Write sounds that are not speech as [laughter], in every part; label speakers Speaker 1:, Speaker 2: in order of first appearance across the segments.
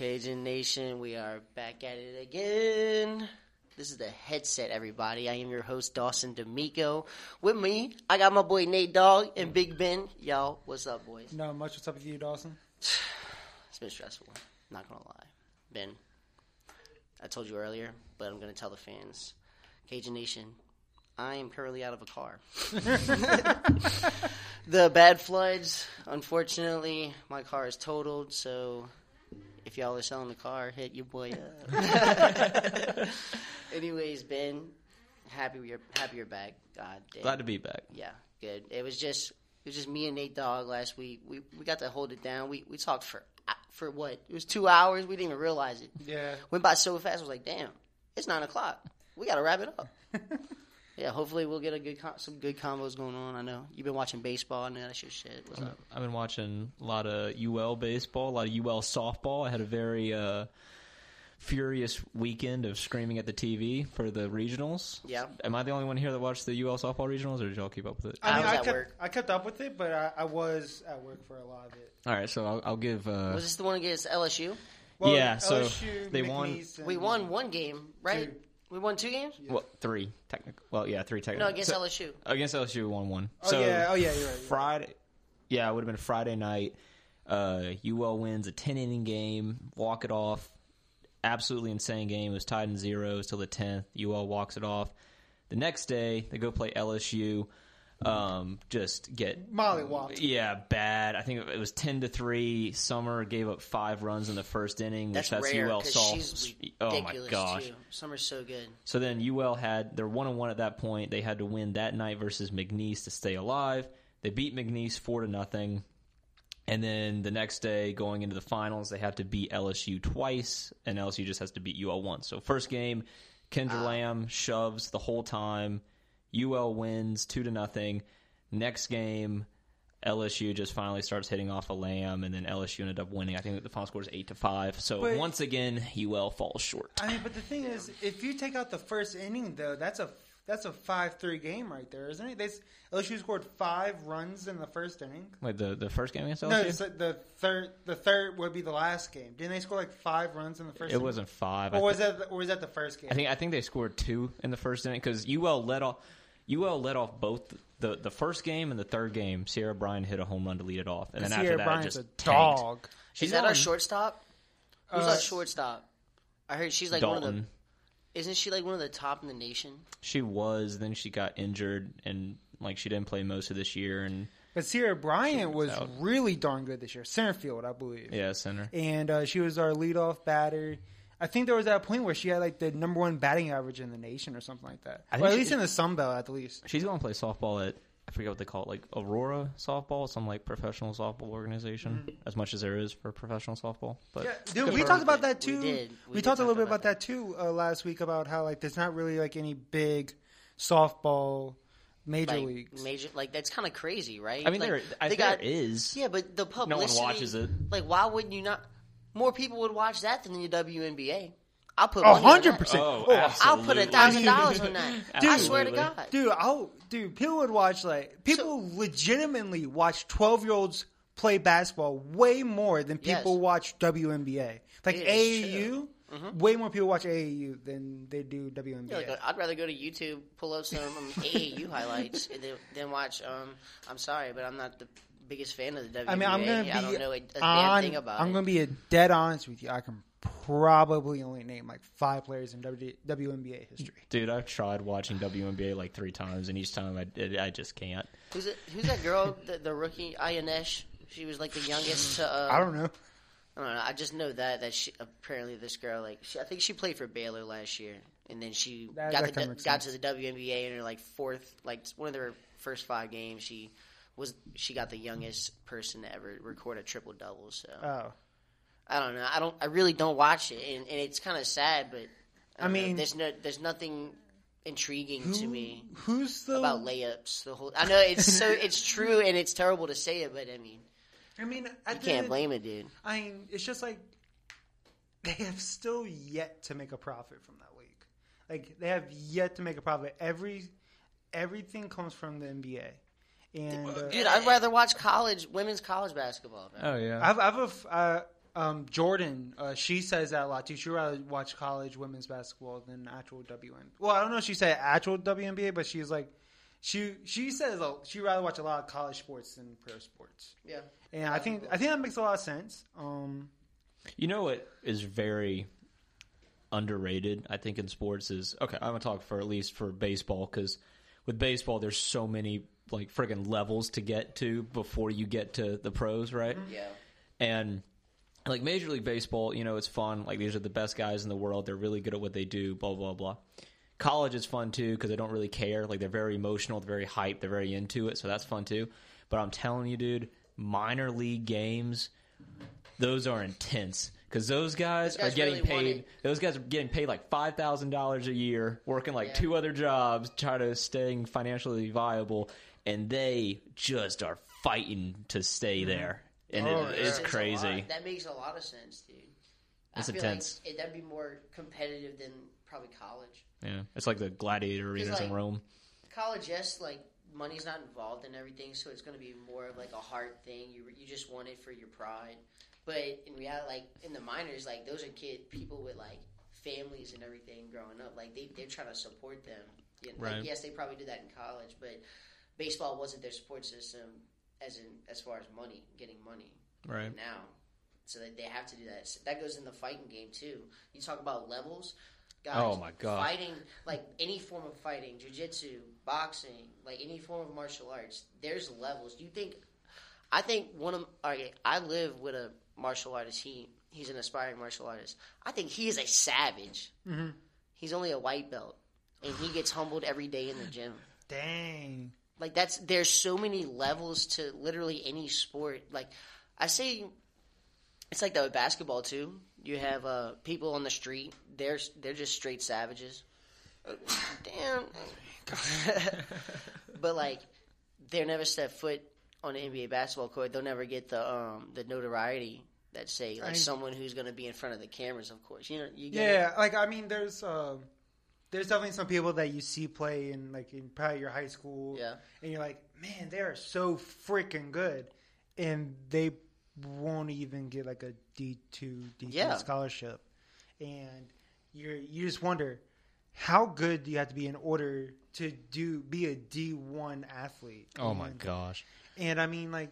Speaker 1: Agent Nation, we are back at it again. This is the headset, everybody. I am your host, Dawson D'Amico. With me, I got my boy Nate Dogg and Big Ben. Y'all, what's up, boys?
Speaker 2: Not much. What's up with you, Dawson?
Speaker 1: It's been stressful. Not gonna lie, Ben. I told you earlier, but I'm gonna tell the fans, Cajun Nation. I am currently out of a car. [laughs] the bad floods. Unfortunately, my car is totaled. So, if y'all are selling the car, hit your boy up. [laughs] Anyways, Ben, happy you're happy you're back. God damn.
Speaker 3: Glad to be back.
Speaker 1: Yeah, good. It was just it was just me and Nate Dog last week. We we got to hold it down. We we talked for for what? It was two hours. We didn't even realize it.
Speaker 2: Yeah.
Speaker 1: Went by so fast. I was like, damn, it's nine o'clock. We got to wrap it
Speaker 3: [laughs]
Speaker 1: up. yeah, hopefully we'll get a good com- some good combos going on. I know you've been watching baseball. I know that's your shit. What's up?
Speaker 3: I've been watching a lot of UL baseball, a lot of UL softball. I had a very uh, furious weekend of screaming at the TV for the regionals.
Speaker 1: Yeah.
Speaker 3: Am I the only one here that watched the UL softball regionals, or did y'all keep up with it?
Speaker 1: I was
Speaker 2: I
Speaker 1: at
Speaker 2: kept,
Speaker 1: work.
Speaker 2: I kept up with it, but I, I was at work for a lot of it.
Speaker 3: All right, so I'll, I'll give. Uh,
Speaker 1: Was this the one against LSU?
Speaker 2: Well,
Speaker 3: Yeah, so
Speaker 2: LSU,
Speaker 3: they won-
Speaker 2: McNeese, and-
Speaker 1: We won one game, right?
Speaker 2: Two.
Speaker 1: We won two games.
Speaker 3: well, three technical. Well, yeah, three technical.
Speaker 1: No, against LSU.
Speaker 3: Against LSU, we won one.
Speaker 2: Oh,
Speaker 3: so
Speaker 2: yeah. Oh, yeah, you're right, you're right.
Speaker 3: Friday, yeah, it would have been Friday night. Uh, UL wins a ten inning game, walk it off. Absolutely insane game. It was tied in zeros till the tenth. UL walks it off. The next day, they go play LSU. Um, just get
Speaker 2: Molly walked.
Speaker 3: yeah, bad. I think it was ten to three. Summer gave up five runs in the first inning,
Speaker 1: That's,
Speaker 3: which that's
Speaker 1: rare
Speaker 3: UL
Speaker 1: because
Speaker 3: saw.
Speaker 1: she's
Speaker 3: oh
Speaker 1: ridiculous
Speaker 3: my gosh!
Speaker 1: too. Summer's so good.
Speaker 3: So then UL had they're one on one at that point. They had to win that night versus McNeese to stay alive. They beat McNeese four to nothing. And then the next day, going into the finals, they have to beat LSU twice, and LSU just has to beat UL once. So first game,
Speaker 2: Ah.
Speaker 3: Kendra Lamb shoves the whole time. UL wins two to nothing. Next game, LSU just finally starts hitting off a Lamb, and then LSU ended up winning. I think the final score is eight to five. So
Speaker 2: But-
Speaker 3: once again, UL falls short.
Speaker 2: I mean, but the thing is, if you take out the first inning, though, that's a that's a five three game right there, isn't it? They, s- LSU scored five runs in the first inning.
Speaker 3: Like the, the first game against LSU.
Speaker 2: No, so the third the third would be the last game. Didn't they score like five runs in the first?
Speaker 3: It
Speaker 2: inning?
Speaker 3: wasn't five. I,
Speaker 2: Or was
Speaker 3: thi-
Speaker 2: that the, or was that the first game?
Speaker 3: I think I think they scored two in the first inning because UL let off. UL let off both the the first game and the third game. Sierra Bryan hit a home run to lead it off, and then after
Speaker 2: Sierra
Speaker 3: that,
Speaker 2: Bryant's
Speaker 3: it just
Speaker 2: a
Speaker 3: tanked.
Speaker 2: dog.
Speaker 3: She's
Speaker 1: is that
Speaker 3: on
Speaker 1: our shortstop? Who's
Speaker 2: Uh,
Speaker 1: our shortstop? I heard she's like one of the.
Speaker 3: Dalton.
Speaker 1: Isn't she like one of the top in the nation?
Speaker 3: She was. Then she got injured, and like she didn't play most of this year. And
Speaker 2: But Sierra Bryant was
Speaker 3: out.
Speaker 2: really darn good this year, center field, I believe.
Speaker 3: yeah, center.
Speaker 2: And uh, she was our leadoff batter. I think there was that point where she had like the number one batting average in the nation or something like that,
Speaker 3: I
Speaker 2: or
Speaker 3: think
Speaker 2: at
Speaker 3: she-
Speaker 2: least in the Sun Belt, at least.
Speaker 3: She's going to play softball at I forget what they call it, like Aurora softball, some like professional softball organization. As much as there is for professional softball, but
Speaker 2: Yeah, dude,
Speaker 3: good
Speaker 2: we
Speaker 3: for
Speaker 2: talked
Speaker 3: her.
Speaker 2: about that
Speaker 1: We
Speaker 2: too. We,
Speaker 1: did. We did talk
Speaker 2: talked a little bit
Speaker 1: about
Speaker 2: about that, too uh, last week about how like there's not really like any big softball major
Speaker 1: Like
Speaker 2: leagues.
Speaker 1: major, like that's kind of crazy, right?
Speaker 3: I mean,
Speaker 1: like,
Speaker 3: there I
Speaker 1: they
Speaker 3: think there
Speaker 1: got-
Speaker 3: is.
Speaker 1: Yeah, but the
Speaker 3: no
Speaker 1: publicity.
Speaker 3: one watches it.
Speaker 1: Like, why wouldn't you not? More people would watch that than the WNBA. I'll put
Speaker 2: A
Speaker 1: money on
Speaker 2: hundred
Speaker 1: that.
Speaker 2: percent.
Speaker 3: Oh,
Speaker 2: Oh,
Speaker 1: I'll put a
Speaker 3: absolutely. [laughs]
Speaker 1: thousand dollars on that. I swear to
Speaker 3: Absolutely.
Speaker 1: God,
Speaker 2: Dude, I'll dude. People would watch like people legitimately watch twelve year olds play basketball way more than
Speaker 1: Yes.
Speaker 2: people watch WNBA. Like
Speaker 1: It is
Speaker 2: AAU,
Speaker 1: Mm-hmm.
Speaker 2: way more people watch AAU than they do WNBA.
Speaker 1: Yeah, like, I'd rather go to YouTube, pull up some um, AAU highlights, and then, then watch. Um, I'm sorry, but I'm not the biggest fan of the WNBA.
Speaker 2: I mean, I'm gonna be
Speaker 1: I don't know a, a damn
Speaker 2: on,
Speaker 1: thing about
Speaker 2: I'm
Speaker 1: it.
Speaker 2: gonna be a dead honest with you. I can probably only name like five players in WD WNBA history.
Speaker 3: Dude, I've tried watching WNBA like three times, and each time I, I just can't.
Speaker 1: Who's it, Who's that girl? the, the rookie Ionesh. She was like the youngest to. Uh,
Speaker 2: I don't know.
Speaker 1: I don't know. I just know that that she apparently this girl like she, I think she played for Baylor last year, and then she
Speaker 2: That-
Speaker 1: got
Speaker 2: that
Speaker 1: the,
Speaker 2: kinda
Speaker 1: got
Speaker 2: makes
Speaker 1: to the WNBA in her like fourth like one of their first five games. She was she got the youngest person to ever record a triple double. So
Speaker 2: Oh,
Speaker 1: I don't know. I don't. I really don't watch it, and, and it's kind of sad. But I,
Speaker 2: I
Speaker 1: don't know.
Speaker 2: mean-
Speaker 1: there's no there's nothing intriguing to me
Speaker 2: who's the?
Speaker 1: about layups. The whole I know it's so it's true and it's terrible to say it, but I mean
Speaker 2: I mean, I
Speaker 1: you can't blame it, dude.
Speaker 2: I mean, it's just like they have still yet to make a profit from that league. Like they have yet to make a profit. Every everything comes from the NBA, and uh,
Speaker 1: Dude, I'd rather watch college women's college basketball. Man.
Speaker 3: Oh yeah,
Speaker 2: I've I've a f- uh, Um, Jordan, uh, she says that a lot too. She'd rather watch college women's basketball than actual WNBA. Well, I don't know if she said actual WNBA, but she's like, she she says uh, she'd rather watch a lot of college sports than pro sports.
Speaker 1: Yeah.
Speaker 2: And I think I think that makes a lot of sense. Um,
Speaker 3: You know what is very underrated, I think, in sports is okay. I'm gonna talk for at least for baseball because with baseball, there's so many like friggin' levels to get to before you get to the pros, right?
Speaker 1: Yeah.
Speaker 3: And like Major League Baseball, you know, it's fun. Like these are the best guys in the world. They're really good at what they do. Blah blah blah. College is fun too because they don't really care. Like they're very emotional. They're very hyped. They're very into it. So that's fun too. But I'm telling you, dude, minor league games, those are intense because those guys,
Speaker 1: Those guys
Speaker 3: are getting
Speaker 1: really want
Speaker 3: paid.
Speaker 1: it.
Speaker 3: Those guys are getting paid like five thousand dollars a year, working like
Speaker 1: Yeah.
Speaker 3: two other jobs, trying to staying financially viable, and they just are fighting to stay
Speaker 1: Mm-hmm.
Speaker 3: there. And it-
Speaker 2: Oh, yeah.
Speaker 3: it's
Speaker 1: a lot.
Speaker 3: crazy.
Speaker 1: That makes a lot of sense, dude. I
Speaker 3: It's
Speaker 1: feel
Speaker 3: intense.
Speaker 1: Like it, that'd be more competitive than probably college.
Speaker 3: Yeah, it's like the gladiator arenas
Speaker 1: like-
Speaker 3: in Rome.
Speaker 1: College, yes, like money's not involved in everything, so it's going to be more of like a heart thing. You you just want it for your pride. But in reality, like in the minors, like those are kid people with like families and everything growing up. Like they they're trying to support them. You know, like,
Speaker 3: Right.
Speaker 1: yes, they probably did that in college, but baseball wasn't their support system as in as far as money getting money.
Speaker 3: Right.
Speaker 1: now. So they, they have to do that. So that goes in the fighting game too. You talk about levels. Guys,
Speaker 3: Oh, my God.
Speaker 1: Fighting, like any form of fighting, jujitsu, boxing, like any form of martial arts. There's levels. You think? I think one of okay, I live with a martial artist. He he's an aspiring martial artist. I think he is a savage.
Speaker 3: Mm-hmm.
Speaker 2: Mhm.
Speaker 1: He's only a white belt, and he gets humbled every day in the gym.
Speaker 2: dang,
Speaker 1: Like that's there's so many levels to literally any sport. Like I say, it's like that with basketball too. You have uh, people on the street. They're they're just straight savages. Damn. [laughs] but like, they never step foot on an NBA basketball court. They'll never get the um the notoriety that say like
Speaker 2: Right.
Speaker 1: someone who's going to be in front of the cameras. Of course, you know you get it?
Speaker 2: yeah. Like I mean, there's uh, there's definitely some people that you see play in like in probably your high school,
Speaker 1: yeah.
Speaker 2: and you're like, man, they are so freaking good, and they won't even get like a D two D three
Speaker 1: Yeah.
Speaker 2: scholarship, and you you just wonder how good do you have to be in order to do be a D one athlete?
Speaker 3: Oh my
Speaker 2: And-
Speaker 3: gosh.
Speaker 2: And I mean, like,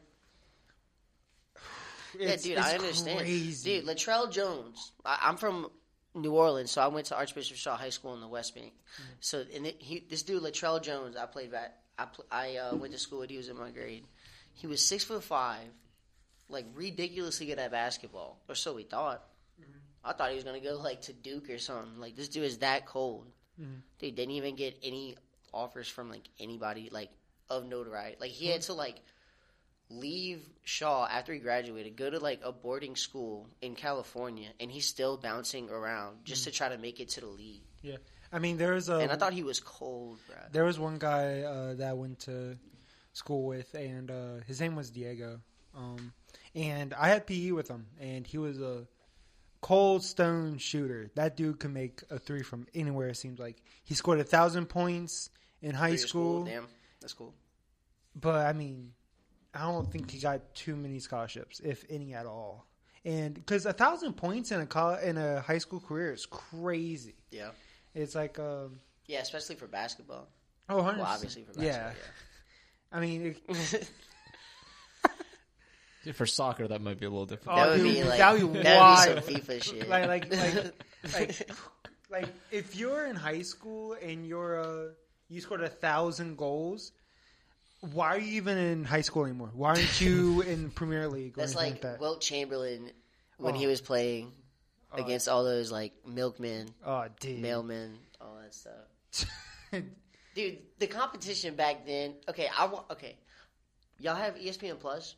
Speaker 2: [sighs] it's-
Speaker 1: yeah, dude,
Speaker 2: it's
Speaker 1: I understand.
Speaker 2: crazy.
Speaker 1: Dude, Latrell Jones. I, I'm from New Orleans, so I went to Archbishop Shaw High School in the West Bank.
Speaker 2: Mm.
Speaker 1: So, and it, he, this dude, Latrell Jones, I played that. I pl- I uh, went to school with. He was in my grade. He was six foot five, like ridiculously good at basketball, or so we thought.
Speaker 2: Mm-hmm.
Speaker 1: I thought he was gonna go like to Duke or something. Like this dude is that cold.
Speaker 2: Mm-hmm.
Speaker 1: They didn't even get any offers from like anybody like of notoriety. Like he had to like leave Shaw after he graduated, go to like a boarding school in California, and he's still bouncing around just
Speaker 2: Mm.
Speaker 1: to try to make it to the league.
Speaker 2: yeah. I mean, there's a
Speaker 1: And I thought he was cold, bro.
Speaker 2: There was one guy uh, that I went to school with, and uh, his name was Diego. Um, and I had PE with him, and he was a cold stone shooter. That dude could make a three from anywhere. It seems like he scored a thousand points in high
Speaker 1: Your
Speaker 2: school,
Speaker 1: damn, that's cool.
Speaker 2: but I mean, I don't think he got too many scholarships, if any at all. And because a thousand points in a college, in a high school career is crazy.
Speaker 1: Yeah,
Speaker 2: It's like um,
Speaker 1: yeah, especially for basketball.
Speaker 2: oh, 100%.
Speaker 1: Well, obviously for
Speaker 2: yeah.
Speaker 1: basketball.
Speaker 2: I mean, it,
Speaker 1: Yeah. [laughs]
Speaker 3: For soccer, that might be a little different.
Speaker 2: Oh,
Speaker 1: that would
Speaker 2: dude,
Speaker 1: be like
Speaker 2: that
Speaker 1: that
Speaker 2: would
Speaker 1: would
Speaker 2: be
Speaker 1: be,
Speaker 2: wild.
Speaker 1: some FIFA shit.
Speaker 2: like like like
Speaker 1: [laughs]
Speaker 2: like, like if you're in high school and you're uh, you scored a thousand goals, why are you even in high school anymore? Why aren't you in Premier League or
Speaker 1: that's
Speaker 2: anything
Speaker 1: like
Speaker 2: like, that?
Speaker 1: Wilt Chamberlain when
Speaker 2: Oh.
Speaker 1: he was playing
Speaker 2: Oh.
Speaker 1: against all those like milkmen,
Speaker 2: oh, dude.
Speaker 1: mailmen, all that stuff.
Speaker 2: [laughs]
Speaker 1: dude the competition back then okay i want okay y'all have E espn plus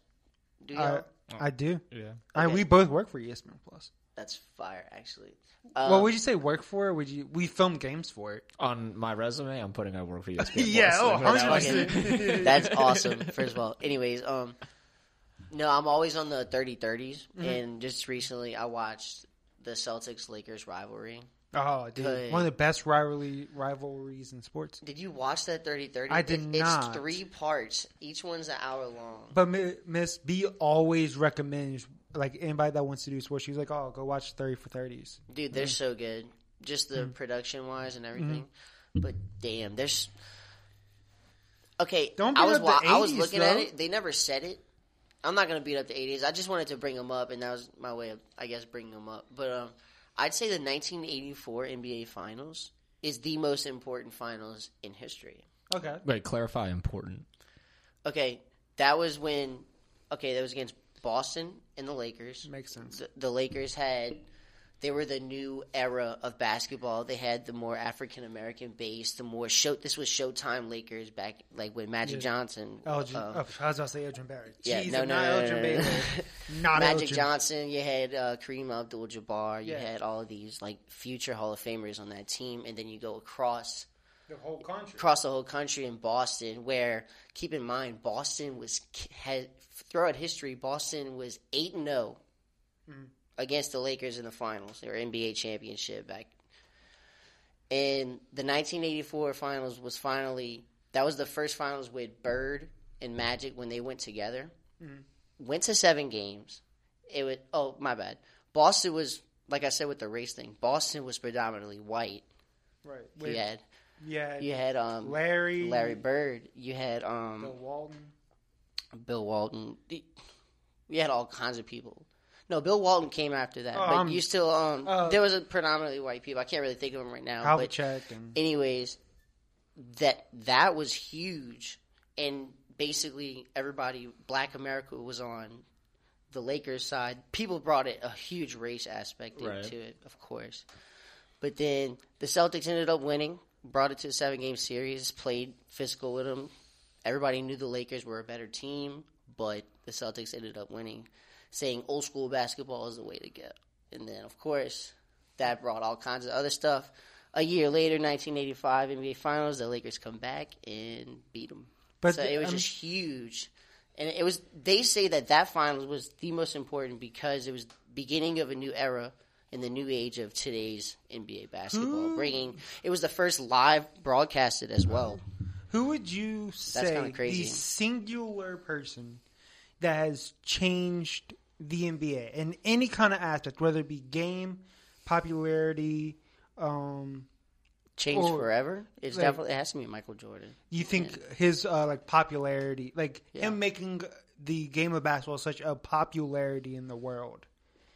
Speaker 1: do y'all
Speaker 2: I, I do.
Speaker 3: yeah.
Speaker 2: I
Speaker 1: Okay.
Speaker 2: we both work for E ESPN Plus.
Speaker 1: that's fire actually um,
Speaker 2: well, would you say work for? Or would you? We film games for it.
Speaker 3: On my resume, I'm putting I work for you.
Speaker 2: [laughs] Yeah, oh,
Speaker 1: that's, [laughs]
Speaker 2: 100%. [laughs]
Speaker 1: fucking- that's awesome first of all anyways um no i'm always on the 30 30s
Speaker 2: Mm-hmm.
Speaker 1: and just recently i watched the celtics lakers rivalry
Speaker 2: Oh, dude,
Speaker 1: Good.
Speaker 2: one of the best rivalry rivalries in sports.
Speaker 1: did you watch that 30 30
Speaker 2: I did
Speaker 1: it's
Speaker 2: not.
Speaker 1: three parts each one's an hour long
Speaker 2: But Mi- Miss B always recommends like anybody that wants to do sports, she's like, oh, go watch Thirty for Thirties.
Speaker 1: Dude, they're so good. Just
Speaker 2: Mm-hmm.
Speaker 1: the production wise and everything. But damn, there's Okay,
Speaker 2: Don't
Speaker 1: I
Speaker 2: beat
Speaker 1: was
Speaker 2: up the
Speaker 1: wa- I was
Speaker 2: 80s,
Speaker 1: looking at
Speaker 2: though.
Speaker 1: it. They never said it. I'm not going to beat up the 80s. I just wanted to bring them up and that was my way of I guess bringing them up. But um I'd say the 1984 NBA Finals is the most important finals in history.
Speaker 2: Okay.
Speaker 4: Wait, clarify important.
Speaker 1: Okay, that was when okay, that was against Boston and the Lakers.
Speaker 2: Makes sense.
Speaker 1: the, the Lakers had they were the new era of basketball. They had the more African American base, the more show. This was Showtime Lakers back, like with Magic Johnson.
Speaker 2: Elgin,
Speaker 1: uh,
Speaker 2: oh, I was about to say Elgin Barrett.
Speaker 1: yeah,
Speaker 2: Jeez,
Speaker 1: no,
Speaker 2: I'm
Speaker 1: no,
Speaker 2: not
Speaker 1: no, no,
Speaker 2: Elgin
Speaker 1: no, no,
Speaker 2: Baylor.
Speaker 1: [laughs]
Speaker 2: Not
Speaker 1: Magic
Speaker 2: Elgin.
Speaker 1: Johnson. You had uh, Kareem Abdul-Jabbar. You
Speaker 2: Yeah.
Speaker 1: had all of these like future Hall of Famers on that team, and then you go across
Speaker 2: The whole country.
Speaker 1: across the whole country in Boston, where keep in mind Boston was had throughout history Boston was eight and zero against the Lakers in the finals or NBA championship back. And the 1984 finals was finally that was the first finals with Bird and Magic when they went together. Went to seven games. It was oh my bad. Boston was like I said with the race thing. Boston was predominantly white.
Speaker 2: Right.
Speaker 1: You had
Speaker 2: yeah.
Speaker 1: you had um
Speaker 2: Larry.
Speaker 1: Larry Bird. You had um,
Speaker 2: Bill Walton.
Speaker 1: Bill Walton. You had all kinds of people. No, Bill Walton came after that.
Speaker 2: Oh,
Speaker 1: but
Speaker 2: I'm-
Speaker 1: you still um,
Speaker 2: uh,
Speaker 1: there was a predominantly white people. I can't really think of them right now. Um, but
Speaker 2: Havlicek and
Speaker 1: anyways, that that was huge, and basically everybody, Black America, was on the Lakers side. People brought it a huge race aspect
Speaker 4: Right.
Speaker 1: into it, of course. But then the Celtics ended up winning, brought it to a seven game series, played physical with them. Everybody knew the Lakers were a better team, but the Celtics ended up winning, saying old school basketball is the way to go. And then, of course, that brought all kinds of other stuff. A year later, 1985 NBA Finals, the Lakers come back and beat them.
Speaker 2: But
Speaker 1: so it was
Speaker 2: I'm-
Speaker 1: just huge. And it was they say that that finals was the most important because it was the beginning of a new era in the new age of today's NBA basketball.
Speaker 2: Hmm.
Speaker 1: Bringing it was the first live broadcasted as well.
Speaker 2: Who would you say
Speaker 1: kinda crazy.
Speaker 2: the singular person that has changed the NBA in any kind of aspect, whether it be game, popularity? Um,
Speaker 1: Changed
Speaker 2: Or,
Speaker 1: forever. It's
Speaker 2: like-
Speaker 1: definitely it has to be Michael Jordan.
Speaker 2: you think his uh, like popularity, like
Speaker 1: Yeah.
Speaker 2: him making the game of basketball such a popularity in the world?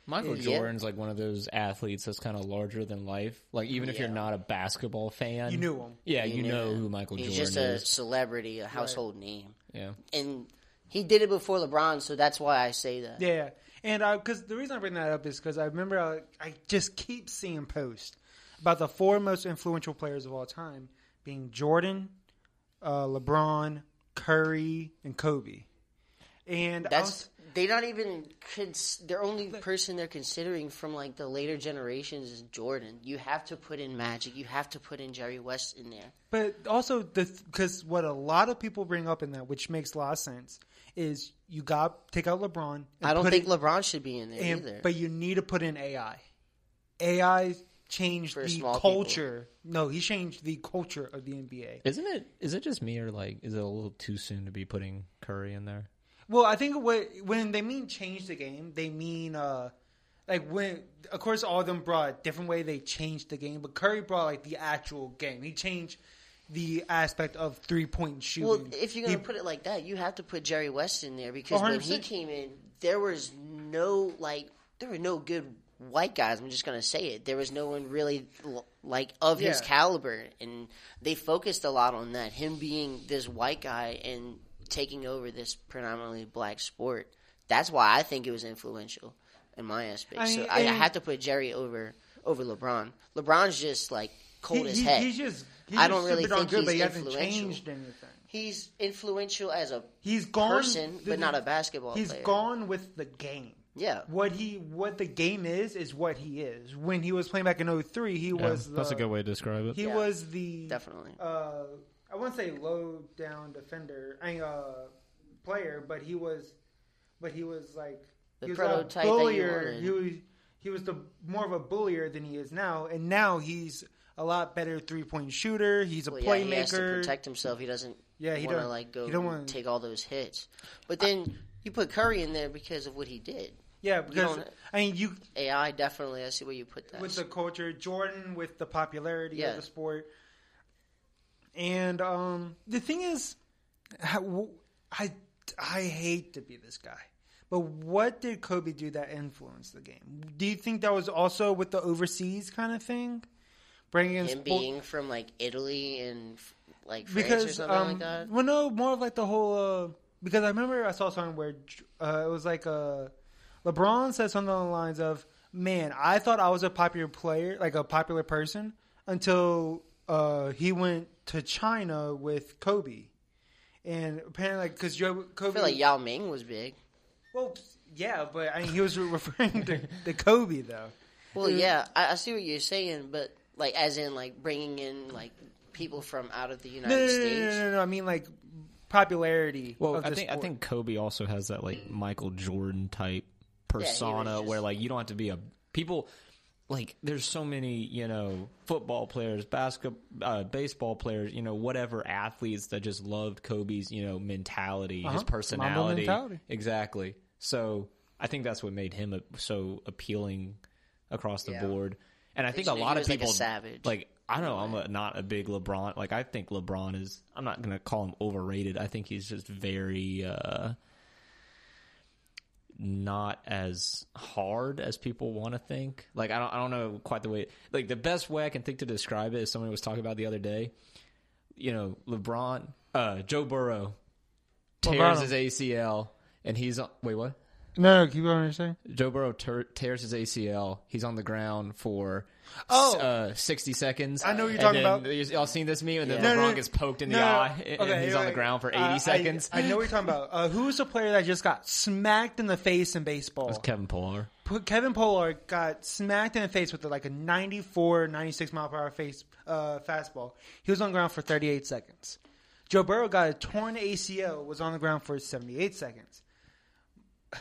Speaker 4: Michael
Speaker 1: Yeah.
Speaker 4: Jordan's like one of those athletes that's kind of larger than life. Like even if you're
Speaker 1: Yeah.
Speaker 4: not a basketball fan,
Speaker 2: You knew him.
Speaker 4: Yeah, you,
Speaker 1: knew
Speaker 4: know
Speaker 1: him.
Speaker 4: who Michael
Speaker 1: He's
Speaker 4: Jordan
Speaker 1: just a
Speaker 4: is.
Speaker 1: celebrity, a household name,
Speaker 4: Yeah,
Speaker 1: and he did it before LeBron, so that's why I say that.
Speaker 2: Yeah, and because the reason I bring that up is because I remember uh, I, I just keep seeing posts about the four most influential players of all time being Jordan, uh, LeBron, Curry, and Kobe. And I
Speaker 1: That's they're not even cons- their only person they're considering from like the later generations is Jordan. You have to put in Magic. You have to put in Jerry West in there.
Speaker 2: But also the because what a lot of people bring up in that, which makes a lot of sense, is you got take out LeBron. And
Speaker 1: I don't
Speaker 2: put
Speaker 1: think
Speaker 2: in-
Speaker 1: LeBron should be in there
Speaker 2: and-
Speaker 1: either.
Speaker 2: but you need to put in AI. AI changed
Speaker 1: For
Speaker 2: the
Speaker 1: small people.
Speaker 2: culture. No, he changed the culture of the NBA.
Speaker 4: isn't it? Is it just me or like is it a little too soon to be putting Curry in there?
Speaker 2: Well, I think what when they mean change the game, they mean uh like when of course all of them brought a different way they changed the game, but Curry brought like the actual game. He changed the aspect of three point shooting.
Speaker 1: well, if you're gonna
Speaker 2: He- Oh,
Speaker 1: put it like that, you have to put Jerry West in there because when he
Speaker 2: 100%.
Speaker 1: came in, there was no like there were no good white guys. I'm just gonna say it. There was no one really l- like of his
Speaker 2: Yeah.
Speaker 1: caliber, and they focused a lot on that. Him being this white guy and taking over this predominantly black sport. That's why I think it was influential in my aspect.
Speaker 2: I
Speaker 1: so
Speaker 2: mean,
Speaker 1: I, I
Speaker 2: and-
Speaker 1: had to put Jerry over over LeBron. LeBron's just like cold
Speaker 2: he-
Speaker 1: as
Speaker 2: he-
Speaker 1: heck.
Speaker 2: he's just he's
Speaker 1: I don't
Speaker 2: just
Speaker 1: really
Speaker 2: super darn
Speaker 1: think
Speaker 2: good,
Speaker 1: he's
Speaker 2: but he hasn't
Speaker 1: influential.
Speaker 2: changed anything.
Speaker 1: He's influential as a
Speaker 2: He's gone
Speaker 1: person, but not a basketball
Speaker 2: He's
Speaker 1: player.
Speaker 2: gone with the game.
Speaker 1: Yeah.
Speaker 2: What he what the game is is what he is. When he was playing back in 03, he was the,
Speaker 4: that's a good way to describe it.
Speaker 2: He
Speaker 1: Yeah.
Speaker 2: was the
Speaker 1: Definitely.
Speaker 2: Uh, I wouldn't say low down defender, I mean, uh, player, but he was, but he was like
Speaker 1: The
Speaker 2: he was
Speaker 1: prototype
Speaker 2: a
Speaker 1: that you
Speaker 2: bullier.
Speaker 1: wanted.
Speaker 2: He was he was the more of a bullier than he is now, and now he's a lot better three point shooter. He's a
Speaker 1: Well, yeah,
Speaker 2: playmaker.
Speaker 1: he has to protect himself. He doesn't
Speaker 2: Yeah, he
Speaker 1: want to
Speaker 2: don't-
Speaker 1: like go
Speaker 2: he don't
Speaker 1: and
Speaker 2: wanna-
Speaker 1: take all those hits. But then you put Curry in there because of what he did.
Speaker 2: Yeah, because
Speaker 1: don't-
Speaker 2: I mean, you
Speaker 1: AI definitely. I see where you put that.
Speaker 2: with the culture, Jordan with the popularity
Speaker 1: Yeah.
Speaker 2: of the sport, and um, the thing is, how- I I hate to be this guy, but what did Kobe do that influenced the game? Do you think that was also with the overseas kind of thing, bringing in
Speaker 1: Him
Speaker 2: sport-
Speaker 1: being from like Italy and f- like France or
Speaker 2: because
Speaker 1: something
Speaker 2: um,
Speaker 1: like that.
Speaker 2: well, no, more of like the whole uh, because I remember I saw something where uh, it was like uh, LeBron said something along the lines of, "Man, I thought I was a popular player, like a popular person, until uh, he went to China with Kobe." And apparently, like, because
Speaker 1: I
Speaker 2: Kobe,
Speaker 1: feel like Yao Ming was big.
Speaker 2: well, yeah, but I mean, he was [laughs] referring to, to
Speaker 1: [laughs]
Speaker 2: Kobe though.
Speaker 1: Well, yeah, I, I see what you're saying, but like as in like bringing in like people from out of the United
Speaker 2: No, no, no,
Speaker 1: States.
Speaker 2: no, no, no, I mean like popularity.
Speaker 3: Well,
Speaker 2: of
Speaker 3: I
Speaker 2: the
Speaker 3: think I
Speaker 2: sport.
Speaker 3: think Kobe also has that like Michael Jordan type
Speaker 1: was
Speaker 3: persona
Speaker 1: just-
Speaker 3: where like you don't have to be a people like there's so many you know football players, basketball, uh, baseball players, you know whatever athletes that just loved Kobe's you know mentality,
Speaker 2: Uh-huh.
Speaker 3: his
Speaker 2: Mamba
Speaker 3: personality,
Speaker 2: mentality.
Speaker 3: exactly. So I think that's what made him a, so appealing across the
Speaker 1: Yeah.
Speaker 3: board, and I think a
Speaker 1: just knew
Speaker 3: lot
Speaker 1: he
Speaker 3: of
Speaker 1: was, like, a
Speaker 3: people
Speaker 1: savage.
Speaker 3: like I don't know. I'm a, not a big LeBron. Like I think LeBron is. I'm not gonna call him overrated. I think he's just very uh, not as hard as people want to think. Like I don't. I don't know quite the way. Like the best way I can think to describe it is somebody was talking about the other day. You know, LeBron, uh, Joe Burrow tears
Speaker 2: LeBron.
Speaker 3: his ACL, and he's on, wait what?
Speaker 2: no, no, keep going. You're saying.
Speaker 3: Joe Burrow ter- tears his ACL. He's on the ground for
Speaker 2: Oh.
Speaker 3: uh, 60 seconds.
Speaker 2: I know what you're
Speaker 3: And
Speaker 2: talking
Speaker 3: then-
Speaker 2: about.
Speaker 3: you- Y'all seen this meme? And then
Speaker 2: No,
Speaker 3: LeBron
Speaker 2: no, no.
Speaker 3: gets poked in the
Speaker 2: No, no, no.
Speaker 3: eye, and
Speaker 2: Okay,
Speaker 3: he's on the
Speaker 2: okay.
Speaker 3: ground for 80
Speaker 2: Uh, I-
Speaker 3: seconds.
Speaker 2: I,
Speaker 3: [laughs]
Speaker 2: know what you're talking about. Uh, who was the player that just got smacked in the face in baseball?
Speaker 3: Kevin Pillar.
Speaker 2: P- Kevin Pollard got smacked in the face with like a 94, 96 mile per hour face uh, fastball. He was on the ground for 38 seconds. Joe Burrow got a torn ACL, was on the ground for 78 seconds. [laughs]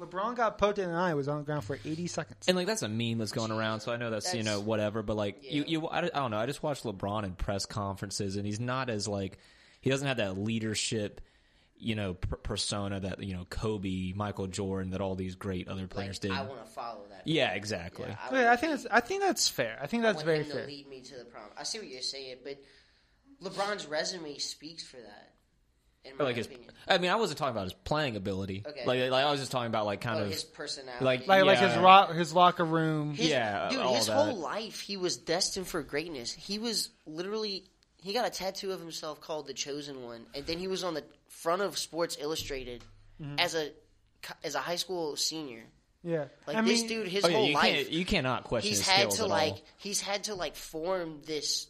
Speaker 2: LeBron got poked in the eye, was on the ground for 80 seconds.
Speaker 3: And like that's a meme that's going around, so I know that's, you know
Speaker 1: That's-
Speaker 3: whatever. But like you,
Speaker 1: Yeah.
Speaker 3: you, I, don't- I don't know. I just watched LeBron in press conferences, and he's not as like he doesn't have that leadership, you know, per- persona that you know Kobe, Michael Jordan, that all these great other
Speaker 1: Like,
Speaker 3: players did.
Speaker 1: I want to follow that.
Speaker 3: yeah, exactly.
Speaker 1: Yeah,
Speaker 2: Okay, I
Speaker 1: would-
Speaker 2: think that's I think that's fair. I think
Speaker 1: I
Speaker 2: that's
Speaker 1: want
Speaker 2: very
Speaker 1: him
Speaker 2: fair.
Speaker 1: to lead me to the prom. I see what you're saying, but LeBron's resume speaks for that. In my
Speaker 3: like his,
Speaker 1: opinion,
Speaker 3: I mean, I wasn't talking about his playing ability.
Speaker 1: Okay.
Speaker 3: Like, like I was just talking about like kind
Speaker 1: oh,
Speaker 3: of
Speaker 1: his personality,
Speaker 3: like-
Speaker 2: Like like his
Speaker 3: Yeah.
Speaker 2: rock, his locker room.
Speaker 1: His-
Speaker 3: Yeah,
Speaker 1: dude,
Speaker 3: all
Speaker 1: his
Speaker 3: that.
Speaker 1: whole life he was destined for greatness. He was literally he got a tattoo of himself called the Chosen One, and then he was on the front of Sports Illustrated
Speaker 3: Mm-hmm.
Speaker 1: as a co- as a high school senior.
Speaker 2: Yeah,
Speaker 1: Like
Speaker 2: I
Speaker 1: this
Speaker 2: mean-
Speaker 1: dude, his
Speaker 3: Oh, yeah,
Speaker 1: whole
Speaker 3: you
Speaker 1: life,
Speaker 3: can't you cannot question
Speaker 1: he's
Speaker 3: his
Speaker 1: had
Speaker 3: skills
Speaker 1: to
Speaker 3: at
Speaker 1: like
Speaker 3: all.
Speaker 1: he's had to like form this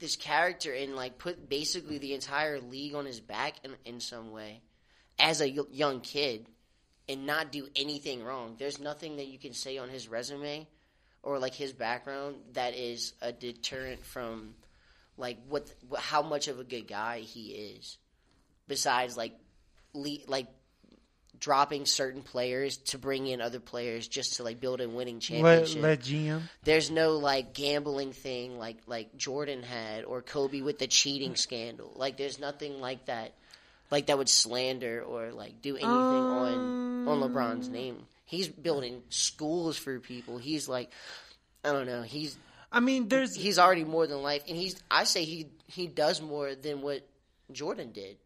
Speaker 1: this character and like put basically the entire league on his back in, in some way as a y- young kid and not do anything wrong there's nothing that you can say on his resume or like his background that is a deterrent from like what wh- how much of a good guy he is besides like le- like dropping certain players to bring in other players just to like build a winning
Speaker 2: let,
Speaker 1: championship
Speaker 2: let GM.
Speaker 1: there's no like gambling thing like like Jordan had or Kobe with the cheating
Speaker 2: Mm.
Speaker 1: scandal. Like there's nothing like that like that would slander or like do anything on on
Speaker 2: Um.
Speaker 1: LeBron's name. He's building schools for people. He's like I don't know. He's
Speaker 2: I mean, there's
Speaker 1: he's already more than life and he's I say he he does more than what Jordan did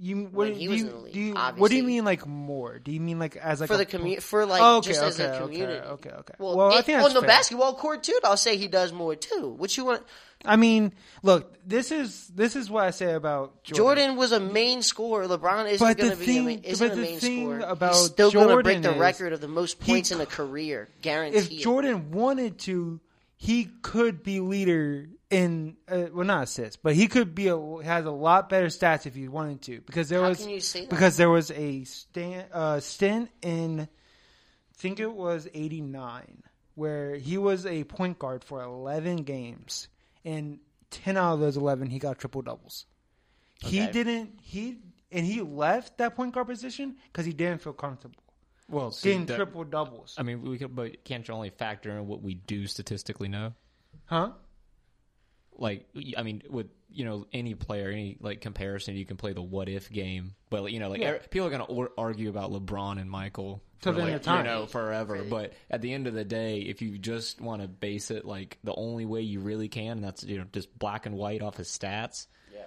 Speaker 2: You what
Speaker 1: when he
Speaker 2: do
Speaker 1: was
Speaker 2: you,
Speaker 1: in the league,
Speaker 2: do you- what do
Speaker 1: obviously.
Speaker 2: you mean like more? Do you mean like as like
Speaker 1: for
Speaker 2: a
Speaker 1: the
Speaker 2: pro-
Speaker 1: community for like
Speaker 2: Oh, okay,
Speaker 1: just as
Speaker 2: okay,
Speaker 1: a
Speaker 2: okay,
Speaker 1: community.
Speaker 2: okay, okay.
Speaker 1: Well,
Speaker 2: Well, I
Speaker 1: it-
Speaker 2: think
Speaker 1: on
Speaker 2: that's
Speaker 1: the
Speaker 2: fair.
Speaker 1: basketball court too, I'll say he does more too. What you want
Speaker 2: I mean, look, this is this is what I say about Jordan.
Speaker 1: Jordan was a main scorer. LeBron isn't
Speaker 2: But the
Speaker 1: going to be a
Speaker 2: thing-
Speaker 1: main, isn't
Speaker 2: but
Speaker 1: a
Speaker 2: the
Speaker 1: main
Speaker 2: thing
Speaker 1: scorer.
Speaker 2: about
Speaker 1: He's still gonna break
Speaker 2: Jordan
Speaker 1: the
Speaker 2: is
Speaker 1: record of the most
Speaker 2: he
Speaker 1: points in a
Speaker 2: c-
Speaker 1: career, guaranteed.
Speaker 2: if Jordan wanted to, he could be leader in uh, well not assists, but he could be a, has a lot better stats if he wanted to because there
Speaker 1: How
Speaker 2: was
Speaker 1: can you say that?
Speaker 2: because there was a stint uh, stint in I think it was eighty nine where he was a point guard for eleven games and ten out of those eleven he got triple doubles. He
Speaker 1: Okay.
Speaker 2: didn't he and he left that point guard position because he didn't feel comfortable
Speaker 3: Well,
Speaker 2: getting triple doubles,
Speaker 3: I mean, we could, but can't you only factor in what we do statistically know?
Speaker 2: huh?
Speaker 3: Like, I mean, with
Speaker 4: you know any player any like comparison you can play the what if game but you know like
Speaker 2: Yeah.
Speaker 4: er- people are going to or- argue about lebron and michael
Speaker 2: Till
Speaker 4: for,
Speaker 2: the end
Speaker 4: like,
Speaker 2: of time.
Speaker 4: you know forever but at the end of the day if you just want to base it like the only way you really can and that's you know just black and white off his stats [laughs]
Speaker 1: Yeah.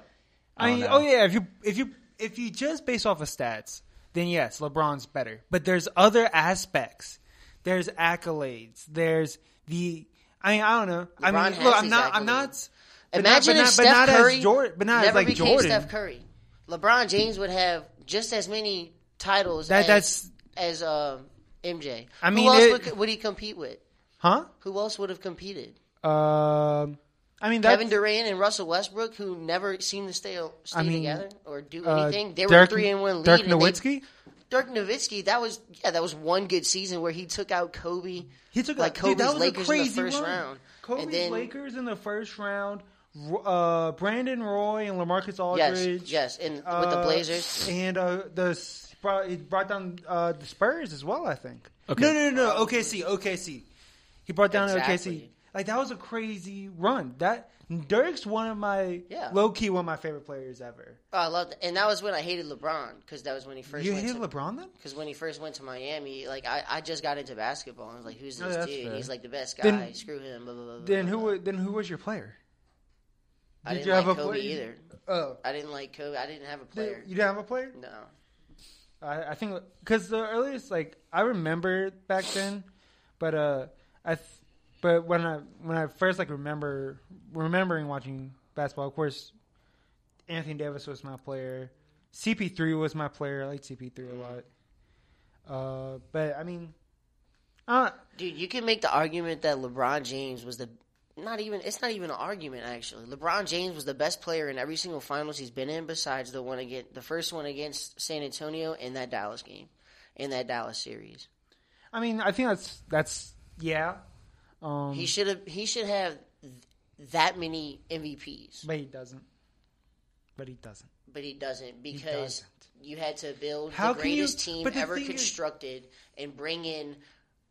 Speaker 2: I
Speaker 4: don't
Speaker 2: mean,
Speaker 4: know.
Speaker 2: oh yeah, if you if you if you just base off of stats, then yes, LeBron's better. But there's other aspects. There's accolades. There's the. I mean, I don't know.
Speaker 1: LeBron
Speaker 2: I mean,
Speaker 1: has
Speaker 2: look, I'm
Speaker 1: these
Speaker 2: not. I'm
Speaker 1: accolades.
Speaker 2: not. but not-
Speaker 1: Imagine if
Speaker 2: but not- but
Speaker 1: Steph
Speaker 2: not as
Speaker 1: Curry
Speaker 2: Jor- but not as,
Speaker 1: never
Speaker 2: like,
Speaker 1: became
Speaker 2: Jordan.
Speaker 1: Steph Curry. LeBron James would have just as many titles
Speaker 2: That-
Speaker 1: as,
Speaker 2: that's-
Speaker 1: as um, MJ.
Speaker 2: I mean,
Speaker 1: who else
Speaker 2: it-
Speaker 1: would, would he compete with?
Speaker 2: Huh?
Speaker 1: Who else would have competed?
Speaker 2: Um. I mean, that's
Speaker 1: Kevin Durant and Russell Westbrook, who never seemed to stay, stay
Speaker 2: I mean,
Speaker 1: together or do
Speaker 2: uh,
Speaker 1: anything. They were
Speaker 2: Dirk-
Speaker 1: three and one lead.
Speaker 2: Dirk
Speaker 1: and they-
Speaker 2: Nowitzki.
Speaker 1: Dirk Nowitzki. That was yeah. That was one good season where he took out Kobe.
Speaker 2: He took
Speaker 1: like
Speaker 2: a,
Speaker 1: Kobe's
Speaker 2: dude, that was
Speaker 1: Lakers
Speaker 2: a crazy
Speaker 1: in the first
Speaker 2: run.
Speaker 1: round.
Speaker 2: Kobe's
Speaker 1: and then
Speaker 2: Lakers in the first round. Ro- Uh, Brandon Roy and LaMarcus
Speaker 1: yes,
Speaker 2: Aldridge.
Speaker 1: yes, and with the
Speaker 2: uh,
Speaker 1: Blazers.
Speaker 2: and uh, the s- brought, it brought down uh, the Spurs as well. I think.
Speaker 4: Okay.
Speaker 2: No, no, no, no. OKC, OKC. He brought down OKC.
Speaker 1: Exactly.
Speaker 2: Like that was a crazy run. That Dirk's one of my
Speaker 1: Yeah.
Speaker 2: low key one of my favorite players ever.
Speaker 1: Oh, I loved, and that was when I hated LeBron because that was when he first
Speaker 2: You
Speaker 1: went
Speaker 2: hated
Speaker 1: to,
Speaker 2: LeBron then?
Speaker 1: Because when he first went to Miami, like I, I just got into basketball. and I was like, who's
Speaker 2: No,
Speaker 1: this
Speaker 2: that's
Speaker 1: dude?
Speaker 2: fair.
Speaker 1: He's like the best guy.
Speaker 2: Then-
Speaker 1: Screw him. Blah, blah, blah, blah,
Speaker 2: Then
Speaker 1: blah,
Speaker 2: who?
Speaker 1: blah.
Speaker 2: wa- Then who was your player?
Speaker 1: I
Speaker 2: did
Speaker 1: didn't
Speaker 2: you have
Speaker 1: like
Speaker 2: a
Speaker 1: Kobe
Speaker 2: player-
Speaker 1: either.
Speaker 2: Oh,
Speaker 1: I didn't like Kobe. I didn't have a player.
Speaker 2: you didn't have a player.
Speaker 1: No.
Speaker 2: I, I think because the earliest like I remember back then, but uh, I th- but when I when I first like remember remembering watching basketball, of course, Anthony Davis was my player. CP3 was my player. I like CP3 a lot. Uh, but I mean, uh,
Speaker 1: Dude, you can make the argument that LeBron James was the not even it's not even an argument actually. LeBron James was the best player in every single finals he's been in besides the one against the first one against San Antonio in that Dallas game. In that Dallas series.
Speaker 2: I mean, I think that's that's yeah. Um,
Speaker 1: He should have he should have th- that many MVPs.
Speaker 2: but he doesn't. But he doesn't.
Speaker 1: But he doesn't because
Speaker 2: doesn't.
Speaker 1: you had to build
Speaker 2: How
Speaker 1: the
Speaker 2: can you-
Speaker 1: greatest team
Speaker 2: but the
Speaker 1: ever
Speaker 2: thing is-
Speaker 1: constructed and bring in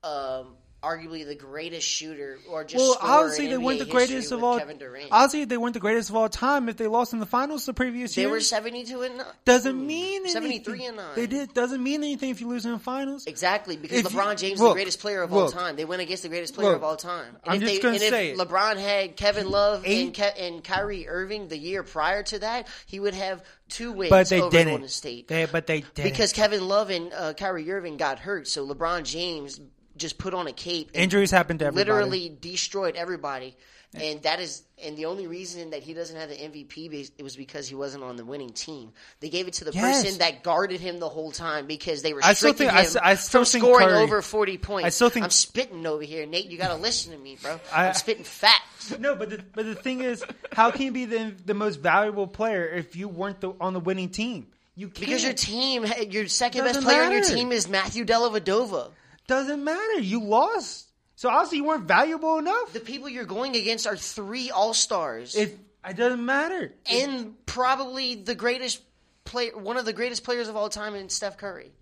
Speaker 1: um, arguably the greatest shooter or just
Speaker 2: Well,
Speaker 1: scorer in
Speaker 2: obviously they
Speaker 1: NBA
Speaker 2: weren't the
Speaker 1: history
Speaker 2: greatest of
Speaker 1: with
Speaker 2: all.
Speaker 1: Kevin Durant.
Speaker 2: Obviously they weren't the greatest of all time if they lost in the finals the previous
Speaker 1: They
Speaker 2: year.
Speaker 1: were seventy-two and nine. Hmm.
Speaker 2: doesn't mean anything.
Speaker 1: 73 and nine.
Speaker 2: They did doesn't mean anything if you lose in the finals.
Speaker 1: Exactly, because
Speaker 2: If you-
Speaker 1: LeBron James is
Speaker 2: look,
Speaker 1: the greatest player of all
Speaker 2: look.
Speaker 1: time. They went against the greatest player
Speaker 2: Look,
Speaker 1: of all time.
Speaker 2: I'm
Speaker 1: if
Speaker 2: just
Speaker 1: they-
Speaker 2: gonna
Speaker 1: and if
Speaker 2: say it.
Speaker 1: LeBron had Kevin Love
Speaker 2: Eight-
Speaker 1: and, Ke- and Kyrie Irving the year prior to that, he would have two wins
Speaker 2: But they
Speaker 1: over Golden
Speaker 2: didn't.
Speaker 1: State.
Speaker 2: They, but they didn't.
Speaker 1: because Kevin Love and uh, Kyrie Irving got hurt, so LeBron James just put on a cape and
Speaker 2: injuries happened to everybody.
Speaker 1: literally destroyed everybody. And that is, and the only reason that he doesn't have the MVP base, it was because he wasn't on the winning team. They gave it to the
Speaker 2: Yes.
Speaker 1: person that guarded him the whole time because they restricted
Speaker 2: I still think-
Speaker 1: him
Speaker 2: I s- I still
Speaker 1: from
Speaker 2: think
Speaker 1: scoring
Speaker 2: Curry-
Speaker 1: over forty points.
Speaker 2: I still think-
Speaker 1: I'm spitting over here, Nate. You got to listen to me, bro.
Speaker 2: [laughs] I-
Speaker 1: I, am spitting facts.
Speaker 2: No, but the, but the thing is, how can you be the, the most valuable player if you weren't the, on the winning team? You can't.
Speaker 1: Because your team, your second best
Speaker 2: Doesn't
Speaker 1: player on your
Speaker 2: matter.
Speaker 1: team is Matthew Dellavedova.
Speaker 2: doesn't matter. You lost, so obviously you weren't valuable enough.
Speaker 1: The people you're going against are three All Stars.
Speaker 2: If it doesn't matter.
Speaker 1: and probably the greatest player, one of the greatest players of all time, in Steph Curry.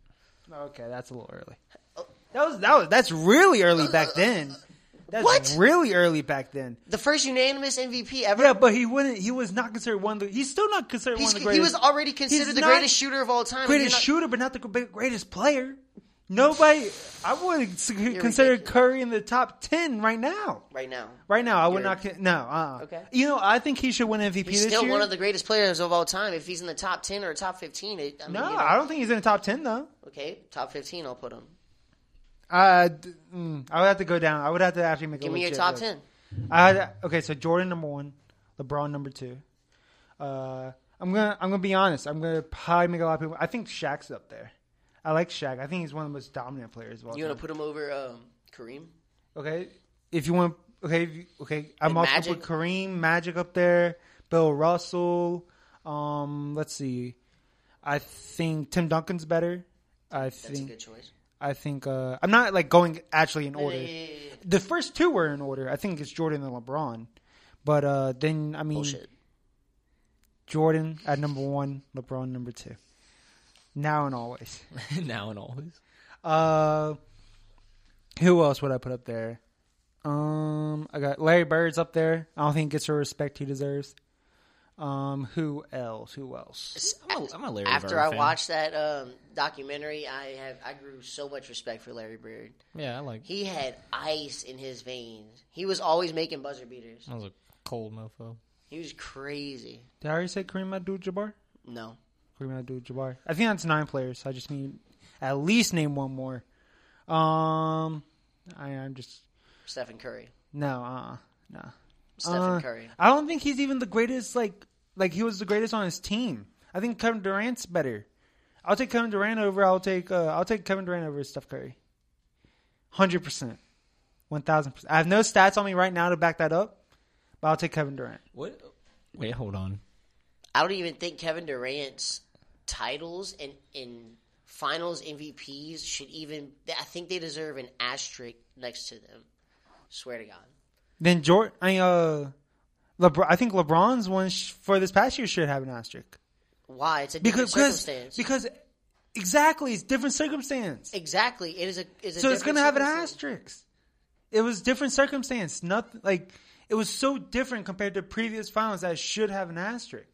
Speaker 2: Okay, that's a little early.
Speaker 1: Oh.
Speaker 2: That was that was that's really early back then. That's
Speaker 1: Uh, What?
Speaker 2: really early back then.
Speaker 1: The first unanimous MVP ever.
Speaker 2: Yeah, but he wouldn't. He was not considered one. of the He's still not considered
Speaker 1: He's-
Speaker 2: one of the greatest.
Speaker 1: he was already
Speaker 2: He's
Speaker 1: considered the
Speaker 2: not
Speaker 1: greatest shooter of all time. and
Speaker 2: greatest
Speaker 1: you're not-
Speaker 2: shooter, but not the gr- greatest player. Nobody, I would s- consider
Speaker 1: ridiculous.
Speaker 2: Curry in the top ten right now.
Speaker 1: right now.
Speaker 2: Right now, I would
Speaker 1: You're-
Speaker 2: not. con- No, uh,
Speaker 1: Okay.
Speaker 2: You know, I think he should win MVP
Speaker 1: He's
Speaker 2: this
Speaker 1: still
Speaker 2: year.
Speaker 1: one of the greatest players of all time. If he's in the top ten or top fifteen, it, I mean,
Speaker 2: no,
Speaker 1: you know,
Speaker 2: I don't think he's in the top ten though.
Speaker 1: okay, top fifteen, I'll put him.
Speaker 2: Uh, d- mm, I would have to go down. I would have to actually make a
Speaker 1: Give me your
Speaker 2: legit
Speaker 1: top
Speaker 2: list.
Speaker 1: ten.
Speaker 2: I okay, so Jordan number one, LeBron number two. Uh, I'm gonna I'm gonna be honest. I'm gonna probably make a lot of people. I think Shaq's up there. I like Shaq. I think he's one of the most dominant players of all
Speaker 1: You
Speaker 2: time.
Speaker 1: want to put him over um, Kareem?
Speaker 2: okay, if you want, okay, if you, okay. I'm
Speaker 1: And
Speaker 2: also
Speaker 1: Magic?
Speaker 2: put Kareem, Magic up there, Bill Russell. Um, let's see. I think Tim Duncan's better. I
Speaker 1: That's a
Speaker 2: think
Speaker 1: good choice.
Speaker 2: I think uh, I'm not like going actually in order.
Speaker 1: Yeah, yeah, yeah, yeah.
Speaker 2: The first two were in order. I think it's Jordan and LeBron. But uh, then I mean
Speaker 1: Bullshit.
Speaker 2: Jordan at number one, LeBron number two. Now and always.
Speaker 4: now and always
Speaker 2: Uh, who else would I put up there? Um, I got Larry Bird's up there. I don't think he gets the respect he deserves. Um, who else? Who else?
Speaker 4: I'm a, I'm a Larry
Speaker 1: After
Speaker 4: Bird
Speaker 1: I
Speaker 4: fan.
Speaker 1: watched that um, documentary, I have I grew so much respect for Larry Bird.
Speaker 3: Yeah, I like.
Speaker 1: He had ice in his veins. He was always making buzzer beaters.
Speaker 3: I was a cold mofo.
Speaker 1: He was crazy.
Speaker 2: Did I already say Kareem Abdul-Jabbar?
Speaker 1: No,
Speaker 2: Kareem Abdul-Jabbar. I think that's nine players. I just need at least name one more. Um, I, I'm just
Speaker 1: Stephen Curry.
Speaker 2: no, uh, no.
Speaker 1: Stephen
Speaker 2: Uh,
Speaker 1: Curry.
Speaker 2: I don't think he's even the greatest. Like, like he was the greatest on his team. I think Kevin Durant's better. I'll take Kevin Durant over. I'll take uh, I'll take Kevin Durant over Steph Curry. Hundred percent, one thousand percent. I have no stats on me right now to back that up, but I'll take Kevin Durant.
Speaker 4: What?
Speaker 3: Wait, hold on.
Speaker 1: I don't even think Kevin Durant's titles and and Finals MVPs should even. I think they deserve an asterisk next to them. Swear to God.
Speaker 2: Then Jordan, I mean, uh, LeBron. I think LeBron's one sh- for this past year should have an asterisk
Speaker 1: Why? It's a different
Speaker 2: because because
Speaker 1: circumstance.
Speaker 2: because exactly it's different circumstance.
Speaker 1: exactly. It is a. Is a
Speaker 2: so it's
Speaker 1: different
Speaker 2: gonna have an
Speaker 1: circumstance.
Speaker 2: asterisk. It was different circumstance. Nothing like it was so different compared to previous finals that should have an asterisk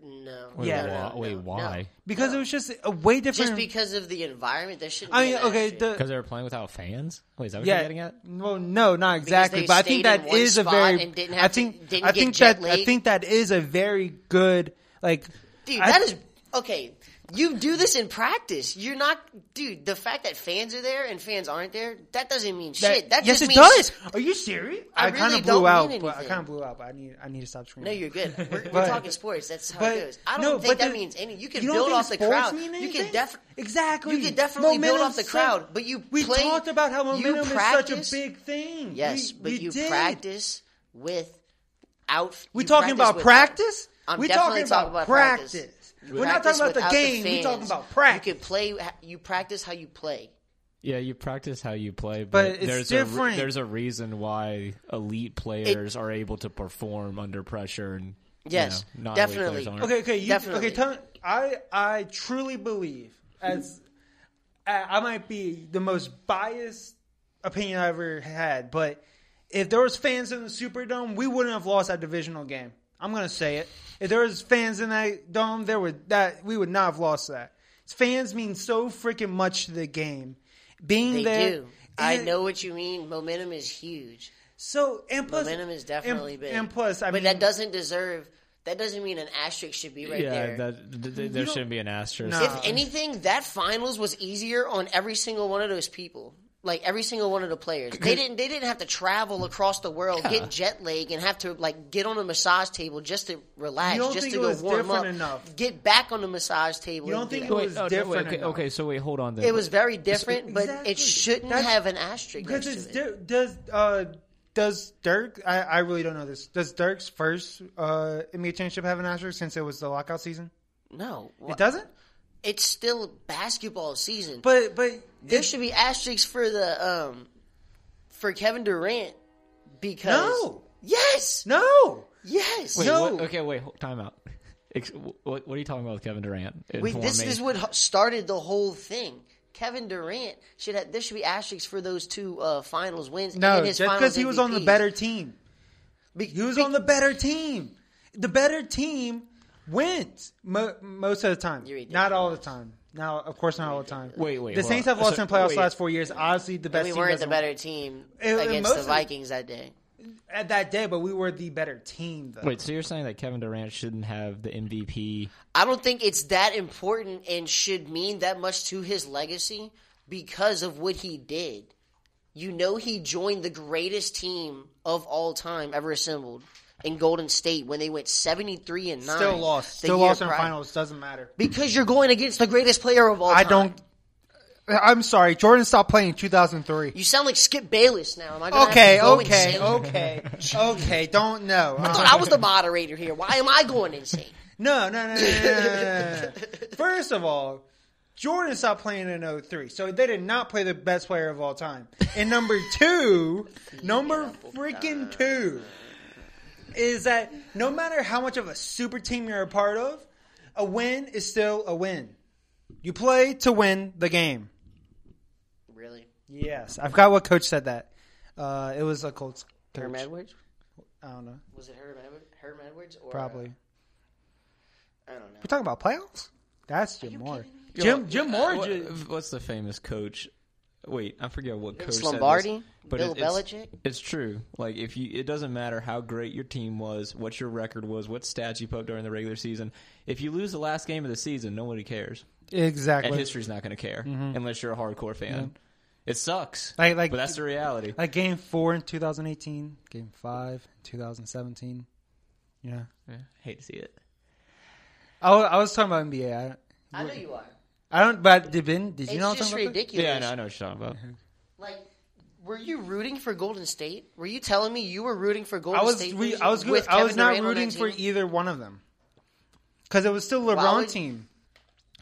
Speaker 1: No.
Speaker 3: Wait,
Speaker 2: Yeah.
Speaker 3: why-
Speaker 1: No, no,
Speaker 3: wait,
Speaker 1: no.
Speaker 3: why?
Speaker 2: because it was just a way different.
Speaker 1: Just because of the environment, there shouldn't.
Speaker 2: I
Speaker 1: be
Speaker 2: mean,
Speaker 1: an
Speaker 2: okay,
Speaker 1: asterisk.
Speaker 2: the,
Speaker 3: Because they were playing without fans. Wait, is that what
Speaker 2: yeah,
Speaker 3: you're getting at?
Speaker 2: well, no, not
Speaker 1: Because
Speaker 2: exactly.
Speaker 1: they
Speaker 2: But I
Speaker 1: stayed
Speaker 2: think
Speaker 1: in
Speaker 2: that
Speaker 1: one
Speaker 2: is a
Speaker 1: spot
Speaker 2: very.
Speaker 1: and didn't
Speaker 2: I
Speaker 1: have to-
Speaker 2: think
Speaker 1: didn't
Speaker 2: I
Speaker 1: get
Speaker 2: think
Speaker 1: jet
Speaker 2: that I
Speaker 1: lag.
Speaker 2: think that is a very good like.
Speaker 1: dude,
Speaker 2: I-
Speaker 1: that is okay. You do this in practice. You're not, dude. The fact that fans are there and fans aren't there, that doesn't mean shit. That
Speaker 2: yes,
Speaker 1: just
Speaker 2: it
Speaker 1: means
Speaker 2: does. Are you serious?
Speaker 1: I
Speaker 2: kinda
Speaker 1: really
Speaker 2: blew
Speaker 1: don't
Speaker 2: out,
Speaker 1: mean
Speaker 2: but I
Speaker 1: anything.
Speaker 2: kind of blew out. But I need I need to stop screaming.
Speaker 1: No, you're
Speaker 2: [laughs]
Speaker 1: good. We're, we're
Speaker 2: But-
Speaker 1: talking sports. That's how
Speaker 2: But
Speaker 1: it goes. I don't
Speaker 2: no,
Speaker 1: think
Speaker 2: but
Speaker 1: that
Speaker 2: the-
Speaker 1: means any. You can
Speaker 2: don't
Speaker 1: build
Speaker 2: think
Speaker 1: off the
Speaker 2: sports
Speaker 1: crowd.
Speaker 2: mean
Speaker 1: You can
Speaker 2: anything?
Speaker 1: def
Speaker 2: exactly.
Speaker 1: you can definitely build
Speaker 2: Momentum's
Speaker 1: off the
Speaker 2: so-
Speaker 1: crowd, but you
Speaker 2: we
Speaker 1: play-
Speaker 2: talked about how
Speaker 1: you
Speaker 2: momentum is such
Speaker 1: practice-
Speaker 2: a big thing.
Speaker 1: yes,
Speaker 2: We-
Speaker 1: but
Speaker 2: we
Speaker 1: you
Speaker 2: did.
Speaker 1: practice with out.
Speaker 2: We
Speaker 1: you
Speaker 2: talking about
Speaker 1: with-
Speaker 2: practice?
Speaker 1: I'm
Speaker 2: we
Speaker 1: definitely
Speaker 2: talking about, practice. We're not
Speaker 1: Practice
Speaker 2: talking about the
Speaker 1: without
Speaker 2: game. We're
Speaker 1: fans.
Speaker 2: talking about practice.
Speaker 1: You can play. You practice how you play.
Speaker 3: Yeah, you practice how you play, but,
Speaker 2: it's
Speaker 3: there's A,
Speaker 2: different.
Speaker 3: re- there's a reason why elite players are able to perform under pressure and you
Speaker 1: Yes,
Speaker 3: know, non-elite
Speaker 1: definitely.
Speaker 3: players aren't.
Speaker 2: Okay, okay, you,
Speaker 1: Definitely.
Speaker 2: okay. Tell, I I truly believe as I, I might be the most biased opinion I ever had, but if there was fans in the Superdome, we wouldn't have lost that divisional game. I'm gonna say it. If there was fans in that dome, there would that we would not have lost that. Fans mean so freaking much to the game. Being
Speaker 1: They
Speaker 2: there,
Speaker 1: do. I
Speaker 2: and-
Speaker 1: know what you mean. Momentum is huge.
Speaker 2: So and plus,
Speaker 1: Momentum is definitely
Speaker 2: and,
Speaker 1: big.
Speaker 2: And plus, I
Speaker 1: but
Speaker 2: mean,
Speaker 1: that doesn't deserve. That doesn't mean an asterisk should be right
Speaker 3: yeah,
Speaker 1: there.
Speaker 3: that, th- th- there
Speaker 2: don't-
Speaker 3: shouldn't be an asterisk.
Speaker 2: Nah.
Speaker 1: if anything, that finals was easier on every single one of those people. Like every single one of the players, they didn't. They didn't have to travel across the world, get jet lag, and have to like get on a massage table just to relax,
Speaker 2: You don't
Speaker 1: just
Speaker 2: think
Speaker 1: to
Speaker 2: it
Speaker 1: go
Speaker 2: was
Speaker 1: warm
Speaker 2: different
Speaker 1: up,
Speaker 2: enough?
Speaker 1: get back on the massage table.
Speaker 2: You don't
Speaker 1: and do
Speaker 2: think
Speaker 1: that.
Speaker 2: it was
Speaker 3: oh, no,
Speaker 2: different
Speaker 3: okay,
Speaker 2: enough.
Speaker 3: okay, so wait, hold on. Then.
Speaker 1: It was very different, but
Speaker 2: Exactly.
Speaker 1: it shouldn't
Speaker 2: That's-
Speaker 1: have an asterisk.
Speaker 2: Because
Speaker 1: next
Speaker 2: it's
Speaker 1: to it.
Speaker 2: Dirk, does uh does Dirk? I, I really don't know this. Does Dirk's first uh NBA championship have an asterisk since it was the lockout season?
Speaker 1: no,
Speaker 2: It doesn't.
Speaker 1: it's still basketball season.
Speaker 2: But but
Speaker 1: there should be asterisks for the um for Kevin Durant because
Speaker 2: No.
Speaker 1: yes,
Speaker 2: no.
Speaker 1: yes,
Speaker 3: Wait,
Speaker 2: No.
Speaker 3: what- okay, wait, hold, time out. Ex- wh- what, what are you talking about with Kevin Durant?
Speaker 1: Wait,
Speaker 3: Inform
Speaker 1: this
Speaker 3: me.
Speaker 1: is what h- started the whole thing. Kevin Durant should have, there should be asterisks for those two uh, finals wins.
Speaker 2: No,
Speaker 1: and his
Speaker 2: just because
Speaker 1: finals
Speaker 2: he was on the
Speaker 1: MVPs.
Speaker 2: better team.
Speaker 1: Be-
Speaker 2: He was
Speaker 1: be-
Speaker 2: on the better team. The better team wins mo- most of the time.
Speaker 1: You're
Speaker 2: Not all the time. Now, of course, not all the time.
Speaker 3: Wait, wait,
Speaker 2: The
Speaker 3: hold
Speaker 2: Saints
Speaker 3: on.
Speaker 2: have lost
Speaker 3: So-
Speaker 2: in playoffs
Speaker 3: wait.
Speaker 2: the last four years. Obviously, the best
Speaker 1: we
Speaker 2: team
Speaker 1: weren't the
Speaker 2: doesn't-
Speaker 1: better team
Speaker 2: And- and
Speaker 1: against
Speaker 2: most
Speaker 1: the
Speaker 2: of-
Speaker 1: Vikings that day.
Speaker 2: at that day, but we were the better team. Though.
Speaker 3: Wait, so you're saying that Kevin Durant shouldn't have the MVP?
Speaker 1: I don't think it's that important and should mean that much to his legacy because of what he did. You know, he joined the greatest team of all time ever assembled in Golden State when they went seventy-three and nine.
Speaker 2: still lost.
Speaker 1: the
Speaker 2: Still
Speaker 1: year
Speaker 2: lost in the
Speaker 1: prior.
Speaker 2: finals. Doesn't matter.
Speaker 1: because you're going against the greatest player of all
Speaker 2: I
Speaker 1: time.
Speaker 2: don't. Uh, I'm sorry. Jordan stopped playing in 2003.
Speaker 1: You sound like Skip Bayless now. Am I gonna
Speaker 2: Okay,
Speaker 1: have to go
Speaker 2: okay,
Speaker 1: insane?
Speaker 2: [laughs] okay, okay. Don't know. Uh,
Speaker 1: I thought I was the moderator here. Why am I going insane?
Speaker 2: No, no, no, no, no, no, no, no. First of all, Jordan stopped playing in 03, so they did not play the best player of all time. And number two, number freaking two, is that no matter how much of a super team you're a part of, a win is still a win. You play to win the game.
Speaker 1: Really,
Speaker 2: Yes, I forgot what coach said that. Uh, it was a Colts coach.
Speaker 1: Herm Edwards?
Speaker 2: I don't know.
Speaker 1: Was it Herm, Edward- Herm Edwards or
Speaker 2: Probably.
Speaker 1: Uh, I don't know.
Speaker 2: We're talking about playoffs. That's Jim Moore.
Speaker 4: Yo, uh,
Speaker 2: Jim Jim Moore.
Speaker 4: what-
Speaker 2: ju-
Speaker 4: what's the famous coach? Wait, I forget what
Speaker 1: It
Speaker 4: coach.
Speaker 1: was
Speaker 4: said
Speaker 1: Lombardi,
Speaker 4: this, but
Speaker 1: Bill
Speaker 4: it- it's-
Speaker 1: Belichick.
Speaker 4: It's true. Like if you, it doesn't matter how great your team was, what your record was, what stats you put up during the regular season. If you lose the last game of the season, nobody cares, and
Speaker 2: exactly.
Speaker 4: history's not going to care unless you're a hardcore fan. It sucks,
Speaker 2: Mm-hmm. Like- like-
Speaker 4: but that's the reality.
Speaker 2: Like game four in 2018, game five, 2017. Yeah.
Speaker 4: hate to see it.
Speaker 2: I, wa- I was talking about NBA. I,
Speaker 1: I know you are.
Speaker 2: I don't, but did Ben, did you
Speaker 1: It's
Speaker 2: know what I'm
Speaker 1: just
Speaker 2: talking about?
Speaker 1: ridiculous.
Speaker 4: yeah, I know, I know what you're talking about.
Speaker 1: Like, were you rooting for Golden State? Were you telling me you were rooting for Golden
Speaker 2: I was,
Speaker 1: State?
Speaker 2: we,
Speaker 1: losing
Speaker 2: I was, good.
Speaker 1: with
Speaker 2: I was
Speaker 1: Kevin
Speaker 2: not
Speaker 1: Durant on
Speaker 2: rooting
Speaker 1: that
Speaker 2: for
Speaker 1: team?
Speaker 2: either one of them because it was still LeBron
Speaker 1: would-
Speaker 2: team.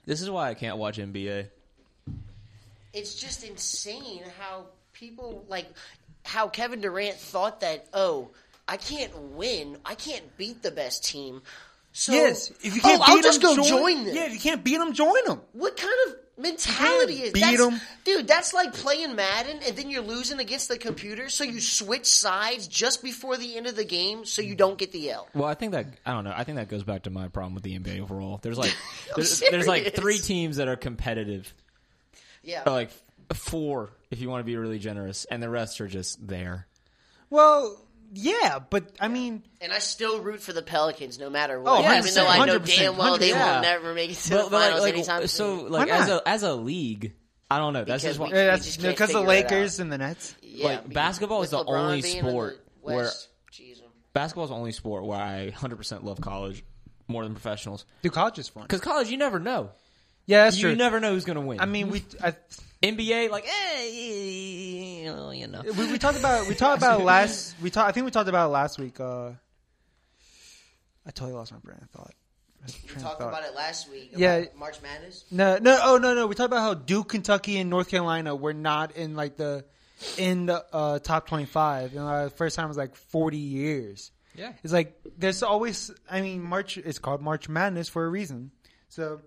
Speaker 4: This is why I can't watch NBA.
Speaker 1: It's just insane how people like how Kevin Durant thought that. Oh, I can't win. I can't beat the best team. So
Speaker 2: yes, if you
Speaker 1: oh,
Speaker 2: can't beat
Speaker 1: I'll just
Speaker 2: them,
Speaker 1: go
Speaker 2: join,
Speaker 1: join them.
Speaker 2: Yeah, if you can't beat them, join them.
Speaker 1: What kind of mentality is
Speaker 2: beat
Speaker 1: that?
Speaker 2: 'em.
Speaker 1: Dude, that's like playing Madden and then you're losing against the computer, so you switch sides just before the end of the game so you don't get the L.
Speaker 3: Well, I think that I don't know. I think that goes back to my problem with the NBA overall.
Speaker 1: [laughs]
Speaker 3: There's like there's,
Speaker 1: I'm
Speaker 3: there's like
Speaker 1: Oh, serious.
Speaker 3: three teams that are competitive,
Speaker 1: Yeah.
Speaker 3: or like four if you want to be really generous, and the rest are just there.
Speaker 2: Well, yeah, but I mean,
Speaker 1: and I still root for the Pelicans no matter
Speaker 2: Oh,
Speaker 1: what. even though I know
Speaker 2: 100%,
Speaker 1: damn well they will
Speaker 3: 100%.
Speaker 1: never make it to
Speaker 3: But-
Speaker 1: the
Speaker 3: but, like-
Speaker 1: finals
Speaker 3: like,
Speaker 1: anytime
Speaker 3: so
Speaker 1: soon.
Speaker 3: like
Speaker 2: Why
Speaker 3: as
Speaker 2: not?
Speaker 3: a as a league, I don't know. That's
Speaker 1: Because
Speaker 3: just why
Speaker 1: we-
Speaker 2: yeah,
Speaker 1: just
Speaker 2: that's
Speaker 1: can't
Speaker 2: because the
Speaker 1: figure it
Speaker 2: Lakers and the Nets.
Speaker 1: yeah,
Speaker 3: like,
Speaker 1: because
Speaker 3: basketball is
Speaker 1: with
Speaker 3: the only
Speaker 1: being in the
Speaker 3: sport where-
Speaker 1: West, jeez, um,
Speaker 3: basketball's the only sport where I 100 percent love college more than professionals
Speaker 2: Dude, college is fun.
Speaker 3: because college you never know.
Speaker 2: Yeah, that's
Speaker 3: you
Speaker 2: true.
Speaker 3: never know who's gonna win.
Speaker 2: I mean, we I,
Speaker 3: NBA like eh, you know, you know.
Speaker 2: we we talked about we talked about last we talked I think we talked about it last week. Uh, I totally lost my brain of thought.
Speaker 1: we talked about it last week. About
Speaker 2: Yeah.
Speaker 1: March Madness.
Speaker 2: No, no, oh no, no. We talked about how Duke, Kentucky, and North Carolina were not in like the in the uh, top twenty-five. And uh, first time was like forty years.
Speaker 4: Yeah.
Speaker 2: It's like there's always. I mean, March. It's called March Madness for a reason. So,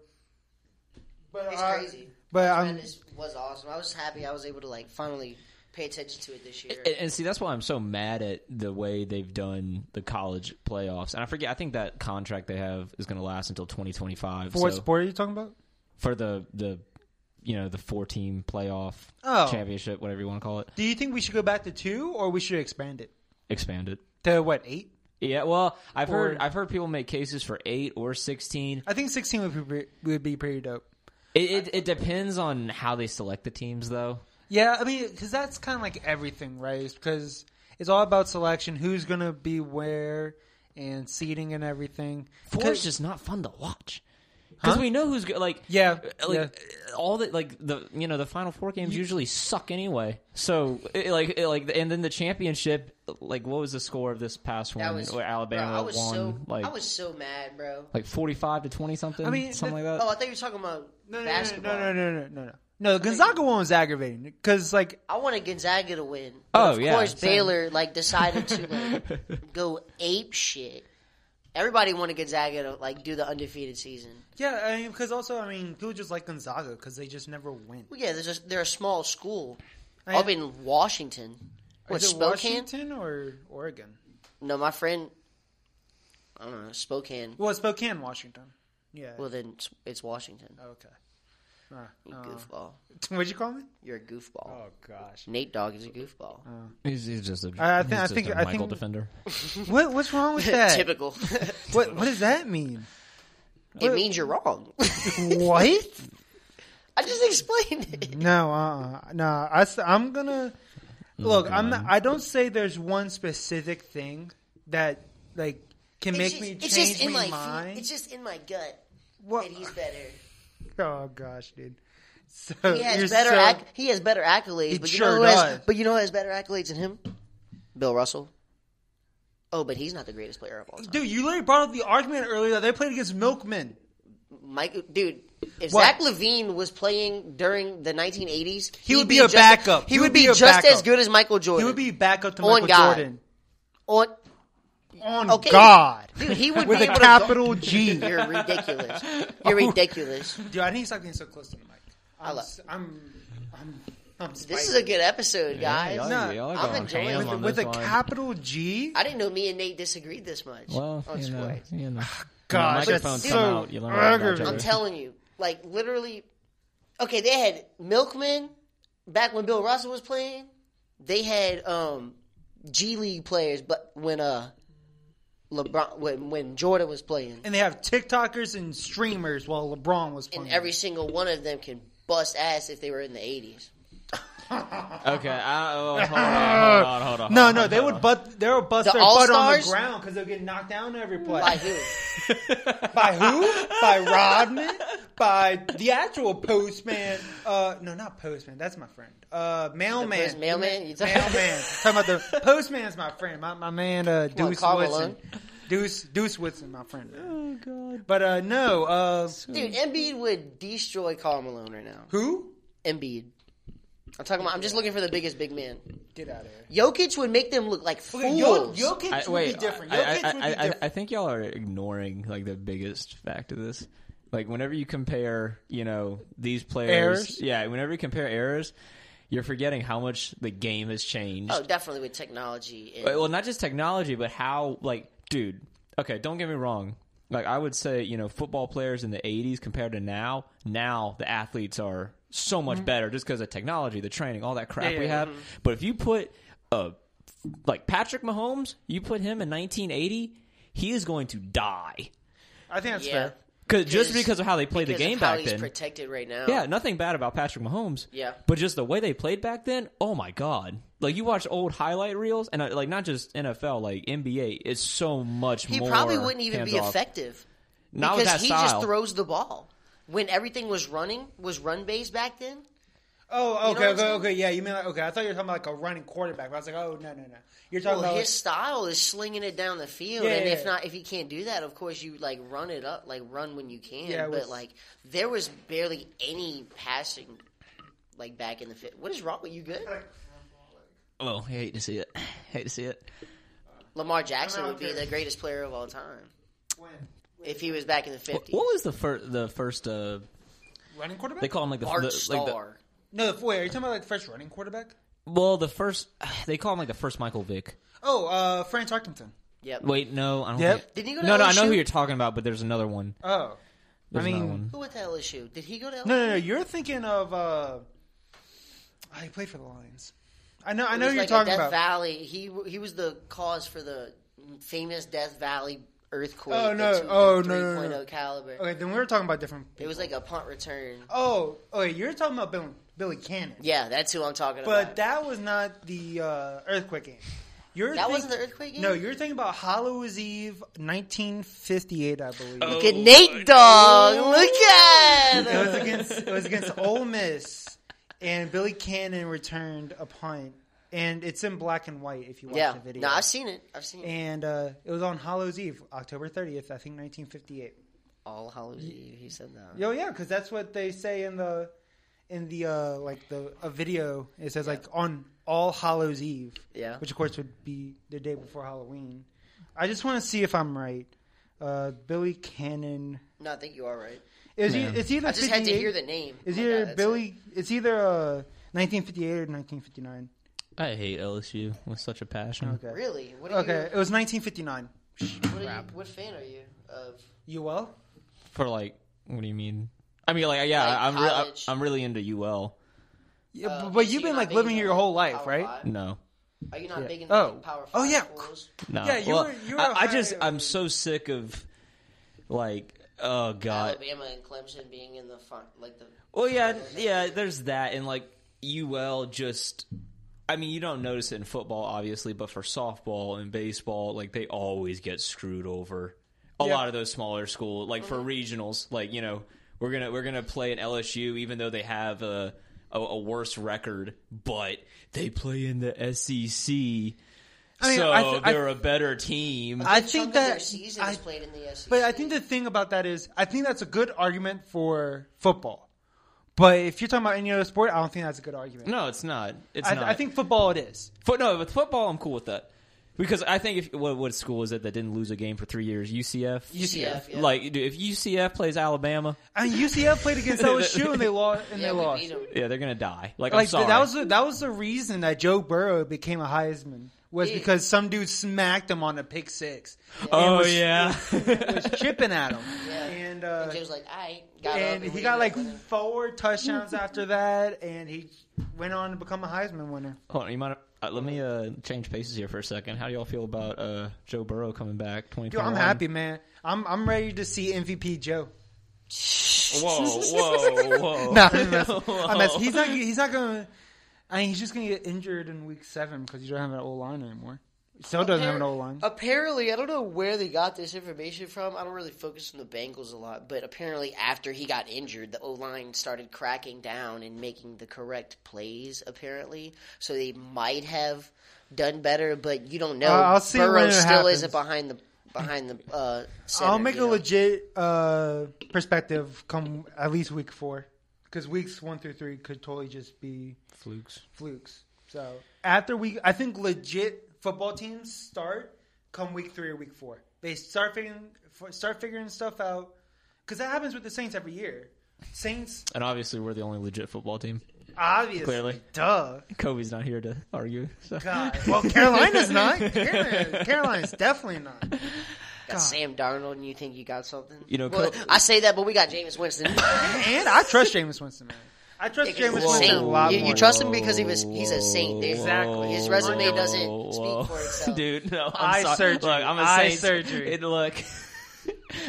Speaker 2: but
Speaker 1: It's
Speaker 2: uh,
Speaker 1: crazy.
Speaker 2: But
Speaker 1: March
Speaker 2: I'm,
Speaker 1: Madness was awesome. I was happy I was able to like finally pay attention to it this year.
Speaker 3: And, and see, that's why I'm so mad at the way they've done the college playoffs. And I forget, I think that contract they have is going to last until 2025.
Speaker 2: for what
Speaker 3: so
Speaker 2: sport are you talking about?
Speaker 3: for the the you know the four team playoff
Speaker 2: Oh.
Speaker 3: championship, whatever you want to call it,
Speaker 2: Do you think we should go back to two, or we should expand it
Speaker 3: expanded.
Speaker 2: to what eight?
Speaker 3: Yeah, well, I've
Speaker 2: Or-
Speaker 3: heard I've heard people make cases for eight or sixteen.
Speaker 2: I think sixteen would be pre- would be pretty dope.
Speaker 3: It, it it depends on how they select the teams, though.
Speaker 2: Yeah, I mean, because that's kind of like everything, right? Because it's all about selection, who's gonna be where, and seating and everything.
Speaker 3: Four is just not fun to watch because
Speaker 2: Huh?
Speaker 3: we know who's go- like uh,
Speaker 2: Yeah,
Speaker 3: like all the like the you know the final four games usually suck anyway. So it, like it, like and then the championship like what was the score of this past
Speaker 1: That
Speaker 3: one
Speaker 1: was
Speaker 3: where Alabama
Speaker 1: bro, I was
Speaker 3: won
Speaker 1: So,
Speaker 3: like
Speaker 1: I was so mad, bro.
Speaker 3: like forty five to twenty something
Speaker 2: I mean,
Speaker 3: something
Speaker 2: the-
Speaker 3: like that.
Speaker 1: Oh, I thought you were talking about
Speaker 2: no, no, no,
Speaker 1: basketball.
Speaker 2: no, no, no, no, no, no. No, the Gonzaga one was aggravating because, like,
Speaker 1: I wanted Gonzaga to win.
Speaker 3: Oh,
Speaker 1: of
Speaker 3: yeah,
Speaker 1: course
Speaker 3: same.
Speaker 1: Baylor like decided to
Speaker 3: [laughs]
Speaker 1: like, go ape shit. Everybody wanted Gonzaga to like do the undefeated season.
Speaker 2: yeah, I mean, because also, I mean, people just like Gonzaga because they just never win.
Speaker 1: Well, yeah, there's a, they're a small school
Speaker 2: I-
Speaker 1: up in Washington. What
Speaker 2: Is it
Speaker 1: Spokane?
Speaker 2: Washington or Oregon?
Speaker 1: No, my friend. I don't know Spokane.
Speaker 2: Well, it's Spokane, Washington. Yeah.
Speaker 1: Well, then it's- it's Washington.
Speaker 2: okay. [laughs] Uh,
Speaker 1: You
Speaker 2: uh,
Speaker 1: goofball.
Speaker 2: what'd you call me?
Speaker 1: You're a goofball.
Speaker 2: Oh. gosh.
Speaker 1: Nate Dogg is a goofball.
Speaker 2: Oh.
Speaker 1: [laughs]
Speaker 3: He's, he's just a,
Speaker 2: Uh, I think-
Speaker 3: he's
Speaker 2: I
Speaker 3: just
Speaker 2: think-
Speaker 3: a
Speaker 2: I
Speaker 3: Michael
Speaker 2: think-
Speaker 3: defender.
Speaker 2: What? What's wrong
Speaker 1: [laughs]
Speaker 2: with that? [laughs]
Speaker 1: Typical.
Speaker 2: what? What does that mean?
Speaker 1: it means you're wrong.
Speaker 2: What?
Speaker 1: [laughs] I just explained it.
Speaker 2: No, uh, uh no. I, am gonna
Speaker 1: Oh,
Speaker 2: look. I'm. Not, I don't say there's one specific thing that like can make me change
Speaker 1: in
Speaker 2: my,
Speaker 1: my
Speaker 2: mind.
Speaker 1: It's just in my gut
Speaker 2: What-
Speaker 1: that he's
Speaker 2: [laughs]
Speaker 1: better.
Speaker 2: oh gosh, dude. So
Speaker 1: He has
Speaker 2: you're
Speaker 1: better.
Speaker 2: so-
Speaker 1: acc he has better accolades.
Speaker 2: He
Speaker 1: but
Speaker 2: sure
Speaker 1: you know who Has,
Speaker 2: does.
Speaker 1: but you know who has better accolades than him? Bill Russell. Oh, but he's not the greatest player of all time.
Speaker 2: dude, you literally brought up the argument earlier that they played against milkmen.
Speaker 1: Mike, dude, if
Speaker 2: What?
Speaker 1: Zach Levine was playing during the 1980s,
Speaker 2: He would be a
Speaker 1: just-
Speaker 2: backup.
Speaker 1: He, would, be, just
Speaker 2: a backup.
Speaker 1: as good as Michael Jordan.
Speaker 2: He would be backup to
Speaker 1: On
Speaker 2: Michael
Speaker 1: God.
Speaker 2: Jordan.
Speaker 1: on.
Speaker 2: On
Speaker 1: Okay.
Speaker 2: God,
Speaker 1: Dude, he would
Speaker 2: with
Speaker 1: be
Speaker 2: a Oh.
Speaker 1: able to- [laughs]
Speaker 2: capital G.
Speaker 1: You're
Speaker 2: [laughs]
Speaker 1: ridiculous. You're ridiculous.
Speaker 2: Dude, I need to stop getting so close to the mic. I'm,
Speaker 1: love-
Speaker 2: s- I'm, I'm I'm
Speaker 1: This is
Speaker 2: spicy.
Speaker 1: a good episode, guys.
Speaker 3: y'all,
Speaker 2: No,
Speaker 3: y'all
Speaker 1: I'm
Speaker 3: going
Speaker 1: enjoying
Speaker 3: ham
Speaker 1: it.
Speaker 2: with,
Speaker 3: on
Speaker 2: with a
Speaker 3: this one.
Speaker 2: capital G.
Speaker 1: I didn't know me and Nate disagreed this much
Speaker 3: Well,
Speaker 2: Oh,
Speaker 1: on
Speaker 3: you know,
Speaker 1: sports.
Speaker 3: you know.
Speaker 2: Gosh,
Speaker 3: When the
Speaker 2: that's
Speaker 3: microphones
Speaker 1: so
Speaker 3: come out, you learn about each
Speaker 2: aggravating.
Speaker 3: other.
Speaker 1: I'm telling you, like literally, okay, they had Milkman back when Bill Russell was playing. They had um, G League players, but when uh, LeBron when when Jordan was playing,
Speaker 2: And they have TikTokers and streamers while LeBron was
Speaker 3: Oh,
Speaker 2: playing.
Speaker 1: and every single one of them can bust ass if they were in the 80s.
Speaker 5: Okay.
Speaker 3: uh,
Speaker 5: I, oh, hold on, hold on, hold on, hold on.
Speaker 2: [laughs] no, no, they
Speaker 3: Uh-huh.
Speaker 2: would butt. They would bust
Speaker 1: The
Speaker 2: their butt on the
Speaker 1: All-Stars?
Speaker 2: ground because they'll get knocked down every play.
Speaker 1: Like who?
Speaker 2: By who? By Rodman? By the actual postman? Uh, no, not postman. That's my friend. Uh, mailman.
Speaker 1: first mailman? You talking- [laughs]
Speaker 2: mailman. Talking about the postman's my friend. My, my man uh, Deuce
Speaker 1: Carl
Speaker 2: Woodson. Deuce Deuce Woodson, my friend. Oh God. But uh, no. Uh,
Speaker 1: Dude, Embiid would destroy Karl Malone right now.
Speaker 2: who?
Speaker 1: Embiid. I'm talking about. I'm just looking for the biggest big man.
Speaker 2: Get out of here.
Speaker 1: Jokic would make them look like fools.
Speaker 2: Yo, Jokic
Speaker 3: I,
Speaker 2: would
Speaker 3: wait,
Speaker 2: be different.
Speaker 3: I, I,
Speaker 2: Jokic would be
Speaker 3: I, I,
Speaker 2: different.
Speaker 3: I think y'all are ignoring like the biggest fact of this. Like whenever you compare, you know, these players,
Speaker 2: Errors?
Speaker 3: yeah, whenever you compare errors, you're forgetting how much the game has changed.
Speaker 1: oh, definitely with technology. And,
Speaker 3: Well, not just technology, but how like, dude. Okay, don't get me wrong. Like I would say, you know, football players in the '80s compared to now. Now the athletes are so
Speaker 1: Mm-hmm.
Speaker 3: much better just because of technology, the training, all that crap we have. But if you put uh, like Patrick Mahomes, you put him in 1980, he is going to die.
Speaker 2: I think that's
Speaker 1: yeah,
Speaker 2: fair.
Speaker 3: Cause, just
Speaker 1: Because-
Speaker 3: because of how they played the
Speaker 1: because of
Speaker 3: game
Speaker 1: how
Speaker 3: back
Speaker 1: he's
Speaker 3: then.
Speaker 1: protected right now.
Speaker 3: Yeah, nothing bad about Patrick Mahomes.
Speaker 1: Oh. Yeah.
Speaker 3: but just the way they played back then. Oh my god! Like you watch old highlight reels, and uh, like not just NFL, like NBA is so much
Speaker 1: he
Speaker 3: more.
Speaker 1: probably wouldn't even be
Speaker 3: hands-off.
Speaker 1: effective
Speaker 3: Not with
Speaker 1: because
Speaker 3: that
Speaker 1: he
Speaker 3: style.
Speaker 1: just throws the ball. When everything was running, was run based back then.
Speaker 2: Oh,
Speaker 1: what
Speaker 2: okay,
Speaker 1: I'm
Speaker 2: okay,
Speaker 1: saying?
Speaker 2: okay. Yeah, you mean like okay? I thought you were talking about like a running quarterback. But I was like, oh no, Oh, no, no. You're talking
Speaker 1: Well,
Speaker 2: about
Speaker 1: his style is slinging it down the field,
Speaker 2: Yeah,
Speaker 1: and
Speaker 2: yeah,
Speaker 1: if
Speaker 2: yeah.
Speaker 1: not, if he can't do that, of course you like run it up, like run when you can.
Speaker 2: Yeah, it
Speaker 1: but
Speaker 2: was-
Speaker 1: like there was barely any passing, like back in the fit. What is wrong with you? Good.
Speaker 3: Oh, I hate to see it. [laughs] hate to see it.
Speaker 1: Lamar Jackson
Speaker 2: I'm out
Speaker 1: would be
Speaker 2: here.
Speaker 1: the greatest player of all time
Speaker 2: when?
Speaker 1: if he was back in the
Speaker 3: What,
Speaker 1: fifties.
Speaker 3: what was the first? The first? Uh,
Speaker 2: running quarterback.
Speaker 3: they call him like the,
Speaker 1: Art
Speaker 3: the like the
Speaker 1: Star.
Speaker 2: no, the, wait. Are you talking about like the first running quarterback?
Speaker 3: well, the first. [sighs] They call him like the first Michael Vick.
Speaker 2: Oh, uh, Franz Arkington.
Speaker 1: Yep.
Speaker 3: Wait, no, I don't.
Speaker 2: Yep.
Speaker 3: Think,
Speaker 1: Didn't he go to
Speaker 3: no, no, I know
Speaker 1: LSU?
Speaker 3: who you're talking about, but there's another one.
Speaker 2: Oh,
Speaker 3: There's
Speaker 2: I mean,
Speaker 3: another one.
Speaker 1: Who went to LSU? Did he go to LSU?
Speaker 2: no, no, no. You're thinking of. uh oh, He played for the Lions. I know. I
Speaker 1: It was
Speaker 2: know who you're
Speaker 1: like a
Speaker 2: talking
Speaker 1: Death
Speaker 2: about.
Speaker 1: Valley. He he was the cause for the famous Death Valley earthquake.
Speaker 2: Oh,
Speaker 1: the
Speaker 2: no.
Speaker 1: two-
Speaker 2: Oh,
Speaker 1: the
Speaker 2: no, no, no.
Speaker 1: 3.0 caliber.
Speaker 2: Okay, then we were talking about different.
Speaker 1: It
Speaker 2: People.
Speaker 1: was like a punt return.
Speaker 2: Oh, okay. You're talking about Billy, Billy Cannon.
Speaker 1: Yeah, that's who I'm talking
Speaker 2: But
Speaker 1: about.
Speaker 2: that was not the uh, earthquake game. You're
Speaker 1: That
Speaker 2: think-
Speaker 1: wasn't the earthquake game?
Speaker 2: No, you're thinking about Halloween Eve, 1958, I believe.
Speaker 1: Look at Nate, dog. Look at
Speaker 2: It was
Speaker 1: him.
Speaker 2: against it was against Ole Miss, and Billy Cannon returned a punt, and it's in black and white if you watch
Speaker 1: Yeah,
Speaker 2: the video.
Speaker 1: no, I've seen it. I've seen it.
Speaker 2: and uh, it was on Halloween Eve, October 30th, I think 1958.
Speaker 1: All Hallows Eve. He said that.
Speaker 2: Yo, Oh, yeah, because that's what they say in the in the uh, like the a video. It says like on All Hallows Eve,
Speaker 1: Yeah.
Speaker 2: which of course would be the day before Halloween. I just want to see if I'm right. Uh, Billy Cannon.
Speaker 1: No, I think you are right.
Speaker 2: Is he? It's either
Speaker 1: I just had to
Speaker 2: 58
Speaker 1: hear the name.
Speaker 2: It's
Speaker 1: Oh my
Speaker 2: either
Speaker 1: God, that's
Speaker 2: Billy. It's either uh, 1958 or 1959.
Speaker 3: I hate LSU with such a passion.
Speaker 1: it.
Speaker 2: Okay.
Speaker 1: Really? What are
Speaker 2: Okay. It was 1959.
Speaker 1: You, what, are you, what fan are you of?
Speaker 2: You well?
Speaker 3: For like, what do you mean? I mean, like, yeah,
Speaker 1: Like
Speaker 3: I'm re- I'm-
Speaker 1: college.
Speaker 3: I'm really into UL.
Speaker 2: Yeah,
Speaker 1: Uh,
Speaker 2: b- but
Speaker 1: so
Speaker 2: you've
Speaker 1: you're
Speaker 2: been
Speaker 1: not
Speaker 2: like
Speaker 1: big
Speaker 2: living
Speaker 1: into,
Speaker 2: here your
Speaker 1: like,
Speaker 2: whole life,
Speaker 1: Power
Speaker 2: right?
Speaker 1: Five?
Speaker 3: No.
Speaker 1: Are you not
Speaker 2: Yeah.
Speaker 1: big into
Speaker 2: Oh.
Speaker 1: like, power?
Speaker 2: Oh,
Speaker 1: Five
Speaker 2: yeah.
Speaker 1: schools?
Speaker 3: No.
Speaker 2: Yeah, you
Speaker 3: Well,
Speaker 2: were- you were
Speaker 3: I, I just
Speaker 2: high-
Speaker 3: I'm so sick of like oh god.
Speaker 1: Alabama and Clemson being in the front, like the
Speaker 3: Well, yeah, yeah. There's that, and like UL just. I mean, you don't notice it in football, obviously, but for softball and baseball, like they always get screwed over. A
Speaker 2: Yeah. Mm-hmm.
Speaker 3: lot of those smaller school, like for regionals, like you know, we're gonna we're gonna play an LSU, even though they have a a, a worse record, but they play in the SEC,
Speaker 2: mean,
Speaker 3: so
Speaker 2: I th- I-
Speaker 3: they're a better team.
Speaker 2: I
Speaker 1: chunk
Speaker 2: think
Speaker 1: of their
Speaker 2: that.
Speaker 1: season
Speaker 2: I,
Speaker 1: is played in the E SEC.
Speaker 2: but I think the thing about that is, I think that's a good argument for football. But if you're talking about any other sport, I don't think that's a good argument.
Speaker 3: no, it's not. It's
Speaker 2: I,
Speaker 3: not.
Speaker 2: I think football it is.
Speaker 3: Foot, no, with football, I'm cool with that. Because I think if what, what school is it that didn't lose a game for three years? UCF.
Speaker 1: UCF, yeah.
Speaker 3: Like dude, if UCF plays Alabama,
Speaker 2: I mean, UCF played
Speaker 3: [laughs]
Speaker 2: against LSU and they lost. And
Speaker 1: yeah,
Speaker 2: they
Speaker 1: we
Speaker 2: lost.
Speaker 1: beat 'em.
Speaker 3: yeah, they're gonna die. Like, I'm
Speaker 2: Like
Speaker 3: sorry.
Speaker 2: th- that was the, that was the reason that Joe Burrow became a Heisman was
Speaker 1: Yeah.
Speaker 2: because some dude smacked him on a pick six.
Speaker 3: oh
Speaker 2: was-
Speaker 3: yeah. [laughs]
Speaker 2: was chipping at him,
Speaker 1: Yeah.
Speaker 2: and uh,
Speaker 1: And Jim's like, [laughs] I got up
Speaker 2: and
Speaker 1: we
Speaker 2: he
Speaker 1: ended
Speaker 2: got
Speaker 1: up
Speaker 2: like [laughs]
Speaker 1: winning.
Speaker 2: four touchdowns after that, and he went on to become a Heisman winner.
Speaker 3: Hold on, you might. Uh, let me uh, change paces here for a second. How do y'all feel about uh, Joe Burrow coming back? Twenty.
Speaker 2: Dude, I'm happy, man. I'm I'm ready to see MVP Joe.
Speaker 3: Whoa,
Speaker 1: [laughs]
Speaker 2: [laughs]
Speaker 3: whoa, [laughs] whoa!
Speaker 2: No, I'm messing. I'm messing. He's not. He's not gonna. I mean, he's just gonna get injured in week seven because you don't have an old line anymore. He Still doesn't have an old line.
Speaker 1: Apparently, I don't know where they got this information from. I don't really focus on the Bengals a lot, but apparently, after he got injured, the O line started cracking down and making the correct plays. Apparently, so they might have done better, but you don't know.
Speaker 2: Uh, I'll see
Speaker 1: Burrow
Speaker 2: when it
Speaker 1: still
Speaker 2: happens.
Speaker 1: isn't behind the behind the. Uh, center,
Speaker 2: I'll make
Speaker 1: you
Speaker 2: a
Speaker 1: know?
Speaker 2: legit uh, perspective come at least week four because weeks one through three could totally just be
Speaker 3: Flukes.
Speaker 2: flukes. So after week, I think legit football teams start come week three or week four. They start figuring f- start figuring stuff out because that happens with the Saints every year. Saints,
Speaker 3: And obviously, we're the only legit football team. [laughs]
Speaker 2: obviously,
Speaker 3: Clearly.
Speaker 2: duh.
Speaker 3: Kobe's not here to argue. So.
Speaker 2: God. [laughs]
Speaker 3: [laughs]
Speaker 2: Well, Carolina's not. Carolina, Carolina's definitely not.
Speaker 1: Got Sam Darnold, and you think you got something?
Speaker 3: You know,
Speaker 1: Well,
Speaker 3: Col-
Speaker 1: I say that, but we got Jameis Winston.
Speaker 2: And I trust Jameis Winston, man. I trust
Speaker 1: Because
Speaker 2: Jameis
Speaker 1: he's a
Speaker 2: Winston a
Speaker 1: saint.
Speaker 2: lot
Speaker 1: You,
Speaker 2: more.
Speaker 1: you trust him because he was he's a saint, dude.
Speaker 2: Exactly.
Speaker 1: His resume
Speaker 2: Whoa,
Speaker 1: doesn't
Speaker 3: Whoa.
Speaker 1: speak
Speaker 3: [laughs]
Speaker 1: for itself.
Speaker 3: dude. No, I'm
Speaker 2: Eye
Speaker 3: sorry.
Speaker 2: surgery.
Speaker 3: Look, I'm a
Speaker 2: Eye
Speaker 3: Saints-
Speaker 2: surgery.
Speaker 3: It, look. [laughs]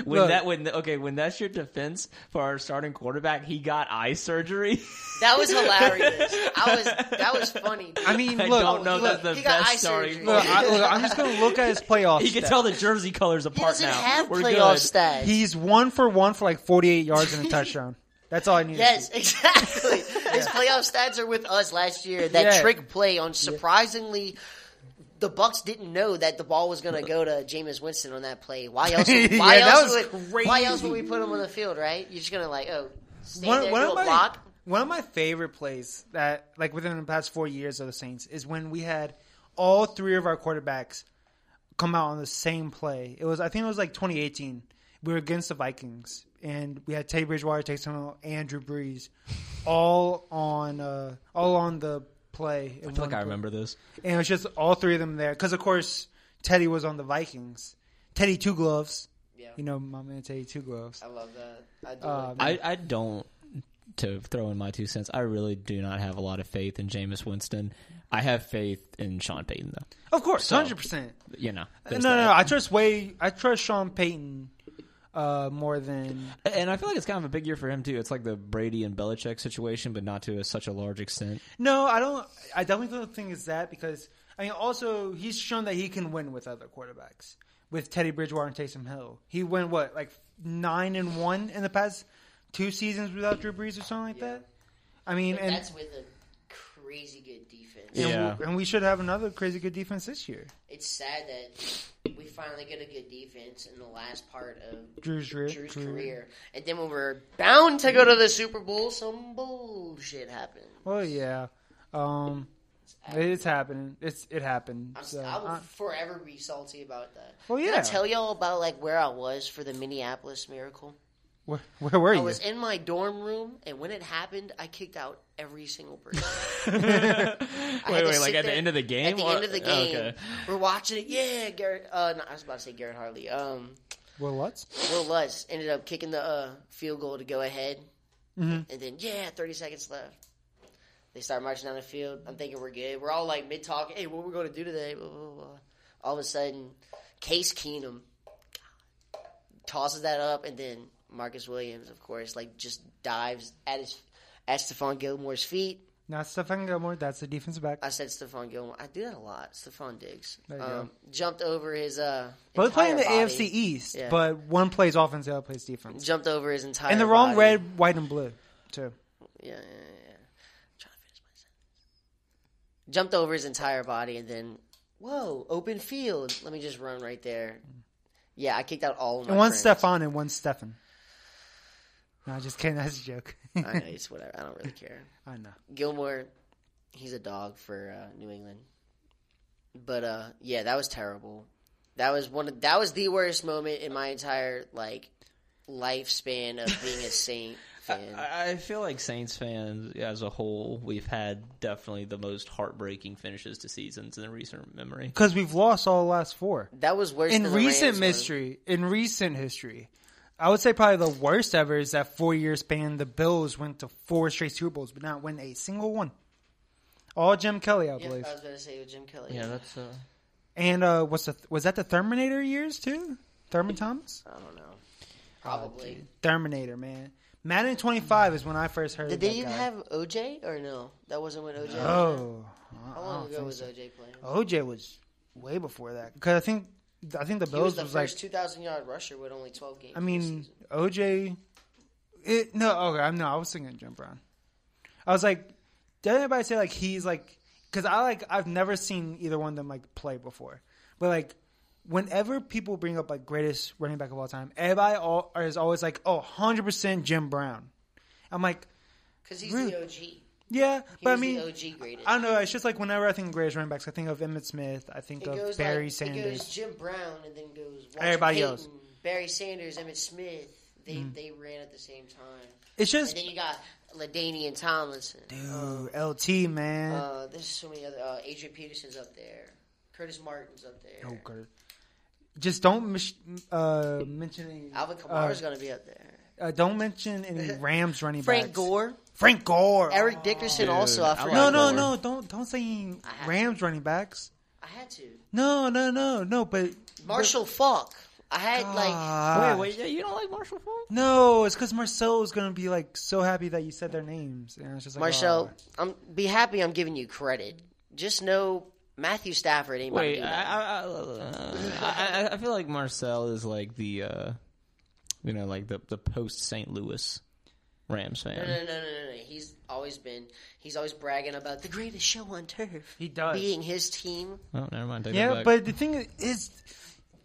Speaker 3: When
Speaker 2: Look.
Speaker 3: that when okay when that's your defense for our starting quarterback he got eye surgery. [laughs]
Speaker 1: That was hilarious. I was that was funny. dude.
Speaker 2: I mean,
Speaker 3: I
Speaker 2: look,
Speaker 3: don't know
Speaker 2: look,
Speaker 3: that's the
Speaker 1: he got eye
Speaker 3: best starting.
Speaker 1: surgery.
Speaker 2: look, I,
Speaker 3: [laughs]
Speaker 2: look, I'm just going to look at his playoff.
Speaker 3: You can
Speaker 2: stats.
Speaker 3: tell the jersey colors
Speaker 1: he
Speaker 3: apart
Speaker 1: doesn't
Speaker 3: now.
Speaker 1: have
Speaker 3: We're
Speaker 1: playoff
Speaker 3: good.
Speaker 1: stats.
Speaker 2: he's one for one for like 48 yards and a touchdown. That's all I need. to
Speaker 1: yes, [laughs]
Speaker 2: see.
Speaker 1: exactly. His playoff stats are with us last year. That
Speaker 2: Yeah.
Speaker 1: trick play on surprisingly. The Bucks didn't know that the ball was going to go to Jameis Winston on that play.
Speaker 2: [laughs]
Speaker 1: Why else? Why
Speaker 2: Yeah, that
Speaker 1: else
Speaker 2: was
Speaker 1: would? Why else
Speaker 2: crazy.
Speaker 1: would we put him on the field? Right? You're just going to like, oh, stand
Speaker 2: One,
Speaker 1: there,
Speaker 2: one
Speaker 1: do
Speaker 2: of
Speaker 1: a
Speaker 2: my,
Speaker 1: block.
Speaker 2: one of my favorite plays that, like, within the past four years of the Saints is when we had all three of our quarterbacks come out on the same play. It was, I think it was like 2018. We were against the Vikings, and we had Teddy Bridgewater, Taysom Hill, and Drew Brees, all on, uh, all on the play.
Speaker 3: I feel like I remember this.
Speaker 2: and it was just all three of them there. Because of course, Teddy was on the Vikings. Teddy Two Gloves,
Speaker 1: Yeah,
Speaker 2: you know, my man Teddy Two Gloves.
Speaker 1: I love that. I do
Speaker 2: Uh,
Speaker 1: like that.
Speaker 3: I, I don't to throw in my two cents. I really do not have a lot of faith in Jameis Winston. I have faith in Sean Payton though.
Speaker 2: Of course,
Speaker 3: So-
Speaker 2: hundred percent.
Speaker 3: You know,
Speaker 2: No,
Speaker 3: there's
Speaker 2: no,
Speaker 3: that.
Speaker 2: no. I trust way. I trust Sean Payton uh, more than
Speaker 3: And I feel like it's kind of a big year for him too. It's like the Brady and Belichick situation, but not to a, such a large extent.
Speaker 2: No, I don't. I definitely don't think it's that because I mean, also he's shown that he can win with other quarterbacks. With Teddy Bridgewater and Taysom Hill, he went what like nine and one in the past two seasons without Drew Brees or something like that. I mean,
Speaker 1: But
Speaker 2: and
Speaker 1: that's with a crazy good defense.
Speaker 2: and,
Speaker 3: Yeah.
Speaker 2: we, and we should have another crazy good defense this year.
Speaker 1: It's sad that we finally get a good defense in the last part of
Speaker 2: Drew's, Drew,
Speaker 1: Drew's
Speaker 2: Drew-
Speaker 1: career, and then when we're bound to go to the Super Bowl, some bullshit happened.
Speaker 2: Well, yeah, um, it's happening. It's it happened.
Speaker 1: I'm,
Speaker 2: So, uh,
Speaker 1: I
Speaker 3: Uh,
Speaker 1: will
Speaker 2: I-
Speaker 1: forever be salty about that.
Speaker 2: Well,
Speaker 1: Can
Speaker 2: yeah.
Speaker 1: I tell y'all about like where I was for the Minneapolis Miracle?
Speaker 2: where, where were
Speaker 1: I
Speaker 2: you?
Speaker 1: was in my dorm room, and when it happened, I kicked out every single
Speaker 3: [laughs]
Speaker 1: person. I had
Speaker 3: wait,
Speaker 1: to
Speaker 3: wait,
Speaker 1: sit
Speaker 3: like at the
Speaker 1: there-
Speaker 3: end of the game?
Speaker 1: At the
Speaker 3: or-
Speaker 1: end of the game,
Speaker 3: Okay.
Speaker 1: we're watching it. Yeah, Garrett. Uh, no, I was about to say Garrett Harley. Um,
Speaker 2: Well, what?
Speaker 1: Will Lutz ended up kicking the uh, field goal to go ahead,
Speaker 2: Mm-hmm.
Speaker 1: and then yeah, thirty seconds left. They start marching down the field. I'm thinking we're good. We're all like mid talk. Hey, what we going to do today? Blah, blah, blah. All of a sudden, Case Keenum tosses that up, and then Marcus Williams, of course, like just dives at his at Stephon Gilmore's feet.
Speaker 2: Not Stefan Gilmore. That's the defensive back.
Speaker 1: I said Stephon Gilmore. I do that a lot. Stephon Diggs
Speaker 2: There you
Speaker 1: um, jumped over his. Uh,
Speaker 2: Both play in the
Speaker 1: entire body.
Speaker 2: AFC East,
Speaker 1: Yeah.
Speaker 2: but one plays offense, the other plays defense.
Speaker 1: Jumped over his entire.
Speaker 2: And the wrong
Speaker 1: body.
Speaker 2: red, white, and blue too.
Speaker 1: yeah, yeah, yeah. yeah. I'm trying to finish my sentence. Jumped over his entire body and then, whoa, open field. Let me just run right there. Yeah, I kicked out all of my
Speaker 2: And one
Speaker 1: friends.
Speaker 2: Stefan and one Stefan. No, just kidding. [laughs] That's a joke.
Speaker 1: I know, it's whatever. I don't really care.
Speaker 2: [laughs] I know.
Speaker 1: Gilmore, he's a dog for uh, New England. But uh, yeah, that was terrible. That was one. Of, that was the worst moment in my entire like lifespan of being a Saint fan.
Speaker 4: [laughs] I I feel like Saints fans as a whole, we've had definitely the most heartbreaking finishes to seasons in recent memory.
Speaker 2: because we've lost all the last four
Speaker 1: that was worse
Speaker 2: in
Speaker 1: than the
Speaker 2: recent
Speaker 1: Rams one.
Speaker 2: history. In recent history, I would say probably the worst ever is that four year span. The Bills went to four straight Super Bowls, but not win a single one. All Jim Kelly, I
Speaker 1: Yeah, uh,
Speaker 2: believe.
Speaker 1: I was going to say with Jim Kelly.
Speaker 4: Yeah, that's uh,
Speaker 2: and uh, was the was that the Terminator years too? Thurman Thomas,
Speaker 1: I don't know. Probably.
Speaker 2: Terminator man. Madden twenty five is when I first heard.
Speaker 1: Did
Speaker 2: of that
Speaker 1: they even
Speaker 2: guy.
Speaker 1: have OJ or no? That wasn't when OJ.
Speaker 2: Oh, I-
Speaker 1: How
Speaker 2: I
Speaker 1: long
Speaker 2: don't
Speaker 1: ago
Speaker 2: think
Speaker 1: was
Speaker 2: so.
Speaker 1: OJ
Speaker 2: Oh,
Speaker 1: playing?
Speaker 2: OJ was way before that because I think I think the
Speaker 1: He was
Speaker 2: Bills
Speaker 1: the
Speaker 2: was, like
Speaker 1: first 2,000 yard rusher with only 12 games.
Speaker 2: I
Speaker 1: this
Speaker 2: mean,
Speaker 1: season.
Speaker 2: OJ. It, no, okay, I'm no. I was thinking Jim Brown. I was like, did anybody say like he's like? Because I like I've never seen either one of them like play before, but like whenever people bring up like greatest running back of all time, everybody all, is always like, oh, 100 percent Jim Brown. I'm like,
Speaker 1: because he's
Speaker 2: really-
Speaker 1: the OG. He
Speaker 2: yeah, but I
Speaker 1: was
Speaker 2: mean,
Speaker 1: the OG greatest.
Speaker 2: I don't know. It's just like whenever I think of greatest running backs, I think of Emmett Smith, I think
Speaker 1: It
Speaker 2: of
Speaker 1: goes
Speaker 2: Barry
Speaker 1: like,
Speaker 2: Sanders.
Speaker 1: It goes Jim Brown and then goes Walter
Speaker 2: Everybody
Speaker 1: Payton,
Speaker 2: else.
Speaker 1: Barry Sanders, Emmett Smith. They they ran at the same time.
Speaker 2: it's
Speaker 1: And
Speaker 2: just
Speaker 1: then you got Ladainian Tomlinson.
Speaker 2: dude, LT man.
Speaker 1: Uh, there's so many other. Uh, Adrian Peterson's up there. Curtis Martin's up there.
Speaker 2: No, Kurt. Just don't mis- uh, mention any.
Speaker 1: Alvin Kamara's gonna be up there.
Speaker 2: Uh, don't
Speaker 1: [laughs]
Speaker 2: mention any Rams running
Speaker 1: Frank
Speaker 2: backs.
Speaker 1: Gore,
Speaker 2: Frank Gore.
Speaker 1: Eric Dickerson
Speaker 4: Dude,
Speaker 1: also.
Speaker 4: I
Speaker 1: I forgot.
Speaker 4: like
Speaker 2: No, no,
Speaker 4: Gore.
Speaker 2: no. Don't don't say any
Speaker 1: I-
Speaker 2: Rams running backs.
Speaker 1: I had to.
Speaker 2: No, no, no, no. But
Speaker 1: Marshall Falk. I had like.
Speaker 2: God.
Speaker 4: wait, wait, you don't like Marshall Falk?
Speaker 2: No, it's because Marcel was gonna be like so happy that you said their names, and it's just like oh.
Speaker 1: Marcel,
Speaker 2: aw.
Speaker 1: I'm be happy I'm giving you credit. Just know Matthew Stafford ain't about to
Speaker 4: Wait,
Speaker 1: do
Speaker 4: I,
Speaker 1: that.
Speaker 4: I, I, I, I- I feel like Marcel is like the, uh, you know, like the the post St. Louis Rams
Speaker 1: No,
Speaker 4: fan.
Speaker 1: no, no, no, no, no. He's always been. He's always bragging about the greatest show on turf.
Speaker 2: He does.
Speaker 1: being his team.
Speaker 4: Oh, never mind. Take
Speaker 2: Yeah,
Speaker 4: that back.
Speaker 2: but the thing is,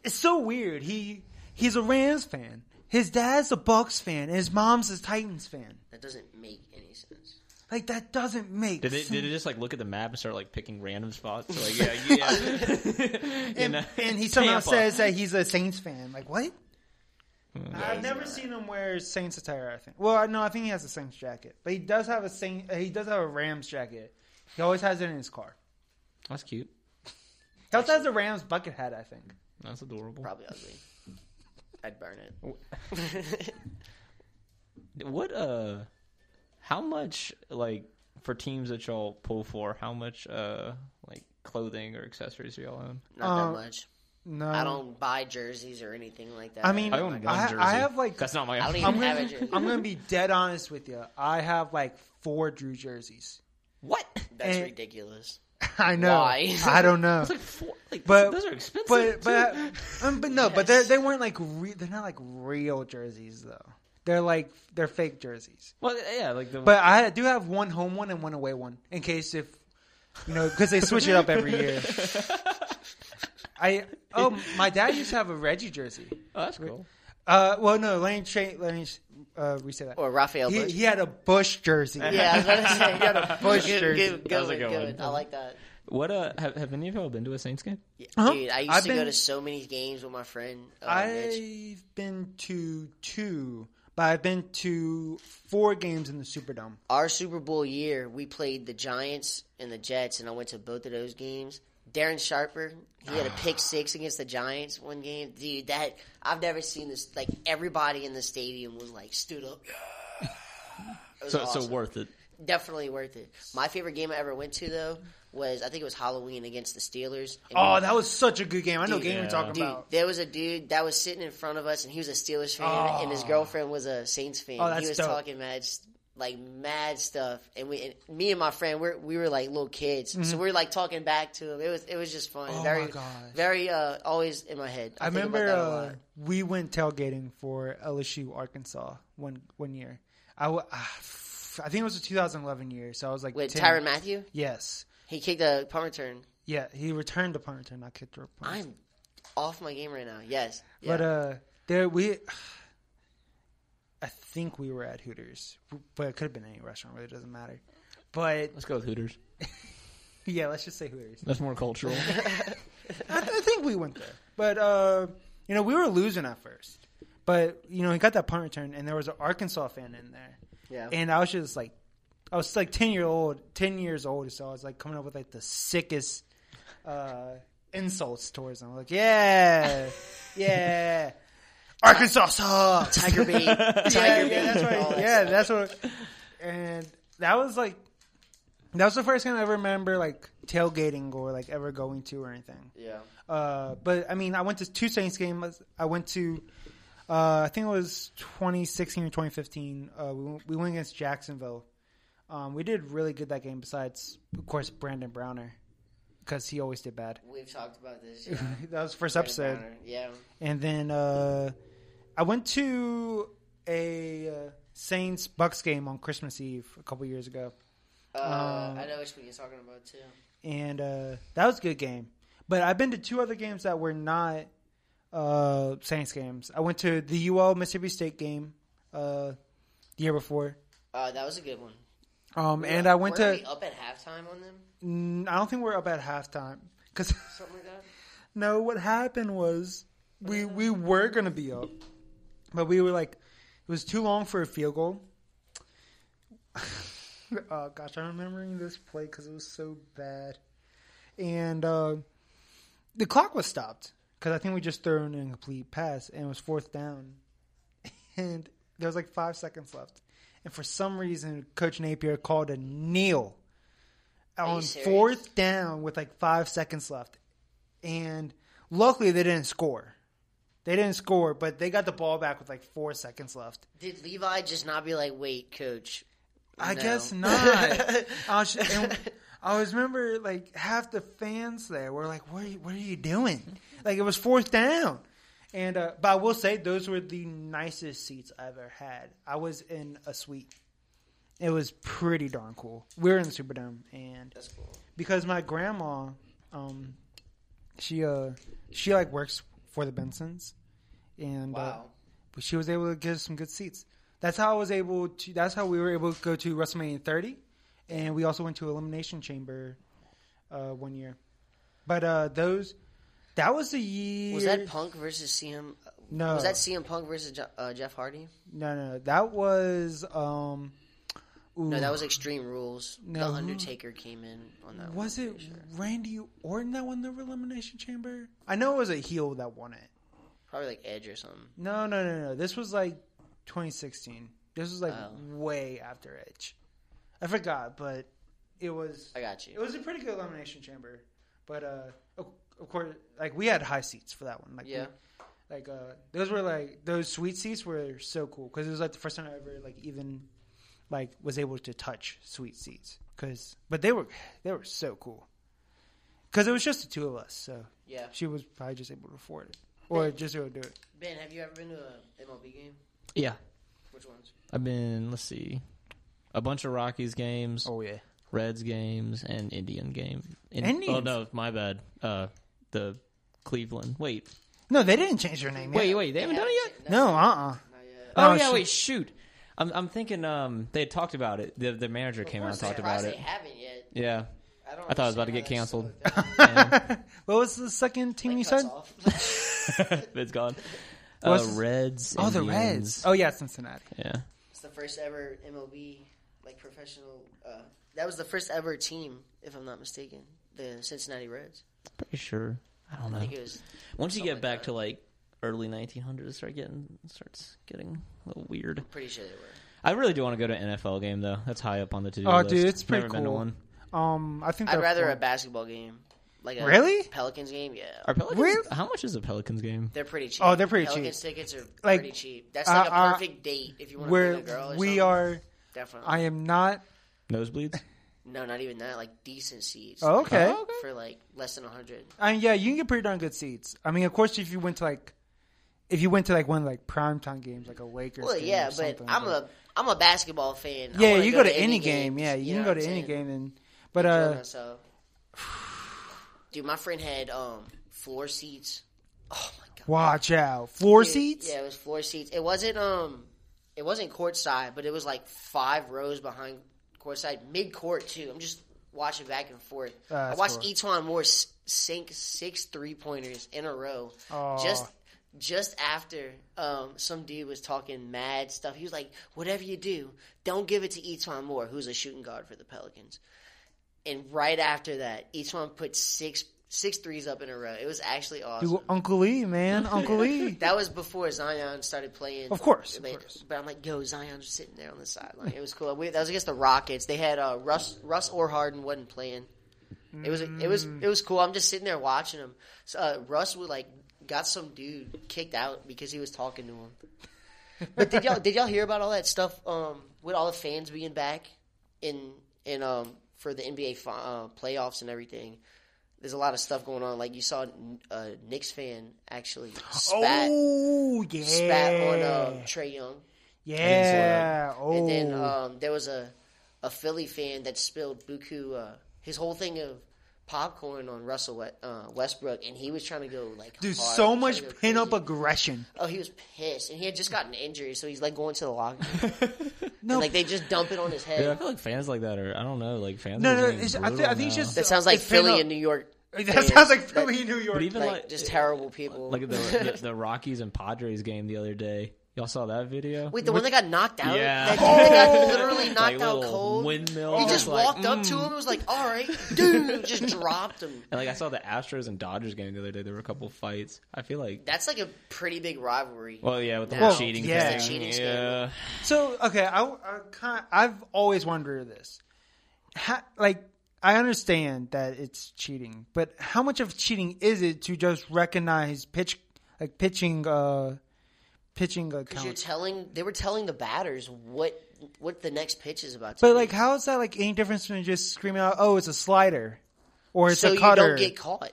Speaker 2: it's so weird. He he's a Rams fan. His dad's a Bucks fan. and His mom's a Titans fan.
Speaker 1: That doesn't make any sense.
Speaker 2: Like that doesn't make.
Speaker 4: Did it,
Speaker 2: sense.
Speaker 4: did it just like look at the map and start like picking random spots? Like
Speaker 2: [laughs]
Speaker 4: yeah, yeah. You know?
Speaker 2: and
Speaker 4: [laughs]
Speaker 2: he somehow
Speaker 4: Tampa.
Speaker 2: says that he's a Saints fan. Like what?
Speaker 4: Hmm.
Speaker 2: I've never seen him wear Saints attire. I think. Well, I- no, I think he has a Saints jacket, but he does have a Saint. uh, He does have a Rams jacket. He always has it in his car.
Speaker 4: "That's cute.
Speaker 2: He also has a Rams bucket hat. I think.
Speaker 4: That's adorable."
Speaker 1: Probably ugly. I'd burn it.
Speaker 4: What uh how much like for teams that y'all pull for, how much uh like clothing or accessories do y'all own?
Speaker 1: [laughs] Not
Speaker 2: Uh,
Speaker 1: that much.
Speaker 2: No,
Speaker 1: I don't buy jerseys or anything like that.
Speaker 2: I mean,
Speaker 4: I own
Speaker 2: I-
Speaker 4: one jersey.
Speaker 2: I have, like-
Speaker 4: that's not my
Speaker 1: I don't
Speaker 4: own.
Speaker 1: even
Speaker 2: I'm
Speaker 1: have a
Speaker 2: gonna,
Speaker 1: jersey.
Speaker 2: I'm gonna be dead honest with you. I have like four Drew jerseys.
Speaker 4: [laughs] what?
Speaker 1: That's
Speaker 2: and-
Speaker 1: ridiculous.
Speaker 2: [laughs] I know.
Speaker 1: Why?
Speaker 2: I don't
Speaker 1: [laughs]
Speaker 2: know.
Speaker 4: That's like four. Like,
Speaker 2: But-
Speaker 4: those are expensive.
Speaker 2: [laughs] but but
Speaker 4: too.
Speaker 2: um, but no, but they they weren't like re- they're not like real jerseys though. They're like they're fake jerseys.
Speaker 4: well, yeah, like the
Speaker 2: But I do have one home one and one away one in case if you know because they switch it up every
Speaker 1: [laughs]
Speaker 2: year. I oh my dad used to have a Reggie jersey.
Speaker 4: [laughs] oh, that's cool.
Speaker 2: Uh, well no, let me change. Let me uh, reset that.
Speaker 1: Or Raphael
Speaker 2: He,
Speaker 1: Bush.
Speaker 2: he had a Bush
Speaker 1: [laughs]
Speaker 2: jersey.
Speaker 1: yeah, I was about to say. You got
Speaker 4: [laughs]
Speaker 2: a Bush jersey.
Speaker 1: Good,
Speaker 4: was a
Speaker 1: one,
Speaker 4: good
Speaker 1: good
Speaker 4: one.
Speaker 1: one. I like that.
Speaker 4: What uh have, have any of y'all been to a Saints game?
Speaker 1: Yeah,
Speaker 2: Uh-huh.
Speaker 1: Dude, I used
Speaker 2: I've
Speaker 1: to
Speaker 2: been-
Speaker 1: go to so many games with my friend. Uh, Mitch.
Speaker 2: I've been to two, but I've been to four games in the Superdome.
Speaker 1: Our Super Bowl year, we played the Giants and the Jets, and I went to both of those games. Darren Sharper, he had a
Speaker 4: [sighs]
Speaker 1: pick six against the Giants one game. Dude, that I've never seen this. Like everybody in the stadium was like stood
Speaker 4: [sighs]
Speaker 1: up. It was
Speaker 4: So
Speaker 1: awesome.
Speaker 4: so worth it.
Speaker 1: Definitely worth it. My favorite game I ever went to though was I think it was Halloween against the Steelers. And
Speaker 2: Oh, that was such a good game. I know
Speaker 1: Dude,
Speaker 2: game
Speaker 4: yeah.
Speaker 2: we're talking
Speaker 1: Dude,
Speaker 2: about.
Speaker 1: there was a dude that was sitting in front of us, and he was a Steelers fan, and his girlfriend was a Saints fan.
Speaker 2: Oh, that's
Speaker 1: he was
Speaker 2: dope.
Speaker 1: talking mad, s- like mad stuff, and we, and me and my friend, we we were like little kids, so we were like talking back to him. It was it was just fun.
Speaker 2: Mm-hmm. Oh,
Speaker 1: very,
Speaker 2: my gosh.
Speaker 1: very uh, always in my head.
Speaker 2: I,
Speaker 1: think about
Speaker 2: remember
Speaker 1: that a
Speaker 2: uh,
Speaker 1: lot.
Speaker 2: we went tailgating for LSU Arkansas one one year. I, w- ah, f- I think it was a 2011 year, so I was like
Speaker 1: with
Speaker 2: 10.
Speaker 1: Tyron Matthew.
Speaker 2: Yes,
Speaker 1: He kicked a punt return.
Speaker 2: yeah, he returned the punt return, not kicked the punt.
Speaker 1: I'm off my game right now. Yes,
Speaker 2: But
Speaker 1: Yeah.
Speaker 2: uh, there we, [sighs] I think we were at Hooters, but it could have been any restaurant. Really doesn't matter. But
Speaker 4: Let's go with Hooters.
Speaker 2: Yeah, let's just say Hooters.
Speaker 3: That's more cultural.
Speaker 2: I, th- I think we went there, but uh, you know we were losing at first. But you know he got that punt return, and there was an Arkansas fan in there,
Speaker 1: Yeah.
Speaker 2: and I was just like, I was like ten year old, ten years old, so I was like coming up with like the sickest uh, insults towards them. Like,
Speaker 1: [laughs]
Speaker 2: yeah, yeah, Arkansas sucks.
Speaker 1: [laughs] Tiger bait. Tiger
Speaker 2: [laughs] yeah,
Speaker 1: bait.
Speaker 2: yeah, that's
Speaker 1: all
Speaker 2: right.
Speaker 1: that
Speaker 2: Yeah, that's what. And that was like, that was the first time I remember like tailgating or like ever going to or anything.
Speaker 1: Yeah.
Speaker 2: Uh, but I mean, I went to two Saints games. I went to, uh, I think it was 2016 or 2015. Uh, we went, we went against Jacksonville. Um, we did really good that game. Besides, of course, Brandon Browner, because he always did bad. [laughs]
Speaker 1: We've talked about this. Yeah.
Speaker 2: that was the first episode.
Speaker 1: Yeah.
Speaker 2: And then uh, I went to a uh, Saints Bucks game on Christmas Eve a couple years ago,
Speaker 1: Uh,
Speaker 2: Um,
Speaker 1: I know which one you're talking about too.
Speaker 2: and uh, that was a good game. But I've been to two other games that were not uh, Saints games. I went to the UL Mississippi State game uh, the year before,
Speaker 1: Uh, that was a good one.
Speaker 2: um, and I went
Speaker 1: Weren't
Speaker 2: to.
Speaker 1: we up at halftime on them,
Speaker 2: Mm, I don't think we're up at halftime because
Speaker 1: something like that.
Speaker 2: [laughs] No, what happened was we we were gonna be up, but we were like, it was too long for a field goal. [laughs] oh gosh, I'm remembering this play because it was so bad, and uh, the clock was stopped because I think we just threw an incomplete pass and it was fourth down, [laughs] and there was like five seconds left, and for some reason, Coach Napier called a kneel
Speaker 1: you
Speaker 2: on
Speaker 1: serious?
Speaker 2: fourth down with like five seconds left, and luckily they didn't score. They didn't score, but they got the ball back with like four seconds left.
Speaker 1: Did Levi just not be like, "Wait, coach"?
Speaker 2: I
Speaker 1: No. [laughs]
Speaker 2: guess not. I was, and I always remember like half the fans there were like, "What? Are you, what are you doing?" Like it was fourth down, and uh, but I will say those were the nicest seats I ever had. I was in a suite. It was pretty darn cool. We were in the Superdome, and
Speaker 1: That's cool.
Speaker 2: because my grandma, um, she uh, she like works for the Bensons, and uh,
Speaker 1: Wow.
Speaker 2: but she was able to get us some good seats. That's how I was able to. That's how we were able to go to WrestleMania 30, and we also went to Elimination Chamber uh, one year. But uh, those, that was the year.
Speaker 1: Was that Punk versus CM?
Speaker 2: No.
Speaker 1: Was that CM Punk versus Je- uh, Jeff Hardy?
Speaker 2: no, no, no, that was. Um,
Speaker 1: No,
Speaker 2: ooh,
Speaker 1: that was Extreme Rules.
Speaker 2: No.
Speaker 1: The Undertaker came in on that.
Speaker 2: Was
Speaker 1: one, I'm
Speaker 2: it
Speaker 1: pretty sure.
Speaker 2: Randy Orton that won the Elimination Chamber? I know it was a heel that won it.
Speaker 1: probably like Edge or something?
Speaker 2: No, no, no, no. This was like 2016. This was like
Speaker 1: Oh.
Speaker 2: way after Edge. I forgot, but it was
Speaker 1: I got you.
Speaker 2: it was a pretty good elimination chamber. But uh, of, of course, like we had high seats for that one. Like we-
Speaker 1: Yeah.
Speaker 2: like uh, those were like those sweet seats were so cool because it was like the first time I ever like even like was able to touch sweet seats because but they were they were so cool because it was just the two of us so
Speaker 1: Yeah.
Speaker 2: she was probably just able to afford it or just able to do it.
Speaker 1: Ben, have you ever been to a MLB game?
Speaker 3: yeah,
Speaker 1: Which ones?
Speaker 3: I've been. Let's see, a bunch of Rockies games,
Speaker 2: Oh yeah.
Speaker 3: Reds games, and Indian game. In-
Speaker 2: Indians?
Speaker 3: Oh no, my bad. Uh, the Cleveland. Wait,
Speaker 2: No, they didn't change their name yet.
Speaker 3: wait, wait. They haven't done it yet.
Speaker 2: No, uh uh
Speaker 1: Not yet.
Speaker 3: Oh,
Speaker 2: Oh,
Speaker 3: yeah,
Speaker 2: shoot.
Speaker 3: wait, shoot. I'm I'm thinking um they had talked about it. The the manager came out and talked about
Speaker 1: Surprised
Speaker 3: it.
Speaker 1: They haven't yet.
Speaker 2: [laughs]
Speaker 3: Yeah.
Speaker 1: I, don't
Speaker 3: I thought it was about to
Speaker 1: understand how
Speaker 3: get
Speaker 1: that's
Speaker 3: canceled.
Speaker 1: still like that.
Speaker 2: What was the second team
Speaker 1: Like,
Speaker 2: you
Speaker 1: cuts
Speaker 2: said?
Speaker 1: off.
Speaker 3: [laughs]
Speaker 1: [laughs]
Speaker 3: it's gone. Uh,
Speaker 2: What's-
Speaker 3: Reds.
Speaker 2: Oh, the
Speaker 3: Indians.
Speaker 2: Reds. Oh yeah, Cincinnati.
Speaker 3: Yeah.
Speaker 1: It's the first ever MLB like professional. Uh, that was the first ever team, if I'm not mistaken, the Cincinnati Reds.
Speaker 3: Pretty sure. I don't
Speaker 1: I
Speaker 3: know.
Speaker 1: think it was.
Speaker 3: Once you
Speaker 1: something
Speaker 3: get
Speaker 1: like
Speaker 3: back
Speaker 1: that.
Speaker 3: to like early 1900s, start getting starts getting a little weird.
Speaker 1: Pretty sure they were.
Speaker 3: I really do want to go to an NFL game though. That's high up on the to do
Speaker 2: Oh,
Speaker 3: list.
Speaker 2: dude, it's pretty
Speaker 3: Never been to
Speaker 2: cool.
Speaker 3: one.
Speaker 2: Um, I think
Speaker 1: I'd
Speaker 2: they're
Speaker 1: rather
Speaker 2: four.
Speaker 1: a basketball game, like a
Speaker 2: Really?
Speaker 1: Pelicans game. Yeah,
Speaker 3: Are Pelicans?
Speaker 2: Really?
Speaker 3: How much is a Pelicans game?
Speaker 1: they're pretty cheap.
Speaker 2: Oh, they're pretty
Speaker 1: Pelicans tickets are
Speaker 2: Like,
Speaker 1: pretty cheap. That's like
Speaker 2: uh, uh,
Speaker 1: a perfect date if you want to
Speaker 2: where
Speaker 1: bring a girl. Or
Speaker 2: we
Speaker 1: something.
Speaker 2: are.
Speaker 1: definitely.
Speaker 2: I am not.
Speaker 1: [laughs]
Speaker 3: Nosebleeds.
Speaker 1: no, not even that. Like decent seats.
Speaker 2: Oh, okay.
Speaker 3: Oh, okay.
Speaker 1: For like less than hundred.
Speaker 2: I mean, yeah, you can get pretty darn good seats. I mean, of course, if you went to like, if you went to like one of, like primetime games, like a Lakers.
Speaker 1: Well,
Speaker 2: game
Speaker 1: yeah,
Speaker 2: or
Speaker 1: but
Speaker 2: something,
Speaker 1: I'm a I'm a basketball fan. I
Speaker 2: Yeah,
Speaker 1: wanna
Speaker 2: you go, to, any game.
Speaker 1: games,
Speaker 2: Yeah, you,
Speaker 1: know
Speaker 2: can go
Speaker 1: what
Speaker 2: to
Speaker 1: I'm saying?
Speaker 2: any game, and but
Speaker 1: Enjoy
Speaker 2: uh,
Speaker 1: myself. [sighs] Dude, my friend had um floor seats. Oh my god.
Speaker 2: watch out. Floor
Speaker 1: Dude,
Speaker 2: seats.
Speaker 1: Yeah, it was floor seats. It wasn't um it wasn't courtside, but it was like five rows behind courtside, mid court too. I'm just watch it back and forth.
Speaker 2: Ah,
Speaker 1: I
Speaker 2: that's
Speaker 1: watched
Speaker 2: cool.
Speaker 1: Etwan Moore s- sink six three pointers in a row.
Speaker 2: Aw.
Speaker 1: Just just after um, some dude was talking mad stuff. He was like, "Whatever you do, don't give it to Etwan Moore, who's a shooting guard for the Pelicans." And right after that, Etwan put six six threes up in a row. It was actually awesome.
Speaker 2: Dude, Uncle Lee,
Speaker 1: [laughs]
Speaker 2: man, Uncle Lee.
Speaker 1: That was before Zion started playing.
Speaker 2: Of course, of
Speaker 1: Like,
Speaker 2: course.
Speaker 1: But I'm like, yo, Zion was sitting there on the sideline. It was cool. We, that was against the Rockets. They had uh, Russ, Russ or Harden wasn't playing. It was it was it was cool. I'm just sitting there watching him. So, uh, Russ would like got some dude kicked out because he was talking to him. But did y'all did y'all hear about all that stuff um, with all the fans being back in in um, for the NBA fi- uh, playoffs and everything? There's a lot of stuff going on. Like you saw a Knicks fan actually spat
Speaker 2: oh yeah,
Speaker 1: spat on um, Trey Young,
Speaker 2: yeah. Oh,
Speaker 1: and then um, there was a a Philly fan that spilled Buku uh, his whole thing of popcorn on Russell Wet, uh, Westbrook, and he was trying to go like
Speaker 2: dude,
Speaker 1: hard,
Speaker 2: so
Speaker 1: trying
Speaker 2: much
Speaker 1: to go
Speaker 2: pin-up
Speaker 1: crazy.
Speaker 2: aggression.
Speaker 1: oh, he was pissed, and he had just gotten injured, so he's like going to the locker. room.
Speaker 2: [laughs] No,
Speaker 1: like they just dump it on his head.
Speaker 3: Dude, I feel like fans like that are. I don't know. Like fans.
Speaker 2: No,
Speaker 3: are
Speaker 2: no,
Speaker 3: being
Speaker 2: it's- I thi-
Speaker 3: brutal
Speaker 2: I think it's
Speaker 3: now.
Speaker 2: just-
Speaker 1: That sounds like
Speaker 2: It's been
Speaker 1: Philly
Speaker 2: a-
Speaker 1: and New York.
Speaker 2: that sounds like Philly, New York.
Speaker 3: But even
Speaker 1: Like,
Speaker 3: like,
Speaker 1: just terrible people. [laughs]
Speaker 3: like the, the the Rockies and Padres game the other day. Y'all saw that video?
Speaker 1: Wait, the one that got knocked out?
Speaker 3: Yeah.
Speaker 1: That dude that got
Speaker 2: [laughs] Oh!
Speaker 1: literally knocked
Speaker 3: [laughs] like
Speaker 1: out
Speaker 3: little
Speaker 1: cold?
Speaker 3: Windmill.
Speaker 1: He just
Speaker 3: like,
Speaker 1: walked up
Speaker 2: mm.
Speaker 1: to him and was like, all right, dude, just dropped him.
Speaker 3: And like I saw the Astros and Dodgers game the other day. There were a couple fights. I feel like.
Speaker 1: That's like a pretty big rivalry.
Speaker 3: Well, yeah, with the
Speaker 1: Well,
Speaker 3: whole cheating
Speaker 2: yeah.
Speaker 3: thing.
Speaker 2: It's
Speaker 1: a cheating
Speaker 3: yeah.
Speaker 1: scandal.
Speaker 2: So okay, I, I kind I've always wondered this. How, like I understand that it's cheating, but how much of cheating is it to just recognize pitch like pitching uh pitching a
Speaker 1: Because you're
Speaker 2: count?
Speaker 1: telling, they were telling the batters what what the next pitch is about to
Speaker 2: But
Speaker 1: be.
Speaker 2: like, how is that like any difference from just screaming out, "Oh, it's a slider," or "It's
Speaker 1: so
Speaker 2: a
Speaker 1: you
Speaker 2: cutter"?
Speaker 1: don't get caught.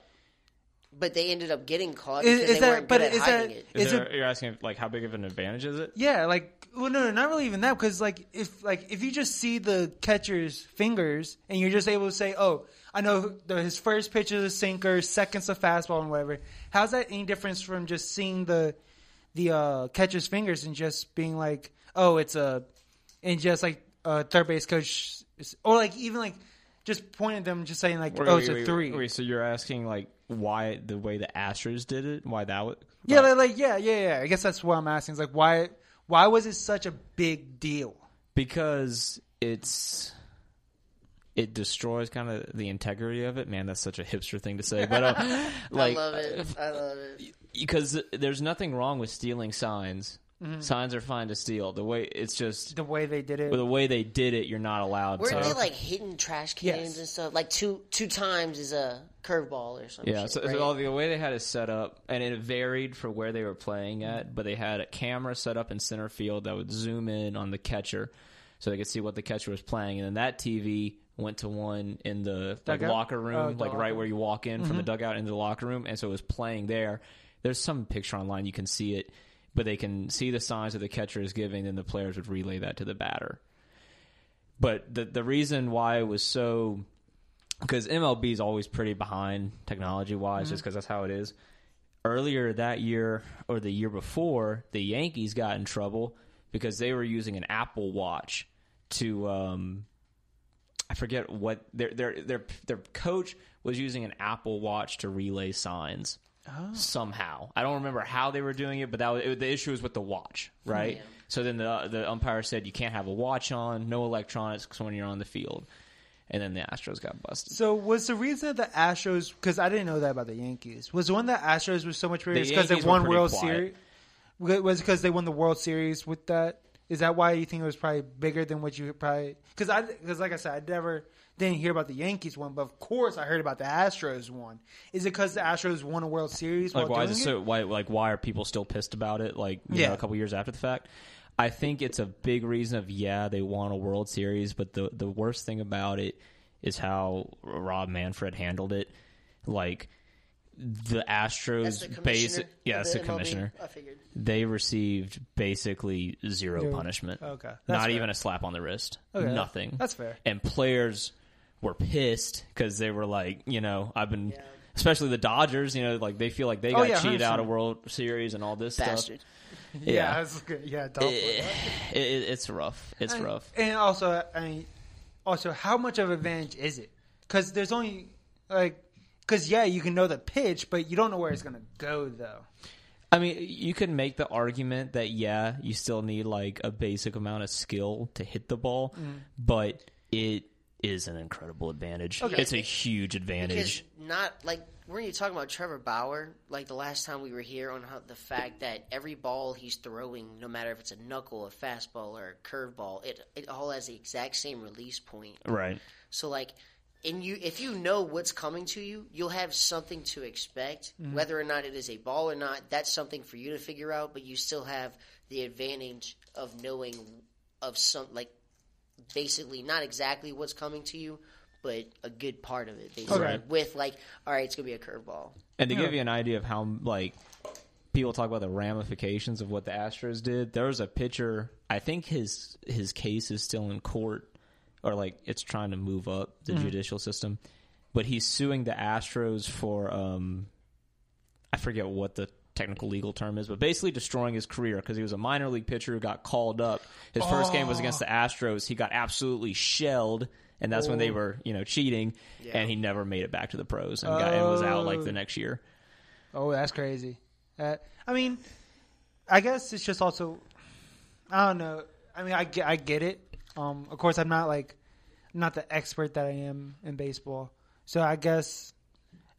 Speaker 1: But they ended up getting caught
Speaker 2: Is-
Speaker 1: because
Speaker 2: is
Speaker 1: they
Speaker 2: that-
Speaker 1: weren't
Speaker 2: but
Speaker 1: good at
Speaker 2: is
Speaker 1: hiding
Speaker 2: that-
Speaker 1: it.
Speaker 3: Is
Speaker 2: It's
Speaker 3: there, you're asking like how big of an advantage is it?
Speaker 2: Yeah, like well, no, no, not really even that because like if like if you just see the catcher's fingers and you're just able to say, oh, I know the, his first pitch is a sinker, second's a fastball, and whatever. How's that any difference from just seeing the the uh, catcher's fingers and just being like, oh, it's a and just like uh, third base coach is- or like even like just pointing them, just saying like,
Speaker 3: Wait,
Speaker 2: oh,
Speaker 3: wait,
Speaker 2: it's a
Speaker 3: wait,
Speaker 2: three.
Speaker 3: Wait, so you're asking like why the way the Astros did it? Why that? Would,
Speaker 2: Yeah, like, like yeah, yeah, yeah. I guess that's what I'm asking. Is like why why was it such a big deal?
Speaker 3: because it's it destroys kind of the integrity of it. Man, that's such a hipster thing to say,
Speaker 2: [laughs]
Speaker 3: but uh, like
Speaker 1: I love it. I love it.
Speaker 3: because there's nothing wrong with stealing signs. Signs are fine to steal. The way it's just
Speaker 2: Mm-hmm. The way they did it.
Speaker 3: but the way they did it, you're not allowed
Speaker 1: Weren't
Speaker 3: to.
Speaker 1: they like hitting trash cans
Speaker 2: Yes.
Speaker 1: and stuff? Like two two times is a curveball or something.
Speaker 3: Yeah,
Speaker 1: shit,
Speaker 3: so,
Speaker 1: right?
Speaker 3: so all the way they had it set up, and it varied for where they were playing
Speaker 2: Mm-hmm.
Speaker 3: at, but they had a camera set up in center field that would zoom in on the catcher, so they could see what the catcher was playing, and then that TV went to one in the like,
Speaker 2: Dugout? Mm-hmm.
Speaker 3: locker
Speaker 2: Oh,
Speaker 3: room,
Speaker 2: the
Speaker 3: like right
Speaker 2: locker.
Speaker 3: where you walk in from the dugout into the locker room, and so it was playing there. There's some picture online you can see it, but they can see the signs that the catcher is giving, and the players would relay that to the batter. But the the reason why it was so because MLB is always pretty behind technology wise, just because that's how it is. Earlier that year or the year before, the Yankees got in trouble because they were using an Apple Watch to um, I forget what their their their their coach was using an Apple Watch to relay signs. Somehow, I don't remember how they were doing it, but that was it, the issue was with the watch, right? So then the the umpire said you can't have a watch on, no electronics 'cause when you're on the field, and then the Astros got busted.
Speaker 2: So was the reason that the Astros? Because I didn't know that about the Yankees. Was the one that Astros was so much bigger
Speaker 3: The
Speaker 2: because they
Speaker 3: Yankees were
Speaker 2: won
Speaker 3: pretty
Speaker 2: World
Speaker 3: quiet.
Speaker 2: Series? Was because they won the World Series with that? Is that why you think it was probably bigger than what you would probably? Because I because like I said, I never didn't hear about the Yankees one, but of course I heard about the Astros one. Is it because the Astros won a World Series?
Speaker 3: Like
Speaker 2: while
Speaker 3: why is
Speaker 2: doing
Speaker 3: it so? Why like why are people still pissed about it? Like you
Speaker 2: Yeah.
Speaker 3: know, a couple years after the fact, I think it's a big reason of yeah they won a World Series, but the the worst thing about it is how Rob Manfred handled it. Like the
Speaker 1: That's
Speaker 3: Astros
Speaker 1: the
Speaker 3: basic
Speaker 1: commissioner.
Speaker 3: yeah,
Speaker 1: of
Speaker 3: it's the
Speaker 1: MLB?
Speaker 3: commissioner.
Speaker 1: I figured.
Speaker 3: They received basically zero
Speaker 2: Zero.
Speaker 3: punishment.
Speaker 2: Okay, that's
Speaker 3: not
Speaker 2: fair.
Speaker 3: even a slap on the wrist.
Speaker 2: Okay,
Speaker 3: Nothing.
Speaker 2: that's fair.
Speaker 3: And players were pissed because they were like, you know, I've been, especially the Dodgers. You know, like they feel like they
Speaker 2: Oh,
Speaker 3: got
Speaker 2: yeah,
Speaker 3: cheated out
Speaker 2: 100%.
Speaker 3: of World Series and all this
Speaker 1: Bastard.
Speaker 3: stuff.
Speaker 2: Yeah, yeah,
Speaker 3: Yeah,
Speaker 2: that's good. yeah
Speaker 3: It-
Speaker 2: double.
Speaker 3: it- it's rough. It's
Speaker 2: And-
Speaker 3: rough.
Speaker 2: And also, I mean, also, how much of an advantage is it? because there's only like because yeah, you can know the pitch, but you don't know where it's gonna go though.
Speaker 3: I mean, you can make the argument that yeah, you still need like a basic amount of skill to hit the ball,
Speaker 2: Mm.
Speaker 3: but it is an incredible advantage.
Speaker 1: Okay.
Speaker 3: It's a huge
Speaker 1: Because
Speaker 3: advantage.
Speaker 1: not like weren't you talking about Trevor Bauer like the last time we were here on how, the fact that every ball he's throwing, no matter if it's a knuckle, a fastball, or a curveball, it it all has the exact same release point.
Speaker 3: right.
Speaker 1: So like, and you if you know what's coming to you, you'll have something to expect,
Speaker 3: Mm-hmm.
Speaker 1: whether or not it is a ball or not. That's something for you to figure out, but you still have the advantage of knowing of some like basically not exactly what's coming to you. But a good part of it, basically,
Speaker 2: Right.
Speaker 1: with like, all right, it's gonna be a curveball.
Speaker 3: And to give you an idea of how like people talk about the ramifications of what the Astros did, there was a pitcher. I think his his case is still in court, or like it's trying to move up the judicial system. But he's suing the Astros for um, I forget what the technical legal term is, but basically destroying his career because he was a minor league pitcher who got called up. His first game was against the Astros. He got absolutely shelled, and that's when they were you know cheating, and he never made it back to the pros and, got, and was out like the next year.
Speaker 2: Oh, that's crazy. Uh, I mean, I guess it's just also, I don't know. I mean, I get, I get it. Um, of course, I'm not like, I'm not the expert that I am in baseball. So I guess,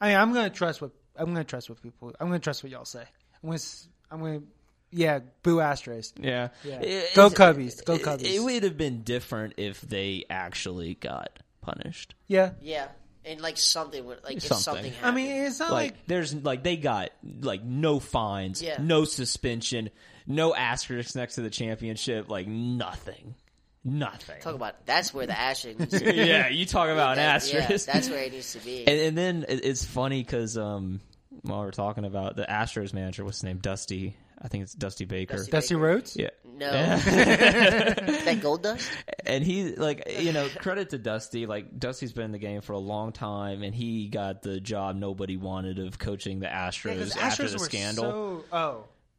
Speaker 2: I mean, I'm gonna trust what I'm gonna trust what people. I'm gonna trust what y'all say. I'm gonna, s- I'm gonna, yeah, boo Astros.
Speaker 3: Yeah.
Speaker 2: Yeah.
Speaker 3: It-
Speaker 2: Go
Speaker 3: it's-
Speaker 2: Cubbies. Go
Speaker 3: it-
Speaker 2: Cubbies.
Speaker 3: It, would have been different if they actually got punished.
Speaker 2: Yeah,
Speaker 1: Yeah, and like something would like if
Speaker 3: Something.
Speaker 1: something.
Speaker 2: I
Speaker 1: Happened.
Speaker 2: mean, it's not
Speaker 3: Like,
Speaker 2: like
Speaker 3: there's like they got like no fines,
Speaker 1: Yeah.
Speaker 3: no suspension, no asterisks next to the championship, like nothing. Nothing.
Speaker 1: talk about that's where the asterisk needs to be.
Speaker 3: [laughs] yeah, you talk about an
Speaker 1: That-
Speaker 3: asterisk.
Speaker 1: [laughs] Yeah, that's where it needs to be.
Speaker 3: and, and then it, it's funny because um, while we're talking about the Astros manager, what's his name? Dusty. I think it's Dusty Baker.
Speaker 1: Dusty-
Speaker 2: Dusty Rhodes.
Speaker 3: yeah.
Speaker 1: no, [laughs] that gold dust.
Speaker 3: and he like you
Speaker 1: [laughs]
Speaker 3: know credit to dusty like dusty's been in the game for a long time and he got the job nobody wanted of coaching the astros
Speaker 2: Because
Speaker 3: after
Speaker 2: Astros
Speaker 3: the
Speaker 2: were
Speaker 3: scandal
Speaker 2: So,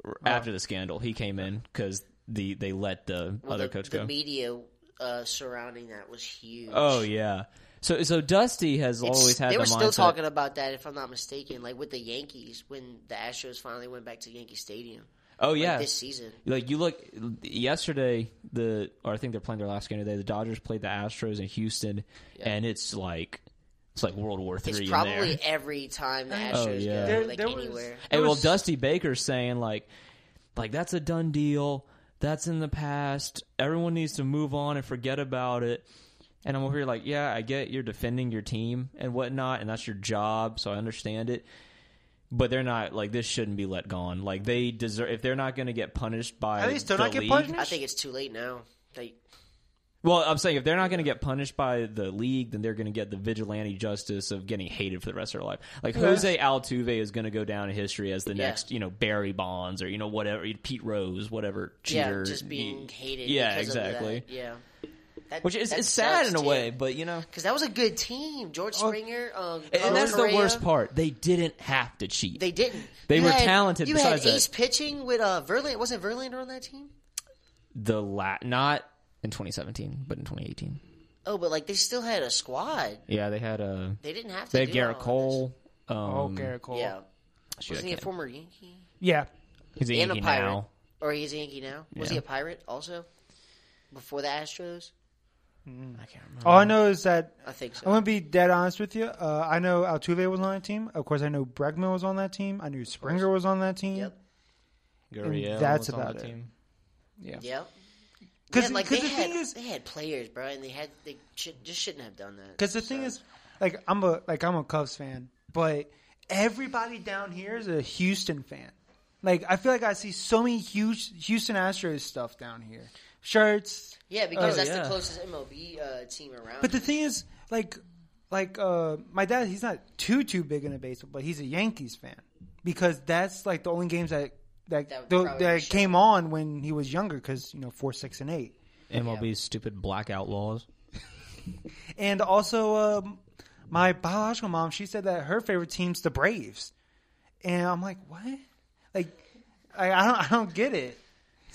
Speaker 2: oh,
Speaker 3: after the scandal he came in because the they let the
Speaker 1: Well,
Speaker 3: other
Speaker 1: the,
Speaker 3: coach
Speaker 1: the
Speaker 3: go
Speaker 1: media uh, surrounding that was huge.
Speaker 3: oh yeah so so dusty has
Speaker 1: It's-
Speaker 3: always had
Speaker 1: they
Speaker 3: the
Speaker 1: were
Speaker 3: mindset
Speaker 1: still talking about that, if I'm not mistaken, like with the Yankees when the Astros finally went back to Yankee Stadium.
Speaker 3: oh
Speaker 1: Like,
Speaker 3: yeah
Speaker 1: this season.
Speaker 3: like you look yesterday the or i think they're playing their last game today the dodgers played the astros in houston and it's like it's like world war three
Speaker 1: It's
Speaker 3: in there. Oh,
Speaker 1: probably every time the Astros
Speaker 3: yeah.
Speaker 1: go
Speaker 2: There-
Speaker 1: like
Speaker 2: there was-
Speaker 1: anywhere.
Speaker 3: And
Speaker 2: It
Speaker 3: well,
Speaker 2: was-
Speaker 3: Dusty Baker's saying like, like that's a done deal. That's in the past. Everyone needs to move on and forget about it. And I'm over here like, yeah, I get you're defending your team and whatnot, and that's your job, so I understand it. But they're not like this shouldn't be let gone. Like they deserve if they're not going to get punished by
Speaker 2: At least they're
Speaker 3: the
Speaker 2: not get
Speaker 3: league-
Speaker 2: punished?
Speaker 1: I think it's too late now. Like,
Speaker 3: Well, I'm saying if they're not going to get punished by the league, then they're going to get the vigilante justice of getting hated for the rest of their life. Like Jose Altuve is going to go down in history as the
Speaker 1: Yeah.
Speaker 3: next, you know, Barry Bonds or you know whatever Pete Rose, whatever cheater.
Speaker 1: yeah, just being hated.
Speaker 3: Yeah,
Speaker 1: because of that.
Speaker 3: exactly.
Speaker 1: Yeah, That-
Speaker 3: Which is
Speaker 1: that
Speaker 3: it's sad
Speaker 1: sucks,
Speaker 3: in a
Speaker 1: too.
Speaker 3: way, but you know,
Speaker 1: because that was a good team. George Springer, um,
Speaker 3: and,
Speaker 1: Carlos
Speaker 3: that's the
Speaker 1: Correa.
Speaker 3: worst part. They didn't have to cheat.
Speaker 1: They didn't.
Speaker 3: They
Speaker 1: You
Speaker 3: were
Speaker 1: had-
Speaker 3: talented
Speaker 1: You
Speaker 3: besides
Speaker 1: had
Speaker 3: that.
Speaker 1: ace pitching with uh, Verlander. Wasn't Verlander on that team?
Speaker 3: the la- not in 2017, but in 2018.
Speaker 1: Oh, but like they still had a squad.
Speaker 3: Yeah, they had a
Speaker 1: They didn't have to.
Speaker 3: they had
Speaker 1: do
Speaker 3: Garrett
Speaker 1: all of
Speaker 3: Cole. Um,
Speaker 2: oh, Garrett Cole.
Speaker 1: this. Yeah,
Speaker 3: shoot, I
Speaker 1: wasn't he a
Speaker 3: can't-
Speaker 1: former Yankee?
Speaker 2: yeah.
Speaker 3: he's a
Speaker 1: and a
Speaker 3: Yankee
Speaker 1: pirate.
Speaker 3: now.
Speaker 1: Or he's a Yankee now? Was he
Speaker 3: Yeah.
Speaker 1: a pirate also? Before the Astros,
Speaker 3: I can't remember.
Speaker 2: All I know is that
Speaker 1: I think
Speaker 2: I'm
Speaker 1: so.
Speaker 2: gonna be dead honest with you. Uh, I know Altuve was on that team. Of course, I know Bregman was on that team. I knew Springer was on that team.
Speaker 1: Yep.
Speaker 3: Gurriel
Speaker 2: that's
Speaker 3: was on
Speaker 2: about
Speaker 3: the
Speaker 2: it.
Speaker 3: Team.
Speaker 1: Yep.
Speaker 2: Because
Speaker 1: Yeah, like
Speaker 2: the
Speaker 1: they had,
Speaker 2: thing is,
Speaker 1: they had players, bro, and they had they should, just shouldn't have done that.
Speaker 2: because the thing is, like I'm a like I'm a Cubs fan, but everybody down here is a Houston fan. Like I feel like I see so many huge Houston Astros stuff down here, shirts.
Speaker 1: yeah, because
Speaker 3: Oh,
Speaker 1: that's
Speaker 3: yeah.
Speaker 1: the closest MLB uh, team around.
Speaker 2: But the thing is, like, like uh, my dad, he's not too too big into baseball, but he's a Yankees fan because that's like the only games that that
Speaker 1: That would
Speaker 2: tho- that,
Speaker 1: probably be
Speaker 2: came on when he was younger because you know four, six, and eight,
Speaker 3: MLB's stupid blackout laws.
Speaker 2: and also um, my biological mom, she said that her favorite team's the Braves, and I'm like, what? Like, I, I don't I don't get it.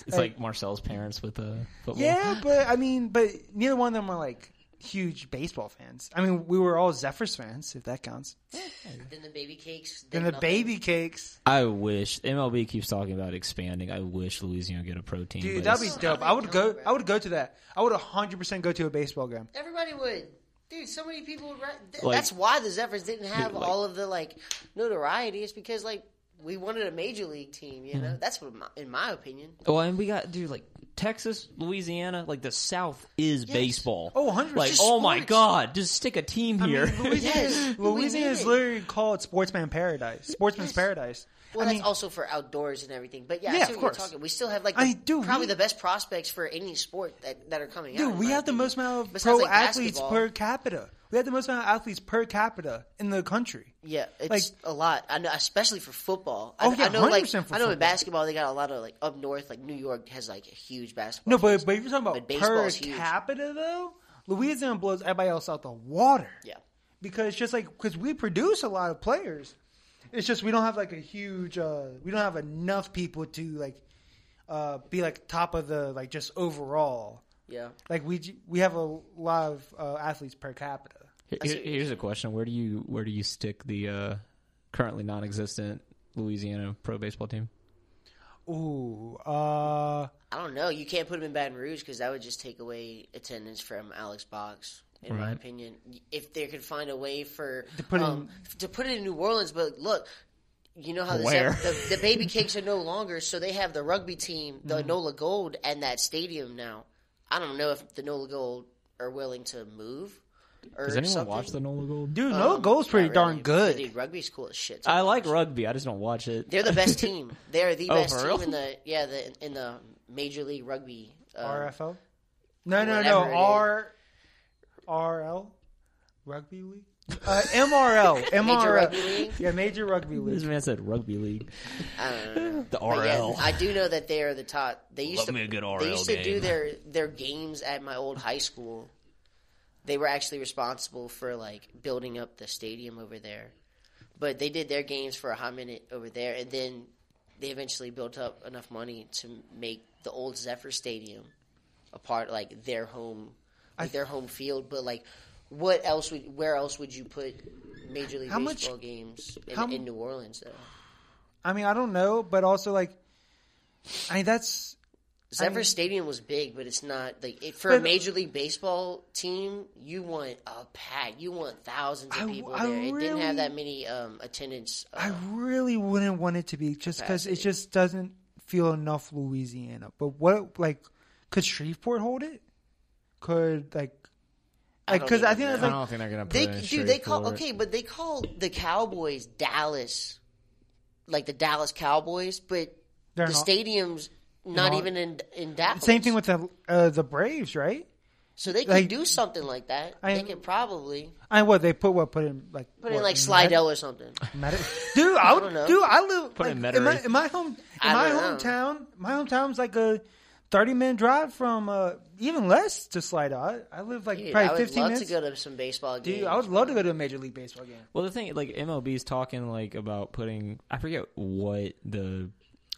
Speaker 3: It's like Marcel's parents with uh, football.
Speaker 2: Yeah, but I mean, but neither one of them are like huge baseball fans. I mean, we were all Zephyrs fans, if that counts.
Speaker 1: Then the baby cakes. did
Speaker 2: Then the
Speaker 1: nothing.
Speaker 2: baby cakes.
Speaker 3: I wish MLB keeps talking about expanding. I wish Louisiana get a pro team.
Speaker 2: Dude,
Speaker 3: but
Speaker 2: Oh, that'd be
Speaker 1: it's-
Speaker 2: dope. I would go.
Speaker 1: Nowhere.
Speaker 2: I would go to that. I would 100% go to a baseball game.
Speaker 1: Everybody would. Dude, so many people would. Ra- th-
Speaker 3: Like-
Speaker 1: that's why the Zephyrs didn't
Speaker 2: [laughs]
Speaker 1: have
Speaker 3: like-
Speaker 1: all of the like notoriety. It's because like we wanted a major league team. You
Speaker 2: Mm-hmm.
Speaker 1: know, that's what my, in my opinion.
Speaker 3: it's- well, and we got dude like Texas, Louisiana, like the South is baseball.
Speaker 2: Oh, 100%.
Speaker 3: Like
Speaker 2: Just
Speaker 3: oh my
Speaker 1: sports.
Speaker 3: god, just stick a team here.
Speaker 1: Yes,
Speaker 2: Louisiana
Speaker 1: we need
Speaker 2: is
Speaker 1: it.
Speaker 2: literally called sportsman paradise. Sportsman's paradise.
Speaker 1: Well,
Speaker 2: I
Speaker 1: that's
Speaker 2: mean,
Speaker 1: also for outdoors and everything. But yeah,
Speaker 2: Yeah,
Speaker 1: I see
Speaker 2: of
Speaker 1: what you're
Speaker 2: course.
Speaker 1: talking. We still have like the,
Speaker 2: I mean, dude,
Speaker 1: probably
Speaker 2: we-
Speaker 1: the best prospects for any sport that, that are coming out.
Speaker 2: dude,
Speaker 1: in
Speaker 2: we
Speaker 1: my
Speaker 2: have the
Speaker 1: opinion.
Speaker 2: most amount of
Speaker 1: Besides,
Speaker 2: pro
Speaker 1: like,
Speaker 2: athletes
Speaker 1: basketball.
Speaker 2: per capita. We have the most amount of athletes per capita in the country.
Speaker 1: Yeah, it's
Speaker 2: like-
Speaker 1: a lot. I know, especially for football. I,
Speaker 2: Oh, yeah,
Speaker 1: I know, like
Speaker 2: 100% for
Speaker 1: I know in
Speaker 2: football.
Speaker 1: basketball they got a lot of like up north, like New York has like a huge basketball.
Speaker 2: No, but
Speaker 1: teams.
Speaker 2: but if you're talking
Speaker 1: But
Speaker 2: about per
Speaker 1: baseball's huge.
Speaker 2: capita though, Louisiana blows everybody else out the water.
Speaker 1: yeah,
Speaker 2: because just like because we produce a lot of players, it's just we don't have like a huge uh, we don't have enough people to like uh, be like top of the like just overall.
Speaker 1: yeah.
Speaker 2: Like we j- we have a lot of uh, athletes per capita.
Speaker 3: [laughs] Here-
Speaker 1: I see.
Speaker 3: here's a question: Where do you where do you stick the uh, currently non-existent Louisiana pro baseball team?
Speaker 2: Ooh,
Speaker 1: I
Speaker 2: uh,
Speaker 1: don't know. You can't put him in Baton Rouge because that would just take away attendance from Alex Box. In my
Speaker 3: Right.
Speaker 1: opinion, if they could find a way for to
Speaker 2: put
Speaker 1: put,
Speaker 2: it
Speaker 1: um, to put it in New Orleans, but look, you know how the,
Speaker 3: Where? [laughs]
Speaker 1: the, the baby cakes are no longer, so they have the rugby team,
Speaker 3: Mm.
Speaker 1: the NOLA Gold, and that stadium now. I don't know if the NOLA Gold are willing to move. Or
Speaker 3: Does anyone
Speaker 1: something. Um,
Speaker 3: watch the Nola Gold?
Speaker 2: dude, no goal's pretty
Speaker 1: Not
Speaker 2: darn
Speaker 1: really.
Speaker 2: good.
Speaker 1: Dude, rugby's cool as shit.
Speaker 3: I like rugby. I just don't watch it.
Speaker 1: They're the best team. They are the
Speaker 3: [laughs] Oh,
Speaker 1: best
Speaker 3: for
Speaker 1: team
Speaker 3: real?
Speaker 1: in the yeah the in the Major League Rugby. Um,
Speaker 2: RFL. No, no, no.
Speaker 1: whatever it is.
Speaker 2: R RL rugby league. Uh,
Speaker 1: [laughs]
Speaker 2: MRL, MRL,
Speaker 1: Rugby League?
Speaker 2: yeah, major rugby
Speaker 3: [laughs] This
Speaker 2: league.
Speaker 3: man said rugby league.
Speaker 1: [laughs] I don't know.
Speaker 3: [laughs] The
Speaker 1: But yeah,
Speaker 3: RL.
Speaker 1: I do know that they are the top. They used
Speaker 3: Love
Speaker 1: to
Speaker 3: me a good RL
Speaker 1: They used to do
Speaker 3: game.
Speaker 1: their their games at my old high school. They were actually responsible for like building up the stadium over there, but they did their games for a hot minute over there, and then they eventually built up enough money to make the old Zephyr Stadium a part like their home, like their home field. But like, what else would where else would you put Major League
Speaker 2: How much-
Speaker 1: Baseball games in,
Speaker 2: how m-
Speaker 1: in New Orleans though?
Speaker 2: I mean, I don't know, but also like, I mean, that's
Speaker 1: Zephyr Stadium was big, but it's not like it, for a
Speaker 2: But-
Speaker 1: Major League Baseball team. You want a pack. You want thousands of
Speaker 2: I-
Speaker 1: people
Speaker 2: I
Speaker 1: there. It didn't
Speaker 2: really-
Speaker 1: have that many um, attendance. Uh,
Speaker 2: I really wouldn't want it to be just because it
Speaker 1: Capacity.
Speaker 2: just doesn't feel enough Louisiana. But what like could Shreveport hold it? Could like
Speaker 1: I
Speaker 2: like
Speaker 1: don't
Speaker 2: because I,
Speaker 1: even
Speaker 2: think that's
Speaker 1: know.
Speaker 2: like
Speaker 3: don't think they're gonna. Put
Speaker 1: they dude, they call okay, but they call the Cowboys Dallas, like the Dallas Cowboys, but
Speaker 2: they're
Speaker 1: the
Speaker 2: not-
Speaker 1: stadium's not
Speaker 2: not-
Speaker 1: even in in Dallas.
Speaker 2: Uh-huh. same thing with the uh, the Braves, right?
Speaker 1: so they could
Speaker 2: like-
Speaker 1: do something like that.
Speaker 2: I-
Speaker 1: they could probably
Speaker 2: I what they put what put in like
Speaker 1: put
Speaker 2: what,
Speaker 1: in like
Speaker 2: Med-
Speaker 1: Slidell or something.
Speaker 2: Medi- dude, I would,
Speaker 1: don't know.
Speaker 2: dude, I live
Speaker 3: Put
Speaker 2: like,
Speaker 3: in
Speaker 2: in my
Speaker 3: Metairie.
Speaker 2: in my home in
Speaker 1: I
Speaker 2: my
Speaker 1: don't know.
Speaker 2: hometown. My hometown's like a thirty minute drive from uh, even less to Slide. I, I live like
Speaker 1: Dude, I
Speaker 2: probably
Speaker 1: would
Speaker 2: fifteen
Speaker 1: love
Speaker 2: minutes.
Speaker 1: to go to some baseball games.
Speaker 2: dude, I would love to go to a major league baseball game.
Speaker 3: Well, the thing, like MLB's talking like about putting, I forget what the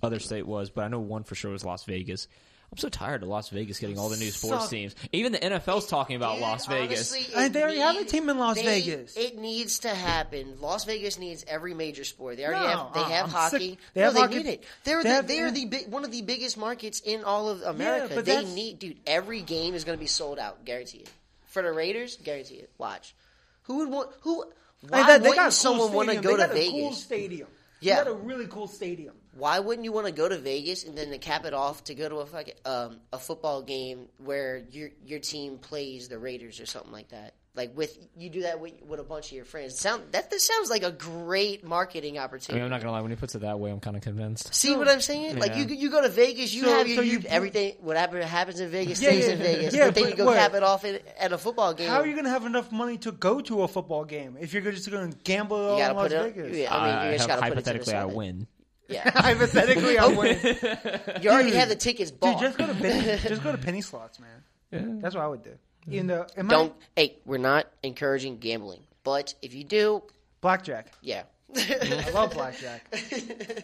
Speaker 3: other state was, but I know one for sure was Las Vegas. I'm so tired of Las Vegas getting all the new sports
Speaker 2: Suck.
Speaker 3: teams. Even the NFL's talking about
Speaker 1: Dude,
Speaker 3: Las Vegas.
Speaker 1: honestly,
Speaker 2: And
Speaker 1: it
Speaker 2: they already have a
Speaker 1: need-
Speaker 2: team in Las
Speaker 1: they-
Speaker 2: Vegas.
Speaker 1: It needs to happen. Las Vegas needs every major sport. They already
Speaker 2: No,
Speaker 1: have. They
Speaker 2: uh,
Speaker 1: have
Speaker 2: I'm
Speaker 1: hockey.
Speaker 2: sick.
Speaker 1: They
Speaker 2: They
Speaker 1: no,
Speaker 2: have
Speaker 1: they
Speaker 2: hockey.
Speaker 1: need it. They're
Speaker 2: They
Speaker 1: the,
Speaker 2: have-
Speaker 1: they are the big, one of the biggest markets in all of America.
Speaker 2: but
Speaker 1: they
Speaker 2: that's-
Speaker 1: need, dude. Every game is going to be sold out. Guarantee it. For the Raiders, guarantee it. Watch. Who would want who? Why
Speaker 2: Like, that-
Speaker 1: wouldn't someone want to
Speaker 2: stadium.
Speaker 1: go
Speaker 2: they
Speaker 1: to
Speaker 2: got a Cool
Speaker 1: Vegas?
Speaker 2: stadium.
Speaker 1: Yeah.
Speaker 2: they got a really cool stadium.
Speaker 1: Why wouldn't you want to go to Vegas and then to cap it off to go to a fucking um, a football game where your your team plays the Raiders or something like that? Like with you do that with, with a bunch of your friends. Sound that this sounds like a great marketing
Speaker 3: I mean,
Speaker 1: opportunity.
Speaker 3: I'm not gonna lie. When he puts it that way, I'm kind of convinced.
Speaker 1: See what I'm saying? Like you you go to Vegas, you
Speaker 2: So-
Speaker 1: have your,
Speaker 2: so
Speaker 1: you,
Speaker 2: you-
Speaker 1: everything. Whatever happens in Vegas
Speaker 2: Yeah,
Speaker 1: stays
Speaker 2: yeah,
Speaker 1: in Vegas.
Speaker 2: yeah,
Speaker 1: but then
Speaker 2: but
Speaker 1: you go
Speaker 2: what?
Speaker 1: cap it off at, at a football game.
Speaker 2: How are you going to have enough money to go to a football game if you're just going to gamble all
Speaker 1: You
Speaker 2: in
Speaker 1: gotta
Speaker 2: Las
Speaker 1: put it.
Speaker 2: Vegas? Uh,
Speaker 1: Yeah, I mean, you just
Speaker 3: have-
Speaker 1: gotta put it to the
Speaker 3: hypothetically, I
Speaker 1: side.
Speaker 3: win.
Speaker 1: Yeah,
Speaker 2: [laughs] Hypothetically, I would.
Speaker 1: [laughs]
Speaker 2: Dude,
Speaker 1: you already have the tickets bought.
Speaker 2: just go to penny, just [laughs] go to penny slots, man. That's what I would do. Even though, am
Speaker 1: Don't.
Speaker 2: I,
Speaker 1: Hey, we're not encouraging gambling, but if you do,
Speaker 2: blackjack.
Speaker 1: yeah.
Speaker 2: I love blackjack. [laughs]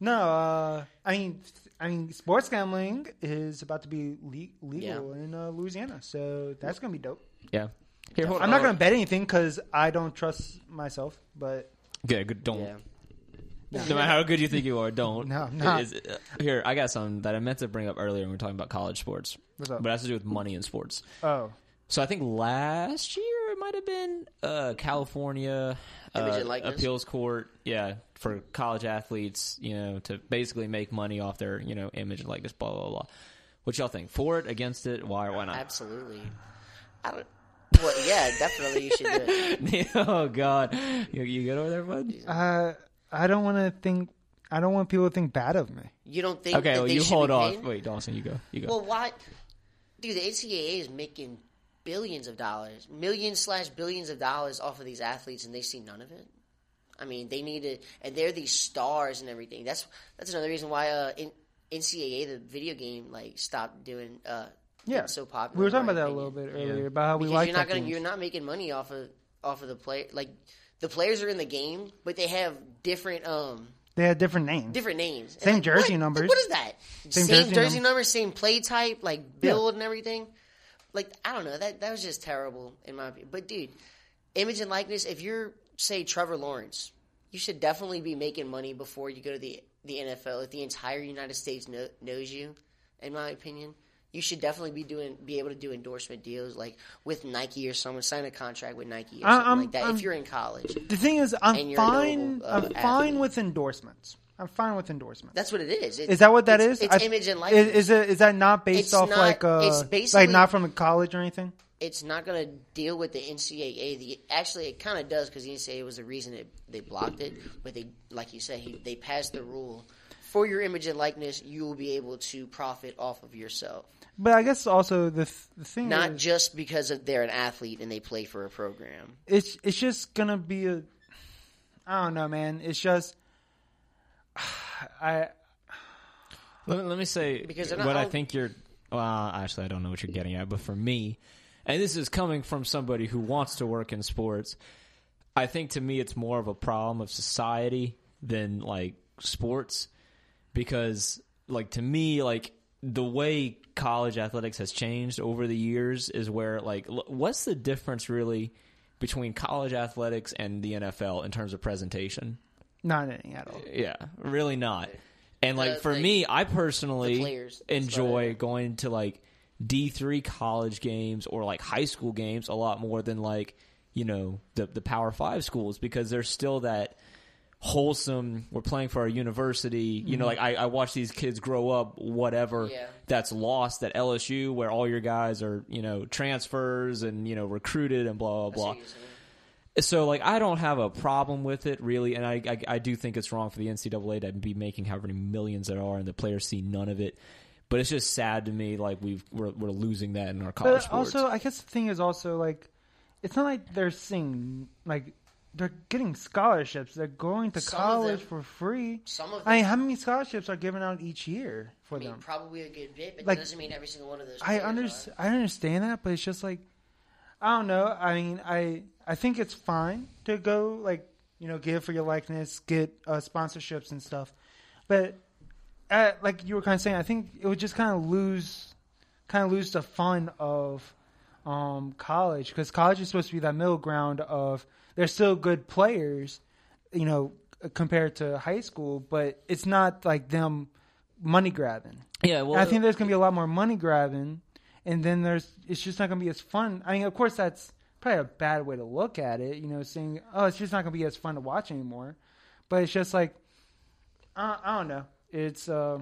Speaker 2: No, uh, I mean, I mean, sports gambling is about to be le- legal
Speaker 1: Yeah.
Speaker 2: in uh, Louisiana, so that's gonna be dope.
Speaker 3: Yeah. Here, hold
Speaker 2: I'm not going to bet anything because I don't trust myself. But
Speaker 3: Good, good. Don't.
Speaker 1: Yeah.
Speaker 3: No matter how good you think you are, don't.
Speaker 2: No, I'm not.
Speaker 3: Is- uh, here, I got something that I meant to bring up earlier when we were talking about college sports,
Speaker 2: what's up?
Speaker 3: but it has to do with money in sports.
Speaker 2: oh,
Speaker 3: So I think last year it might have been uh, California
Speaker 1: Image
Speaker 3: uh,
Speaker 1: and likeness?
Speaker 3: appeals court, yeah, for college athletes, you know, to basically make money off their you know image and likeness, blah blah blah. What y'all think? For it, against it? Why or why not?
Speaker 1: Absolutely. I don't. Well, yeah, definitely you should do [laughs] it.
Speaker 3: [laughs] oh God, you, you good over there, bud?
Speaker 2: uh, I don't want to think. I don't want people to think bad of me.
Speaker 1: You don't think?
Speaker 3: Okay,
Speaker 1: that
Speaker 3: well
Speaker 1: they
Speaker 3: you
Speaker 1: should
Speaker 3: hold
Speaker 1: be
Speaker 3: off.
Speaker 1: paid?
Speaker 3: Wait, Dawson, you go. You go.
Speaker 1: Well, why, dude? The NCAA is making billions of dollars, millions slash billions of dollars off of these athletes, and they see none of it. I mean, they need it, and they're these stars and everything. That's that's another reason why uh, in, NCAA the video game like stopped doing. Uh, being
Speaker 2: Yeah,
Speaker 1: so popular.
Speaker 2: We were
Speaker 1: in
Speaker 2: talking
Speaker 1: my
Speaker 2: about that a
Speaker 1: opinion.
Speaker 2: little bit earlier about how we like
Speaker 1: you're not
Speaker 2: that
Speaker 1: gonna,
Speaker 2: game.
Speaker 1: you're not making money off of off of the play. Like the players are in the game, but they have different um
Speaker 2: They had different names.
Speaker 1: different names. And
Speaker 2: Same
Speaker 1: like,
Speaker 2: jersey
Speaker 1: what? Like,
Speaker 2: numbers.
Speaker 1: what is that? Same,
Speaker 2: jersey
Speaker 1: jersey,
Speaker 2: num-
Speaker 1: numbers, same play type, like build and everything. Like I don't know. That that was just terrible in my opinion. But dude, image and likeness. If you're say Trevor Lawrence, you should definitely be making money before you go to the the NFL. If the entire United States kno knows you, in my opinion. You should definitely be doing, be able to do endorsement deals like with Nike or someone sign a contract with Nike or
Speaker 2: I-
Speaker 1: something
Speaker 2: I'm-
Speaker 1: like that.
Speaker 2: I'm-
Speaker 1: if you're in college,
Speaker 2: The thing is,
Speaker 1: And
Speaker 2: I'm
Speaker 1: you're a
Speaker 2: fine.
Speaker 1: noble, uh,
Speaker 2: I'm fine
Speaker 1: athlete.
Speaker 2: with endorsements. I'm fine with endorsements.
Speaker 1: that's what it is. It's,
Speaker 2: Is that what that
Speaker 1: it's-
Speaker 2: is?
Speaker 1: It's,
Speaker 2: I-
Speaker 1: image and likeness.
Speaker 2: Is, is it is that not based
Speaker 1: It's
Speaker 2: off
Speaker 1: not-
Speaker 2: like uh,
Speaker 1: it's
Speaker 2: like
Speaker 1: basically-
Speaker 2: not from the college or anything?
Speaker 1: it's not going to deal with the NCAA. The actually, it kind of does because the NCAA was the reason it, they blocked it. But they, like you said, he, they passed the rule for your image and likeness. You will be able to profit off of yourself,
Speaker 2: But I guess also the, th- the thing
Speaker 1: not
Speaker 2: is,
Speaker 1: just because of they're an athlete and they play for a program.
Speaker 2: it's it's just gonna be a. I don't know, man. It's just [sighs] I
Speaker 3: Let me, let me say
Speaker 1: Because they're
Speaker 3: what
Speaker 1: not
Speaker 3: I
Speaker 1: all-
Speaker 3: think you're. Well, actually, I don't know what you're getting at, but for me, and this is coming from somebody who wants to work in sports, I think to me it's more of a problem of society than like sports, because like to me, like the way college athletics has changed over the years is where like l- what's the difference really between college athletics and the NFL in terms of presentation?
Speaker 2: not any at all.
Speaker 3: Yeah, really not. And like
Speaker 1: The-
Speaker 3: for
Speaker 1: like,
Speaker 3: me, I personally
Speaker 1: the players, that's
Speaker 3: enjoy
Speaker 1: what
Speaker 3: going to like D three college games or like high school games a lot more than like you know the the Power Five schools because there's still that wholesome. We're playing for our university. You know, like I, I watch these kids grow up. Whatever
Speaker 1: Mm-hmm. Yeah.
Speaker 3: that's lost at LSU, where all your guys are you know transfers and you know recruited and blah blah
Speaker 1: That's what
Speaker 3: blah
Speaker 1: you're saying.
Speaker 3: so like I don't have a problem with it really, and I, I I do think it's wrong for the NCAA to be making however many millions there are, and the players see none of it. But it's just sad to me like we've we're, we're losing that in our college
Speaker 2: But
Speaker 3: sports.
Speaker 2: also, I guess the thing is also like it's not like they're seeing like they're getting scholarships. They're going to
Speaker 1: Some of
Speaker 2: college
Speaker 1: them.
Speaker 2: for free.
Speaker 1: Some of
Speaker 2: I mean,
Speaker 1: them-
Speaker 2: how many scholarships are given out each year for
Speaker 1: I mean,
Speaker 2: them?
Speaker 1: probably a good bit, but
Speaker 2: Like,
Speaker 1: that doesn't mean every single one of those.
Speaker 2: I
Speaker 1: players are.
Speaker 2: understand. I understand that, but it's just like I don't know. I mean, I I think it's fine to go like you know give for your likeness, get uh, sponsorships and stuff, but uh, like you were kind of saying, I think it would just kind of lose kind of lose the fun of um, college because college is supposed to be that middle ground of they're still good players, you know, compared to high school, but it's not like them money grabbing.
Speaker 3: yeah, well,
Speaker 2: I think there's going to be a lot more money grabbing, and then there's it's just not going to be as fun. I mean, of course, that's probably a bad way to look at it. You know, saying oh, it's just not going to be as fun to watch anymore. But it's just like I, I don't know. It's uh,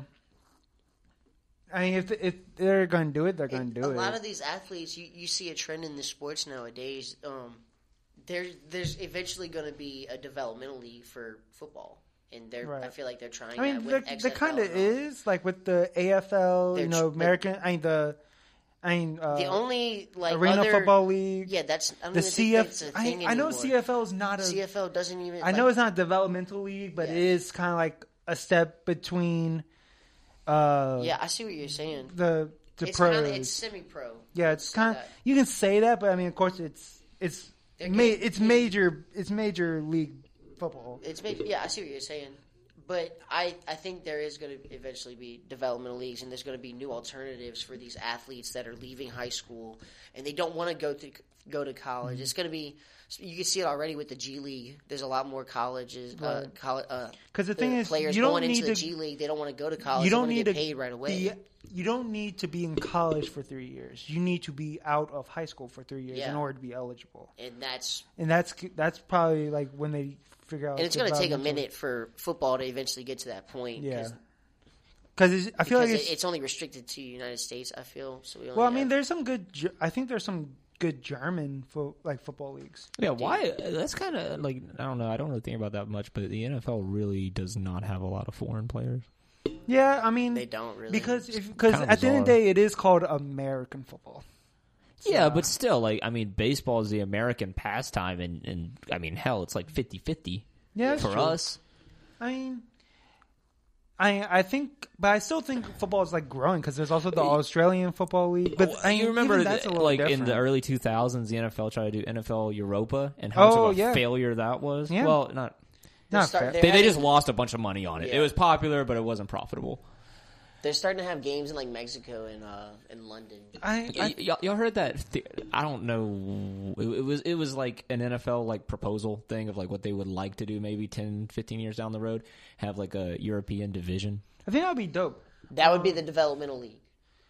Speaker 2: I mean, if if they're going to do it, they're going
Speaker 1: And
Speaker 2: to
Speaker 1: a
Speaker 2: do it.
Speaker 1: lot of these athletes, you, you see a trend in the sports nowadays. Um, there's there's eventually going to be a developmental league for football, and they're I
Speaker 2: Right.
Speaker 1: feel like they're trying.
Speaker 2: I mean,
Speaker 1: that
Speaker 2: there,
Speaker 1: with
Speaker 2: there
Speaker 1: XFL
Speaker 2: kind
Speaker 1: and
Speaker 2: of
Speaker 1: all.
Speaker 2: is like with the AFL,
Speaker 1: They're
Speaker 2: you know,
Speaker 1: tr-
Speaker 2: American. I mean the, I mean uh,
Speaker 1: The only like
Speaker 2: Arena
Speaker 1: other,
Speaker 2: Football League.
Speaker 1: Yeah, that's I don't
Speaker 2: the
Speaker 1: even think that's
Speaker 2: CF.
Speaker 1: a
Speaker 2: I,
Speaker 1: thing
Speaker 2: I know
Speaker 1: anymore.
Speaker 2: CFL is not a
Speaker 1: CFL doesn't even.
Speaker 2: I know it's not a developmental league, but it
Speaker 1: Yeah.
Speaker 2: is kind of like a step between uh,
Speaker 1: Yeah, I see what you're saying.
Speaker 2: the the
Speaker 1: It's
Speaker 2: pros.
Speaker 1: kinda, it's semi-pro.
Speaker 2: yeah, it's
Speaker 1: say
Speaker 2: kind of
Speaker 1: that.
Speaker 2: you can say that, but I mean, of course, it's it's
Speaker 1: They're
Speaker 2: ma-
Speaker 1: getting-
Speaker 2: it's major it's major league football.
Speaker 1: It's made, yeah, I see what you're saying, but I, I think there is going to eventually be developmental leagues, and there's going to be new alternatives for these athletes that are leaving high school and they don't want to go to go to college.
Speaker 2: Mm-hmm.
Speaker 1: It's going to be you can see it already with the G League. There's a lot more colleges, uh, coll- uh,
Speaker 2: 'Cause the thing is,
Speaker 1: players
Speaker 2: you don't
Speaker 1: going
Speaker 2: need
Speaker 1: into the
Speaker 2: to-
Speaker 1: G League. They don't want to go to college.
Speaker 2: you don't
Speaker 1: they want
Speaker 2: need
Speaker 1: to
Speaker 2: to
Speaker 1: get paid right away.
Speaker 2: the- you don't need to be in college for three years. You need to be out of high school for three years in
Speaker 1: Yeah.
Speaker 2: order to be eligible.
Speaker 1: and that's
Speaker 2: And that's that's probably like when they figure out.
Speaker 1: and it's going to take a
Speaker 2: developmental-
Speaker 1: minute for football to eventually get to that point. 'cause-
Speaker 2: Yeah, because I
Speaker 1: because
Speaker 2: feel like
Speaker 1: it-
Speaker 2: it's,
Speaker 1: it's, only restricted to United States. I feel so. We only
Speaker 2: well. I
Speaker 1: have-
Speaker 2: mean, there's some good. Ge- I think there's some good German fo- like football leagues.
Speaker 3: Yeah, why? That's kind of like I don't know. I don't really think about that much, but the NFL really does not have a lot of foreign players.
Speaker 2: Yeah, I mean
Speaker 1: they don't really
Speaker 2: because because
Speaker 3: kinda
Speaker 2: at the end of the
Speaker 3: bizarre.
Speaker 2: day, it is called American football.
Speaker 3: Yeah, but still, like I mean, baseball is the American pastime, and and I mean, hell, it's like 50-50
Speaker 2: Yeah, that's
Speaker 3: for
Speaker 2: true.
Speaker 3: us.
Speaker 2: I mean, I I think, but I still think football is like growing because there's also the Australian football league. But I
Speaker 3: I
Speaker 2: mean,
Speaker 3: you remember
Speaker 2: even that's a
Speaker 3: that,
Speaker 2: little
Speaker 3: like
Speaker 2: different.
Speaker 3: in the early 2000s the NFL tried to do NFL Europa and how much
Speaker 2: Oh,
Speaker 3: of a
Speaker 2: yeah.
Speaker 3: failure that was.
Speaker 2: Yeah.
Speaker 3: Well, not
Speaker 1: They're
Speaker 2: Not
Speaker 1: start-
Speaker 2: fair.
Speaker 1: they're
Speaker 3: they, they
Speaker 1: having-
Speaker 3: just lost a bunch of money on it. It
Speaker 1: Yeah.
Speaker 3: was popular, but it wasn't profitable.
Speaker 1: They're starting to have games in like Mexico and uh and London.
Speaker 2: I,
Speaker 3: Y-
Speaker 2: I
Speaker 3: y- y'all, y'all heard that? The- I don't know. It, it was it was like an NFL like proposal thing of like what they would like to do maybe 10, 15 years down the road, have like a European division.
Speaker 2: I think that would be dope.
Speaker 1: That would be the developmental league.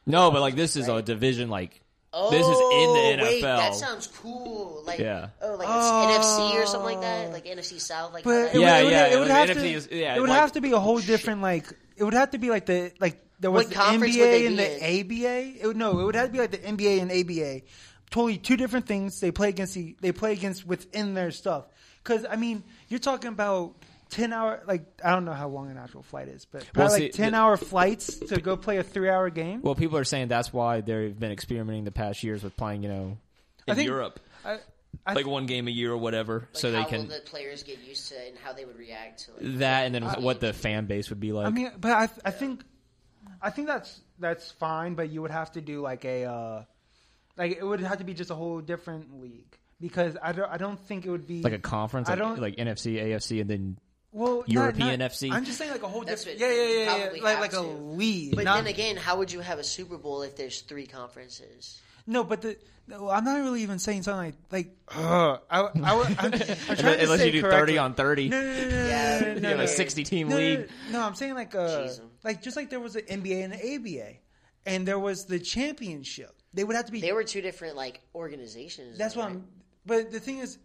Speaker 3: No, but like this is a division like
Speaker 1: Oh,
Speaker 3: this is in the NFL.
Speaker 1: Wait, that sounds cool. Like
Speaker 3: Yeah.
Speaker 1: oh, like
Speaker 2: Oh.
Speaker 1: it's NFC or something like that, like NFC South. Like
Speaker 2: But
Speaker 1: that.
Speaker 3: Yeah,
Speaker 2: it would,
Speaker 3: yeah,
Speaker 2: it would
Speaker 3: the
Speaker 2: have to.
Speaker 3: NFC is- yeah,
Speaker 2: it would
Speaker 3: like-
Speaker 2: have to be a whole different like. It would have to be like the like there was
Speaker 1: What
Speaker 2: the
Speaker 1: conference would they
Speaker 2: NBA and
Speaker 1: be
Speaker 2: the ABA. It would, no, it would have to be like the NBA and ABA. Totally two different things. They play against the, they play against within their stuff. Because I mean, you're talking about. Ten hour, like I don't know how long an actual flight is, but probably
Speaker 3: Well,
Speaker 2: like
Speaker 3: see,
Speaker 2: ten
Speaker 3: the-
Speaker 2: hour flights to go play a three hour game.
Speaker 3: Well, people are saying that's why they've been experimenting the past years with playing, you know,
Speaker 2: I
Speaker 3: in
Speaker 2: think-
Speaker 3: Europe,
Speaker 2: I, I,
Speaker 3: like one game a year or whatever,
Speaker 1: Like,
Speaker 3: so they
Speaker 1: how
Speaker 3: can
Speaker 1: will the players get used to it and how they would react to it.
Speaker 3: that, and then what the fan base would be like.
Speaker 2: I mean, but I, I think, I think that's that's fine. But you would have to do like a, uh, like it would have to be just a whole different league because I don't, I don't think it would be
Speaker 3: like a conference,
Speaker 2: I
Speaker 3: like,
Speaker 2: don't-
Speaker 3: like NFC, AFC, and then
Speaker 2: well not-
Speaker 3: European
Speaker 2: not-
Speaker 3: FC.
Speaker 2: I'm just saying like a whole
Speaker 1: That's
Speaker 2: different, yeah,
Speaker 1: what
Speaker 2: yeah,
Speaker 1: you
Speaker 2: yeah, yeah,
Speaker 1: probably
Speaker 2: like
Speaker 1: have
Speaker 2: like a
Speaker 1: to.
Speaker 2: league.
Speaker 1: But
Speaker 2: not-
Speaker 1: then again, how would you have a Super Bowl if there's three conferences?
Speaker 2: no, but the. No, I'm not really even saying something like like. [laughs] Uh, I, I, am
Speaker 3: [laughs]
Speaker 2: trying to
Speaker 3: unless
Speaker 2: say
Speaker 3: you
Speaker 2: correctly.
Speaker 3: do thirty on thirty,
Speaker 2: No, no, no, no, no,
Speaker 1: Yeah,
Speaker 2: no, no,
Speaker 1: you
Speaker 2: no,
Speaker 3: you have
Speaker 2: no.
Speaker 3: a sixty team
Speaker 2: No, no,
Speaker 3: league.
Speaker 2: No, no, I'm saying like uh,
Speaker 1: Jeez.
Speaker 2: like just like there was an NBA and an ABA, and there was the championship. They would have to be.
Speaker 1: They were two different like organizations.
Speaker 2: that's
Speaker 1: though,
Speaker 2: what
Speaker 1: right?
Speaker 2: I'm. But the thing is,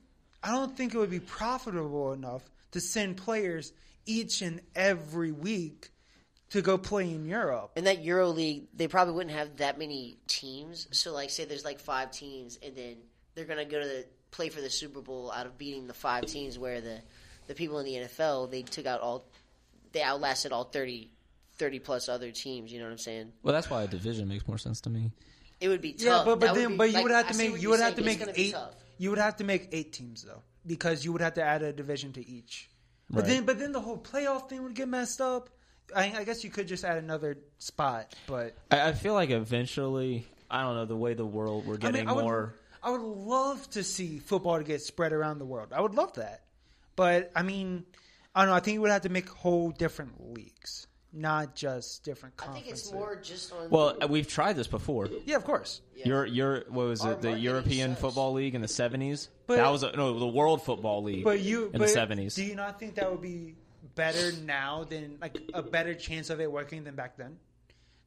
Speaker 2: I don't think it would be profitable enough to send players each and every week to go play in Europe.
Speaker 1: in that Euro League, they probably wouldn't have that many teams. So, like, say there's like five teams, and then they're gonna go to the, play for the Super Bowl out of beating the five teams. Where the the people in the NFL, they took out all, they outlasted all 30, 30 plus other teams. You know what I'm saying?
Speaker 3: Well, that's why a division makes more sense to me.
Speaker 1: It would be tough.
Speaker 2: Yeah, but
Speaker 1: That
Speaker 2: but then
Speaker 1: be-
Speaker 2: but you
Speaker 1: like,
Speaker 2: would have
Speaker 1: I
Speaker 2: to
Speaker 1: see
Speaker 2: make
Speaker 1: what
Speaker 2: you
Speaker 1: you're
Speaker 2: would have to
Speaker 1: saying.
Speaker 2: make
Speaker 1: It's gonna be
Speaker 2: eight.
Speaker 1: tough.
Speaker 2: You would have to make eight teams though, because you would have to add a division to each. But
Speaker 3: Right.
Speaker 2: then but then the whole playoff thing would get messed up. I, I guess you could just add another spot, but
Speaker 3: I, I feel like eventually, I don't know, the way the world we're
Speaker 2: I
Speaker 3: getting
Speaker 2: I would,
Speaker 3: more.
Speaker 2: I would love to see football to get spread around the world. I would love that, but I mean, I don't know. I think you would have to make whole different leagues, not just different
Speaker 1: I think
Speaker 2: conferences.
Speaker 1: it's more just on.
Speaker 3: Well, uh, we've tried this before.
Speaker 2: Yeah, of course.
Speaker 3: Your your what was
Speaker 1: Our
Speaker 3: it? The
Speaker 1: marketing
Speaker 3: European
Speaker 1: sucks.
Speaker 3: Football League in the seventies.
Speaker 2: But-
Speaker 3: That was a, no the World Football League.
Speaker 2: But you
Speaker 3: in
Speaker 2: but
Speaker 3: the seventies.
Speaker 2: Do you not think that would be better now than like a better chance of it working than back then?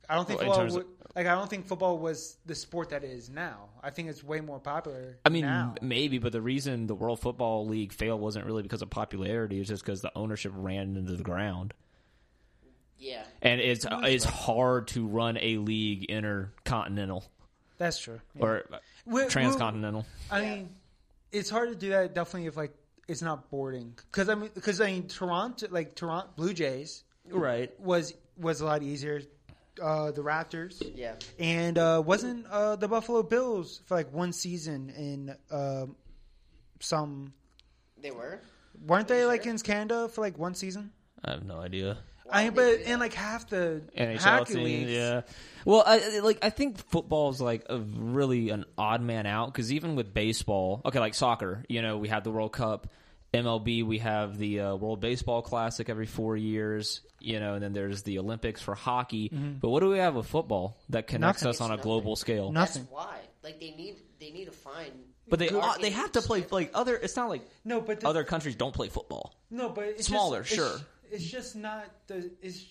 Speaker 2: I don't think
Speaker 3: Well, in
Speaker 2: football
Speaker 3: terms
Speaker 2: would, like I don't think football was the sport that it is now. I think it's way more popular.
Speaker 3: I mean,
Speaker 2: now.
Speaker 3: maybe, but the reason the World Football League failed wasn't really because of popularity. It's just because the ownership ran into the ground,
Speaker 1: yeah,
Speaker 3: and it's it's hard to run a league intercontinental
Speaker 2: that's true. Yeah.
Speaker 3: or uh,
Speaker 2: We- we-
Speaker 3: transcontinental.
Speaker 2: I mean, it's hard to do that definitely if like it's not boarding because I mean because I mean Toronto like Toronto Blue Jays
Speaker 3: Right.
Speaker 2: was was a lot easier. Uh, the Raptors
Speaker 1: yeah.
Speaker 2: and uh, wasn't uh, the Buffalo Bills for like one season in um some
Speaker 1: They were.
Speaker 2: weren't they like in Canada for like one season?
Speaker 3: I have no idea.
Speaker 2: I mean, but in like half the
Speaker 3: NHL
Speaker 2: hockey
Speaker 3: team,
Speaker 2: leagues,
Speaker 3: yeah. Well, I- I, like I think football's like a really an odd man out because even with baseball, okay, like soccer, you know, we have the World Cup. MLB, we have the uh, World Baseball Classic every four years, you know, and then there's the Olympics for hockey. But what do we have with football that connects
Speaker 2: Mm-hmm. Nothing.
Speaker 3: us on a
Speaker 1: It's
Speaker 3: global scale?
Speaker 2: No- Nothing.
Speaker 1: That's why. Like they need they need to find.
Speaker 3: But they
Speaker 1: good
Speaker 3: are, they
Speaker 1: games.
Speaker 3: have to play like other. It's not like
Speaker 2: No, but the,
Speaker 3: other countries don't play football.
Speaker 2: no, but it's
Speaker 3: smaller,
Speaker 2: just-
Speaker 3: sure.
Speaker 2: It's, it's just not the. It's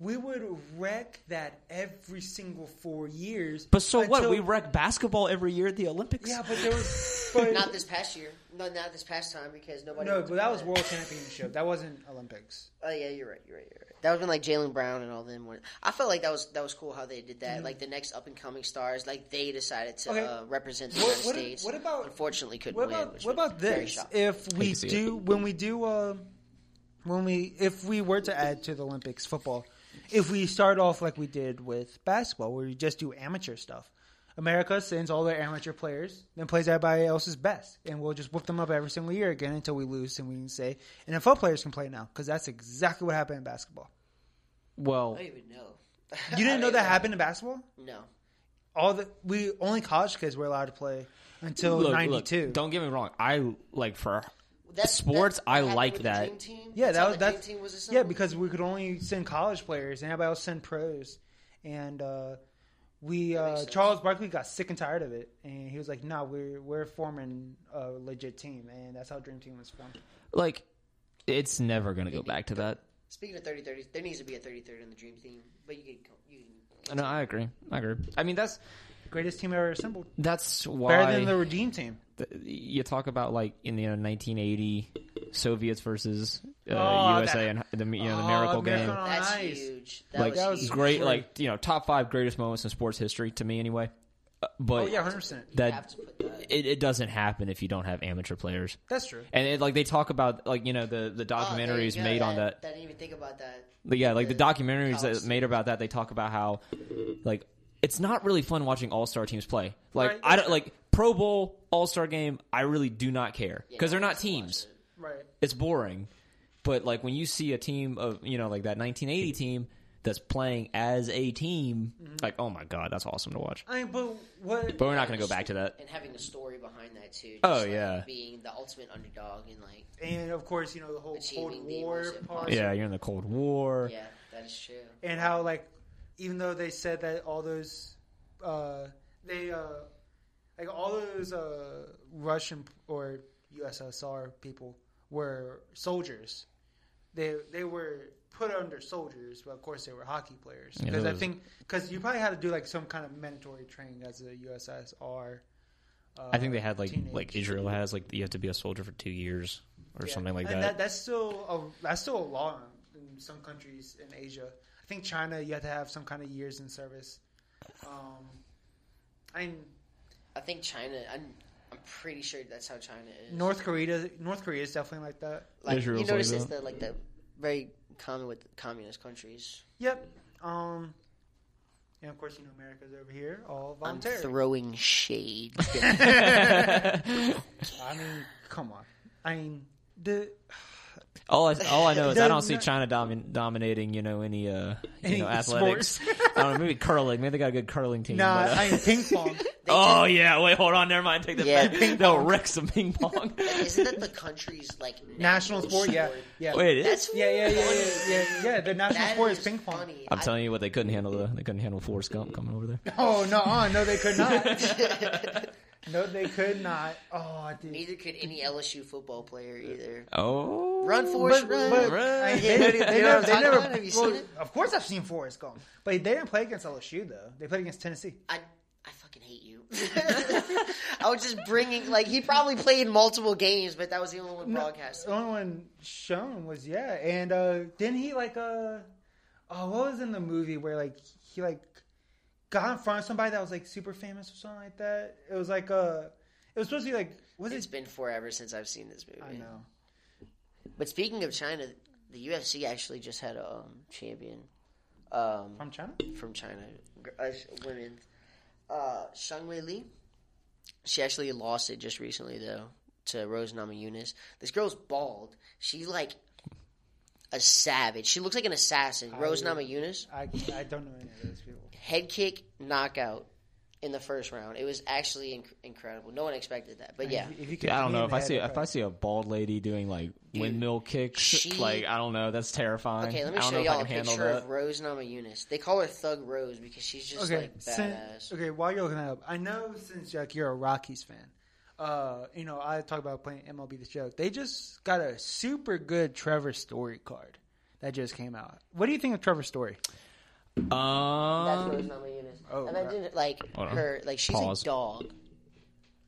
Speaker 2: we would wreck that every single four years.
Speaker 3: But so what?
Speaker 2: until-
Speaker 3: We wreck basketball every year at the Olympics.
Speaker 2: Yeah, but there was.
Speaker 1: [laughs]
Speaker 2: But,
Speaker 1: Not this past year. No, not this past time because nobody.
Speaker 2: no,
Speaker 1: went to
Speaker 2: but that was
Speaker 1: play.
Speaker 2: World Championship. That wasn't Olympics.
Speaker 1: Oh yeah, you're right. You're right. You're right. That was when like Jalen Brown and all them. Were, I felt like that was that was cool how they did that. Like the next up and coming stars, like they decided to
Speaker 2: Mm-hmm. Okay.
Speaker 1: uh, represent the
Speaker 2: What-
Speaker 1: United
Speaker 2: what-
Speaker 1: States.
Speaker 2: what about-
Speaker 1: unfortunately couldn't
Speaker 2: What
Speaker 1: win.
Speaker 2: about
Speaker 1: which
Speaker 2: what
Speaker 1: was
Speaker 2: about
Speaker 1: very
Speaker 2: this?
Speaker 1: shocking.
Speaker 2: If we
Speaker 3: see
Speaker 2: do, when we do, uh, when we if we were to add to the Olympics football, if we start off like we did with basketball, where we just do amateur stuff, America sends all their amateur players and plays everybody else's best, and we'll just whoop them up every single year again until we lose, and we can say NFL players can play now because that's exactly what happened in basketball.
Speaker 3: Well,
Speaker 1: I don't even know.
Speaker 2: You
Speaker 3: [laughs]
Speaker 2: didn't know that happened in basketball.
Speaker 1: No.
Speaker 2: All the we only college kids were allowed to play until
Speaker 3: look,
Speaker 2: ninety
Speaker 3: look,
Speaker 2: two.
Speaker 3: don't get me wrong. I like for
Speaker 1: That's,
Speaker 3: Sports,
Speaker 1: that's
Speaker 3: I
Speaker 1: what happened
Speaker 3: like
Speaker 1: with the
Speaker 3: that.
Speaker 1: Dream team?
Speaker 2: Yeah,
Speaker 1: how
Speaker 2: that was
Speaker 1: the
Speaker 2: that's
Speaker 1: Dream team was
Speaker 2: yeah
Speaker 1: assembled?
Speaker 2: because we could only send college players and everybody else sent pros, and uh, we
Speaker 1: makes
Speaker 2: uh,
Speaker 1: sense.
Speaker 2: Charles Barkley got sick and tired of it, and he was like, "No, nah, we're we're forming a legit team," and that's how Dream Team was formed.
Speaker 3: like it's never going to go back to that.
Speaker 1: Speaking of 30-30, there needs to be a 30-30 in the dream team, but you can you can
Speaker 3: No, I agree. I agree. I mean, that's
Speaker 2: Greatest team ever assembled,
Speaker 3: that's why
Speaker 2: better than the Redeem Team.
Speaker 3: th- you talk about like in you know 1980 Soviets versus uh,
Speaker 2: Oh,
Speaker 3: USA
Speaker 2: that-
Speaker 3: and the you know the
Speaker 2: Oh, Miracle
Speaker 3: miracle game.
Speaker 2: on
Speaker 1: That's
Speaker 2: Ice.
Speaker 1: huge. That
Speaker 3: Like
Speaker 1: was,
Speaker 2: That was
Speaker 1: huge.
Speaker 3: great,
Speaker 2: great.
Speaker 3: like you know top five greatest moments in sports history to me anyway. Uh, but
Speaker 2: Oh yeah, hundred percent.
Speaker 1: You
Speaker 3: that
Speaker 1: have to put that.
Speaker 3: it, it doesn't happen if you don't have amateur players.
Speaker 2: That's true.
Speaker 3: And it, like they talk about like you know the the
Speaker 1: Oh, there you
Speaker 3: documentaries
Speaker 1: go,
Speaker 3: made on that
Speaker 1: I didn't even think about that.
Speaker 3: But yeah, like the,
Speaker 1: The
Speaker 3: documentaries
Speaker 1: college
Speaker 3: that made about that, they talk about how like it's not really fun watching all star teams play. Like
Speaker 2: Right.
Speaker 3: I don't like Pro Bowl All Star game. I really do not care because they're
Speaker 1: no,
Speaker 3: not
Speaker 1: it's a lot
Speaker 3: teams.
Speaker 2: Right.
Speaker 3: It's boring. But like when you see a team of you know like that 1980 team that's playing as a team,
Speaker 2: Mm-hmm.
Speaker 3: like oh my god, that's awesome to watch.
Speaker 2: I mean, but what?
Speaker 3: But we're not going to go back to that.
Speaker 1: and having a story behind that too. Just
Speaker 3: Oh,
Speaker 1: like
Speaker 3: yeah.
Speaker 1: being the ultimate underdog and like
Speaker 2: And of course, you know the whole Cold
Speaker 1: Achieving the
Speaker 2: War
Speaker 1: most
Speaker 2: part.
Speaker 3: Yeah, you're in the Cold War.
Speaker 1: yeah, that is true.
Speaker 2: and how like even though they said that all those uh they uh like all those uh russian or ussr people were soldiers they they were put under soldiers but of course they were hockey players
Speaker 3: Yeah,
Speaker 2: because
Speaker 3: that
Speaker 2: i
Speaker 3: was-
Speaker 2: think because you probably had to do like some kind of mandatory training as a ussr uh,
Speaker 3: I think they had like
Speaker 2: teenage.
Speaker 3: like Israel has like you have to be a soldier for two years or
Speaker 2: Yeah.
Speaker 3: something like
Speaker 2: and
Speaker 3: that.
Speaker 2: That's still a, that's still a law in, in some countries in Asia. I think China you have to have some kind of years in service. Um, I
Speaker 1: I think China. I'm I'm pretty sure that's how China is.
Speaker 2: North Korea North Korea is definitely like that.
Speaker 1: like
Speaker 3: Israel's
Speaker 1: you notice
Speaker 3: like
Speaker 1: it's
Speaker 3: that.
Speaker 1: the like the very common with communist countries.
Speaker 2: Yep. Um, and of course you know America's over here all
Speaker 1: I'm
Speaker 2: voluntary.
Speaker 1: throwing
Speaker 3: [laughs]
Speaker 1: shade. [laughs]
Speaker 2: [laughs] I mean, come on. I mean the
Speaker 3: All I, all I know is I
Speaker 2: The-
Speaker 3: don't see China domin- dominating, you know, any uh, you
Speaker 2: Any
Speaker 3: know, athletics. I don't know, maybe curling. Maybe they got a good curling team.
Speaker 2: nah,
Speaker 3: but, uh,
Speaker 2: I mean ping pong.
Speaker 3: [laughs] oh yeah, wait, hold on, never mind. Take that
Speaker 1: Yeah,
Speaker 3: back. They'll wreck some ping pong.
Speaker 1: [laughs] Isn't that the country's like
Speaker 2: National sport, yeah, yeah,
Speaker 3: wait, it is.
Speaker 1: That's
Speaker 2: yeah, yeah, yeah, yeah, yeah, yeah. The national
Speaker 1: That
Speaker 2: sport is
Speaker 1: is
Speaker 2: ping pong.
Speaker 1: funny.
Speaker 3: I'm telling you what, they couldn't handle the they couldn't handle Forrest Gump coming over there.
Speaker 2: Oh no, uh, no, they
Speaker 1: [laughs]
Speaker 2: could not. no, they could not. Oh,
Speaker 1: [laughs]
Speaker 2: dude.
Speaker 1: Neither could any LSU football player either.
Speaker 3: Oh,
Speaker 1: Run, Forrest, run.
Speaker 2: I-
Speaker 1: Yeah,
Speaker 2: they, they,
Speaker 1: you know
Speaker 2: never,
Speaker 1: what
Speaker 2: they
Speaker 1: I'm talking
Speaker 2: never.
Speaker 1: about? Have you
Speaker 2: well,
Speaker 1: seen it?
Speaker 2: Of course, I've seen Forrest Gump, but they didn't play against LSU though. They played against Tennessee.
Speaker 1: I I fucking hate you. [laughs] I was just bringing like he probably played multiple games, but that was the only one broadcast.
Speaker 2: The only one shown was yeah, and uh, didn't he like uh, oh, what was in the movie where like he like got in front of somebody that was like super famous or something like that? It was like uh, it was supposed to be like was
Speaker 1: It's
Speaker 2: it?
Speaker 1: been forever since I've seen this
Speaker 2: I
Speaker 1: movie.
Speaker 2: know.
Speaker 1: But speaking of China, the UFC actually just had a um, champion um,
Speaker 2: From China?
Speaker 1: from China, gr- uh, women, uh, Shang Wei Li. She actually lost it just recently though to Rose Namajunas. This girl's bald. She's like a savage. She looks like an assassin. Rose Namajunas.
Speaker 2: I, I don't know any of those people.
Speaker 1: head kick, knockout, in the first round. It was actually inc- incredible. No one expected that, but yeah,
Speaker 2: If, if you
Speaker 3: Dude, I don't
Speaker 2: hit
Speaker 3: know
Speaker 2: me
Speaker 3: if
Speaker 2: in
Speaker 3: I
Speaker 2: the
Speaker 3: see
Speaker 2: head,
Speaker 3: if I see a bald lady doing like windmill kicks,
Speaker 1: she-
Speaker 3: like I don't know, that's terrifying.
Speaker 1: Okay, let me
Speaker 3: I don't
Speaker 1: show
Speaker 3: know if
Speaker 1: y'all
Speaker 3: I
Speaker 1: a
Speaker 3: can handle
Speaker 1: picture
Speaker 3: that.
Speaker 1: of Rose Nama Yunus. They call her Thug Rose because she's just
Speaker 2: okay,
Speaker 1: like
Speaker 2: sin-
Speaker 1: badass.
Speaker 2: okay. While you're looking that up, I know since Jack, you're a Rockies fan. Uh, you know, I talk about playing MLB the Show. They just got a super good Trevor Story card that just came out. What do you think of Trevor Story?
Speaker 1: That's
Speaker 3: Um,
Speaker 1: Rose Nama Yunus.
Speaker 2: oh,
Speaker 1: Imagine like
Speaker 3: uh, Hold on.
Speaker 1: her, like she's
Speaker 3: Pause.
Speaker 1: a dog.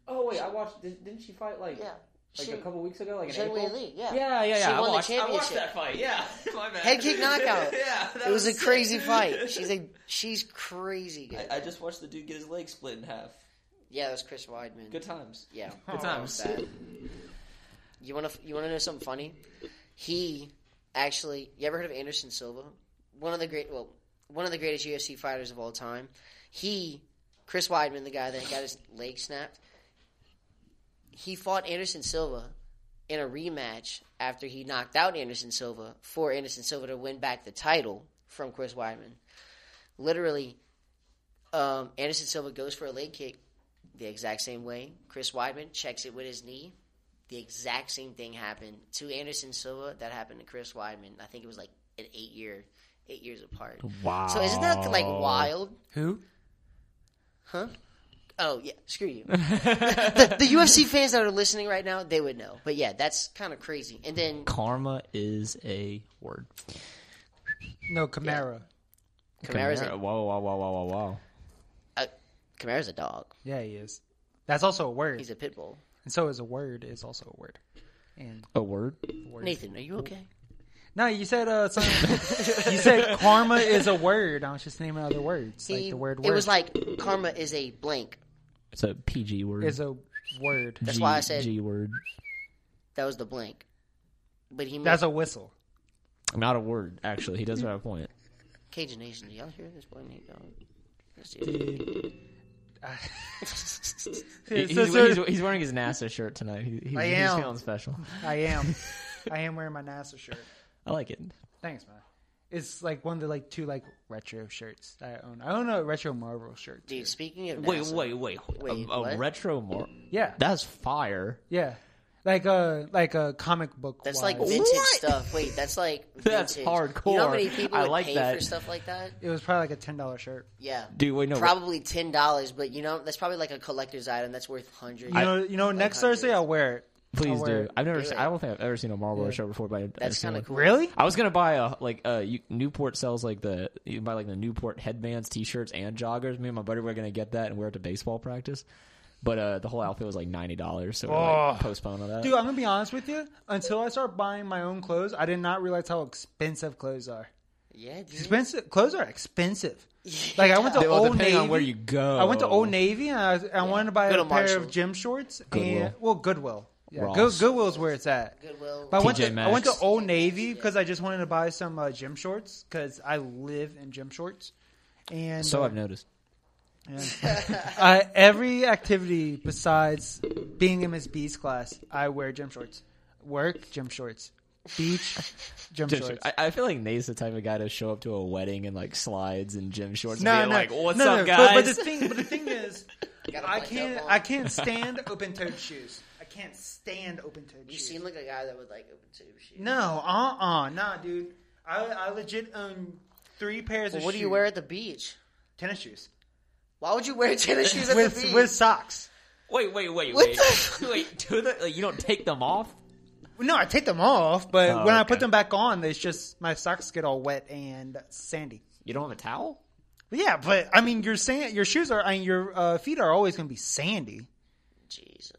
Speaker 3: oh wait, I watched. Did, didn't she fight like
Speaker 1: Yeah, she,
Speaker 3: weeks ago? Like
Speaker 1: Zhang Wei Li. Yeah,
Speaker 3: Yeah, yeah, yeah.
Speaker 1: She
Speaker 3: I
Speaker 1: won
Speaker 3: watched,
Speaker 1: the
Speaker 3: I watched
Speaker 1: championship.
Speaker 3: that fight. Yeah, [laughs] my bad.
Speaker 1: Head kick knockout.
Speaker 3: [laughs] yeah, that
Speaker 1: It was a [laughs]
Speaker 3: sick.
Speaker 1: crazy
Speaker 3: [laughs]
Speaker 1: fight. She's [laughs] a she's crazy good.
Speaker 3: I, I just watched the dude get his leg split in half.
Speaker 1: yeah, that's Chris Weidman.
Speaker 3: Good times.
Speaker 1: Yeah,
Speaker 3: Good times.
Speaker 1: Bad. You want to you want to know something funny? He actually, you ever heard of Anderson Silva? One of the great, well, one of the greatest UFC fighters of all time. He, Chris Weidman, the guy that got his leg snapped. He fought Anderson Silva in a rematch after he knocked out Anderson Silva for Anderson Silva to win back the title from Chris Weidman. Literally, um, Anderson Silva goes for a leg kick the exact same way. Chris Weidman checks it with his knee. The exact same thing happened to Anderson Silva that happened to Chris Weidman. I think it was like an eight year, eight years apart.
Speaker 3: Wow.
Speaker 1: So isn't that like wild?
Speaker 2: Who?
Speaker 1: Huh? Oh yeah, screw you. the, the UFC fans that are listening right now, they would know. But yeah, that's kind of crazy. And then
Speaker 3: Karma is a word.
Speaker 2: No, Kamara.
Speaker 1: Kamara's
Speaker 3: Kamara.
Speaker 1: a,
Speaker 3: Wow, wow, wow, wow, wow, wow.
Speaker 1: uh, Kamara's a dog.
Speaker 2: Yeah, he is. That's also a word,
Speaker 1: He's a pit bull.
Speaker 2: and so is a word is also a word. And
Speaker 3: A word?
Speaker 1: Nathan, are you okay?
Speaker 2: no, you said
Speaker 1: [laughs]
Speaker 2: uh, something. [laughs] you said karma is a word. I was just naming other words, like
Speaker 1: He-
Speaker 2: the word.
Speaker 1: It was
Speaker 2: word
Speaker 1: like karma is a blank.
Speaker 3: It's a PG word.
Speaker 2: is a word.
Speaker 1: That's why I said
Speaker 3: G word.
Speaker 1: that was the blank. But he
Speaker 2: That's
Speaker 1: made
Speaker 2: a whistle.
Speaker 3: Not a word, actually. He does have a point.
Speaker 1: Cajun Nation. Do y'all hear this boy Nate dog? Let's do it.
Speaker 3: [laughs]
Speaker 2: [laughs]
Speaker 3: He-
Speaker 2: So,
Speaker 3: He's,
Speaker 2: so-
Speaker 3: he's, he's wearing his NASA shirt tonight. He, he's,
Speaker 2: I
Speaker 3: he's
Speaker 2: am.
Speaker 3: feeling special.
Speaker 2: I am. I am wearing my NASA shirt.
Speaker 3: I like it.
Speaker 2: Thanks, man. It's like one of the like two like retro shirts that I own. I own a retro Marvel shirt. too.
Speaker 1: Dude, speaking of
Speaker 3: Wait,
Speaker 1: NASA,
Speaker 3: wait, wait.
Speaker 1: Wait,
Speaker 3: a, a
Speaker 1: what?
Speaker 3: retro more.
Speaker 2: Yeah,
Speaker 3: That's fire.
Speaker 2: yeah. Like a like a comic book.
Speaker 1: That's
Speaker 2: wise.
Speaker 1: like vintage
Speaker 3: What?
Speaker 1: stuff. Wait, that's like
Speaker 3: [laughs]
Speaker 1: vintage.
Speaker 3: That's
Speaker 1: You know
Speaker 3: hardcore.
Speaker 1: how many people
Speaker 3: I
Speaker 1: would
Speaker 3: like
Speaker 1: pay
Speaker 3: that.
Speaker 1: for stuff like that?
Speaker 2: it was probably like a ten dollar shirt.
Speaker 1: Yeah.
Speaker 3: Dude, wait, no.
Speaker 1: probably ten dollars, but you know that's probably like a collector's item that's worth hundreds.
Speaker 2: You know, you know. Next
Speaker 1: hundred.
Speaker 2: Thursday, I'll wear it.
Speaker 3: Please
Speaker 2: I'll wear
Speaker 3: do.
Speaker 2: it.
Speaker 3: I've never.
Speaker 1: Do
Speaker 3: Seen,
Speaker 1: it.
Speaker 3: I don't think I've ever seen a Marlboro show before, but I-
Speaker 1: That's
Speaker 3: I've seen
Speaker 1: kind
Speaker 3: one.
Speaker 1: of cool.
Speaker 2: Really?
Speaker 3: I was gonna buy a like uh you- Newport sells like the you can buy like the Newport headbands, t-shirts, and joggers. Me and my buddy were gonna get that and wear it to baseball practice, but uh the whole outfit was like ninety dollars, so we like,
Speaker 2: Oh.
Speaker 3: postponed on that.
Speaker 2: Dude, I'm gonna be honest with you. Until I start buying my own clothes, I did not realize how expensive clothes are.
Speaker 1: Yeah, dude.
Speaker 2: Expensive clothes are expensive.
Speaker 1: [laughs]
Speaker 2: Like I went to
Speaker 3: Well,
Speaker 2: Old
Speaker 3: depending
Speaker 2: Navy.
Speaker 3: on where you go,
Speaker 2: I went to Old Navy and I, I wanted to buy
Speaker 1: Go
Speaker 2: a
Speaker 1: to
Speaker 2: pair
Speaker 1: Marshall's.
Speaker 2: of gym shorts
Speaker 3: Goodwill.
Speaker 2: and well, Goodwill. Yeah, Good,
Speaker 3: Ross.
Speaker 2: Goodwill's where it's at.
Speaker 1: Goodwill.
Speaker 2: But I went,
Speaker 3: TJ
Speaker 2: to, I went to
Speaker 3: Maxx.
Speaker 2: Old Navy because I just wanted to buy some uh, gym shorts because I live in gym shorts. And
Speaker 3: So
Speaker 2: uh, [laughs]
Speaker 3: [laughs] I've noticed.
Speaker 2: uh, every activity besides being in Miss B's class, I wear gym shorts. Work, gym shorts. Beach, gym,
Speaker 3: Gym
Speaker 2: shorts.
Speaker 3: shorts. I, I feel like Nate's the type of guy to show up to a wedding in like slides and gym shorts.
Speaker 2: No,
Speaker 3: and
Speaker 2: no,
Speaker 3: be like, what's
Speaker 2: no,
Speaker 3: up,
Speaker 2: no.
Speaker 3: guys?
Speaker 2: But, but the thing, but the
Speaker 3: [laughs]
Speaker 2: thing is,
Speaker 1: Gotta
Speaker 2: I
Speaker 1: button
Speaker 2: can't,
Speaker 1: up on.
Speaker 2: I
Speaker 1: [laughs]
Speaker 2: can't stand open-toed shoes. I can't stand open-toed
Speaker 1: You
Speaker 2: shoes.
Speaker 1: seem like a guy that would like open tube shoes.
Speaker 2: no, uh-uh, nah, dude. I, I legit own three pairs
Speaker 1: Well,
Speaker 2: of
Speaker 1: what do
Speaker 2: shoes.
Speaker 1: you wear at the beach?
Speaker 2: Tennis shoes
Speaker 1: Why would you wear
Speaker 2: [laughs]
Speaker 1: tennis shoes at the
Speaker 2: with
Speaker 1: beach?
Speaker 2: with socks.
Speaker 3: wait, wait, wait,
Speaker 1: What
Speaker 3: wait,
Speaker 1: the-
Speaker 3: wait. To the like, you don't take them off.
Speaker 2: No, I take them off, but
Speaker 3: Oh,
Speaker 2: when I
Speaker 3: okay.
Speaker 2: put them back on, it's just my socks get all wet and sandy.
Speaker 3: You don't have a towel.
Speaker 2: But yeah, but I mean, your sand, your shoes are, I mean, your uh, feet are always going to be sandy.
Speaker 1: Jesus.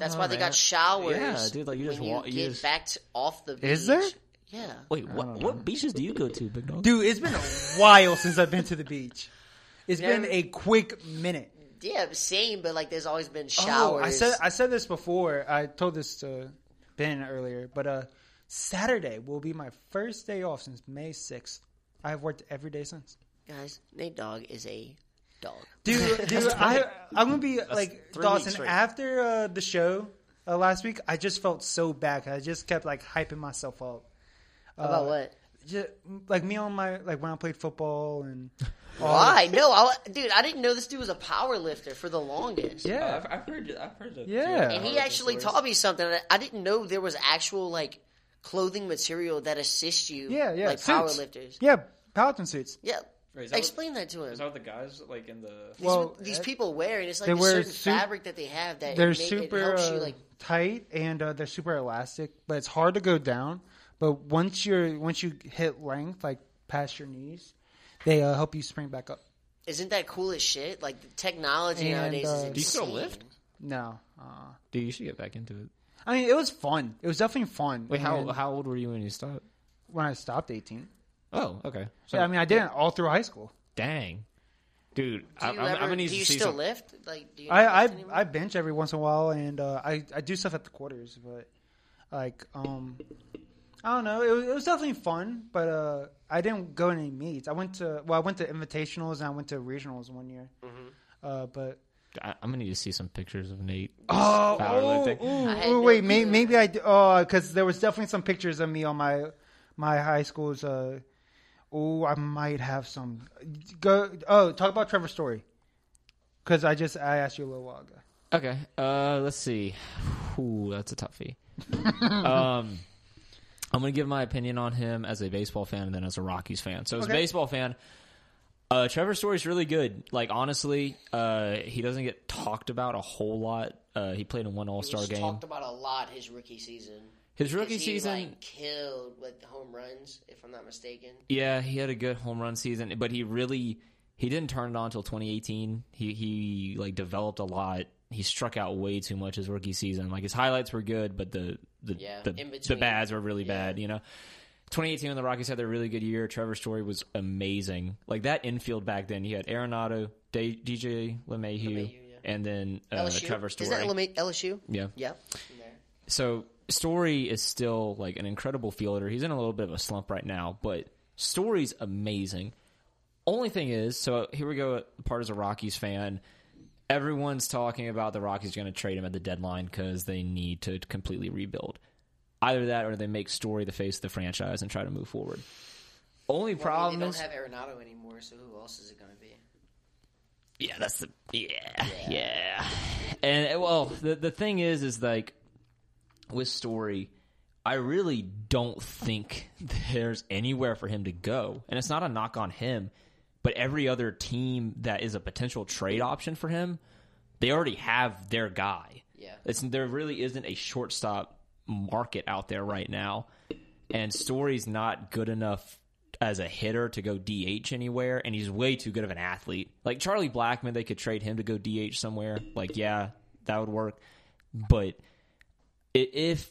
Speaker 1: That's why they
Speaker 3: Oh, man.
Speaker 1: got showers.
Speaker 3: Yeah, dude, like, you just
Speaker 1: when
Speaker 3: walk-
Speaker 1: you
Speaker 3: you
Speaker 1: get
Speaker 3: just-
Speaker 1: back to, off the beach.
Speaker 2: Is there?
Speaker 1: Yeah.
Speaker 3: Wait, what? What beaches do you go to, big dog?
Speaker 2: Dude, it's been a while since I've been to the beach. It's been
Speaker 1: Never-
Speaker 2: a quick minute.
Speaker 1: Yeah, same, but like there's always been
Speaker 2: Oh,
Speaker 1: showers.
Speaker 2: I said I said this before. I told this to Ben earlier, but uh, Saturday will be my first day off since May sixth. I've worked every day since.
Speaker 1: Guys, Nate Dog is a dog.
Speaker 2: Dude, dude, I I'm gonna be like
Speaker 3: three weeks
Speaker 2: Dawson
Speaker 3: straight.
Speaker 2: after uh, the show uh, last week. I just felt so bad. 'cause I just kept like hyping myself up
Speaker 1: About what?
Speaker 2: ju- like me on my like when I played football and Uh, all that-
Speaker 1: Why? No, I, dude, I didn't know this dude was a power lifter for the longest.
Speaker 2: Yeah,
Speaker 4: Oh, I've, I've heard. I've heard. Of,
Speaker 2: Yeah.
Speaker 1: And he actually taught me something. that I didn't know there was actual like clothing material that assists you.
Speaker 2: yeah, yeah.
Speaker 1: Like
Speaker 2: suits.
Speaker 1: power lifters.
Speaker 2: Yeah, Peloton suits.
Speaker 1: Yeah.
Speaker 4: Wait, is that what-
Speaker 1: Explain that to him.
Speaker 4: Is that what the guys like in the?
Speaker 1: These,
Speaker 2: Well,
Speaker 1: these
Speaker 2: uh,
Speaker 1: people wear, and it's like
Speaker 2: they
Speaker 1: a
Speaker 2: wear
Speaker 1: certain
Speaker 2: suit-
Speaker 1: fabric that they have that it
Speaker 2: They're
Speaker 1: make- it
Speaker 2: super
Speaker 1: helps you
Speaker 2: uh,
Speaker 1: like
Speaker 2: tight and uh, they're super elastic, but it's hard to go down. But once you're once you hit length, like past your knees, they uh, help you spring back up.
Speaker 1: Isn't that cool as shit? Like the technology
Speaker 2: And,
Speaker 1: nowadays is
Speaker 2: uh,
Speaker 1: insane.
Speaker 2: Do
Speaker 3: you still lift?
Speaker 2: No, uh,
Speaker 3: Dude, you should get back into it.
Speaker 2: I mean it was fun. It was definitely fun.
Speaker 3: Wait, how
Speaker 2: And
Speaker 3: how old were you when you stopped?
Speaker 2: When I stopped eighteen,
Speaker 3: Oh, okay. So,
Speaker 2: yeah, I mean I didn't all through high school.
Speaker 3: dang, dude,
Speaker 1: Do
Speaker 3: I,
Speaker 1: you
Speaker 3: I'm,
Speaker 1: ever,
Speaker 3: I'm gonna need
Speaker 1: do
Speaker 3: to
Speaker 1: you
Speaker 3: see
Speaker 1: still
Speaker 3: some-
Speaker 1: lift? Like do you not
Speaker 2: I I,
Speaker 1: lift anymore?
Speaker 2: I bench every once in a while, and uh, I I do stuff at the quarters, but like um, I don't know. It was, it was definitely fun, but uh, I didn't go to any meets. I went to well, I went to invitationals and I went to regionals one year. Uh, but
Speaker 3: I, I'm gonna need to see some pictures of Nate.
Speaker 2: oh,
Speaker 3: Powerlifting.
Speaker 1: I had no
Speaker 2: wait, may,
Speaker 1: clue.
Speaker 2: maybe I oh because there was definitely some pictures of me on my my high school's. Uh, oh, I might have some. Go oh, talk about Trevor Story. Because I just I asked you a little while ago.
Speaker 3: Okay, uh, let's see. Ooh, that's
Speaker 1: [laughs]
Speaker 3: a toughie. um, I'm gonna give my opinion on him as a baseball fan and then as a Rockies fan. So as a
Speaker 2: Okay.
Speaker 3: baseball fan, uh, Trevor Story's really good. Like honestly, uh, he doesn't get talked about a whole lot. Uh, he played in one All
Speaker 1: He's
Speaker 3: Star game.
Speaker 1: talked about a lot his rookie season.
Speaker 3: His
Speaker 1: 'Cause
Speaker 3: rookie
Speaker 1: he,
Speaker 3: season,
Speaker 1: like, killed with home runs, if I'm not mistaken.
Speaker 3: Yeah, he had a good home run season, but he really he didn't turn it on until 2018. He he like developed a lot. He struck out way too much his rookie season. Like his highlights were good, but the the
Speaker 1: Yeah,
Speaker 3: the,
Speaker 1: in
Speaker 3: the
Speaker 1: between.
Speaker 3: bads were really
Speaker 1: Yeah.
Speaker 3: bad. You know, 2018 when the Rockies had their really good year, Trevor Story was amazing. Like that infield back then, he had Arenado, D- DJ LeMahieu,
Speaker 1: LeMahieu, yeah.
Speaker 3: and then uh,
Speaker 1: LSU?
Speaker 3: Trevor Story.
Speaker 1: Isn't that LMA LSU?
Speaker 3: yeah,
Speaker 1: Yeah.
Speaker 3: so Story is still like an incredible fielder. He's in a little bit of a slump right now, but Story's amazing. Only thing is, so here we go. Part as a Rockies fan, everyone's talking about the Rockies going to trade him at the deadline because they need to completely rebuild. Either that, or they make Story the face of the franchise and try to move forward. Only
Speaker 1: Well,
Speaker 3: problem
Speaker 1: they don't
Speaker 3: is,
Speaker 1: have Arenado anymore, so who else is it going to be?
Speaker 3: yeah, that's the yeah, yeah. And uh, well, the the thing is, is like with story, I really don't think there's anywhere for him to go, and it's not a knock on him, but every other team that is a potential trade option for him, they already have their guy.
Speaker 1: Yeah.
Speaker 3: It's there really isn't a shortstop market out there right now, and Story's not good enough as a hitter to go DH anywhere, and he's way too good of an athlete. Like Charlie Blackman, they could trade him to go DH somewhere. Like, yeah, that would work, but i- if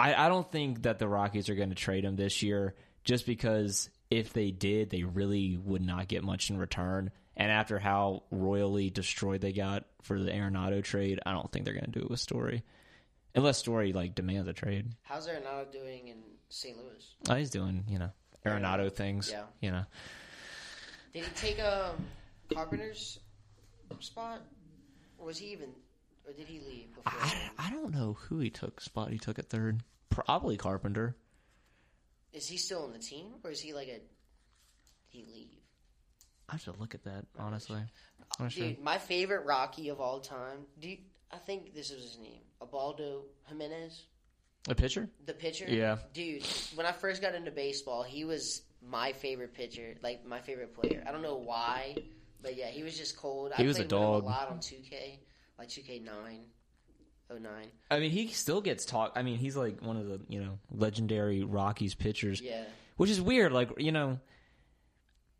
Speaker 3: I, I don't think that the Rockies are going to trade him this year, just because if they did, they really would not get much in return. And after how royally destroyed they got for the Arenado trade, I don't think they're going to do it with Story, unless Story like demands a trade.
Speaker 1: How's Arenado doing in St. Louis?
Speaker 3: Oh, he's doing you know Arenado things,
Speaker 1: Yeah.
Speaker 3: you know.
Speaker 1: Did he take um, Carpenter's spot? Or was he even... Or did he leave before?
Speaker 3: I, I don't know who he took spot he took at third. Probably Carpenter.
Speaker 1: Is he still on the team, or is he like a he leave?
Speaker 3: I should look at that honestly. I'm not sure.
Speaker 1: Dude, my favorite Rocky of all time. Do you, I think this is his name? Abaldo Jimenez,
Speaker 3: A pitcher?
Speaker 1: the pitcher.
Speaker 3: Yeah.
Speaker 1: dude. When I first got into baseball, he was my favorite pitcher, like my favorite player. I don't know why, but yeah, he was just cold.
Speaker 3: He
Speaker 1: I
Speaker 3: was a
Speaker 1: played with him
Speaker 3: dog.
Speaker 1: a lot on two K, like two K nine, oh nine.
Speaker 3: I mean, he still gets talked. I mean, he's like one of the you know legendary Rockies pitchers,
Speaker 1: Yeah.
Speaker 3: which is weird. Like you know,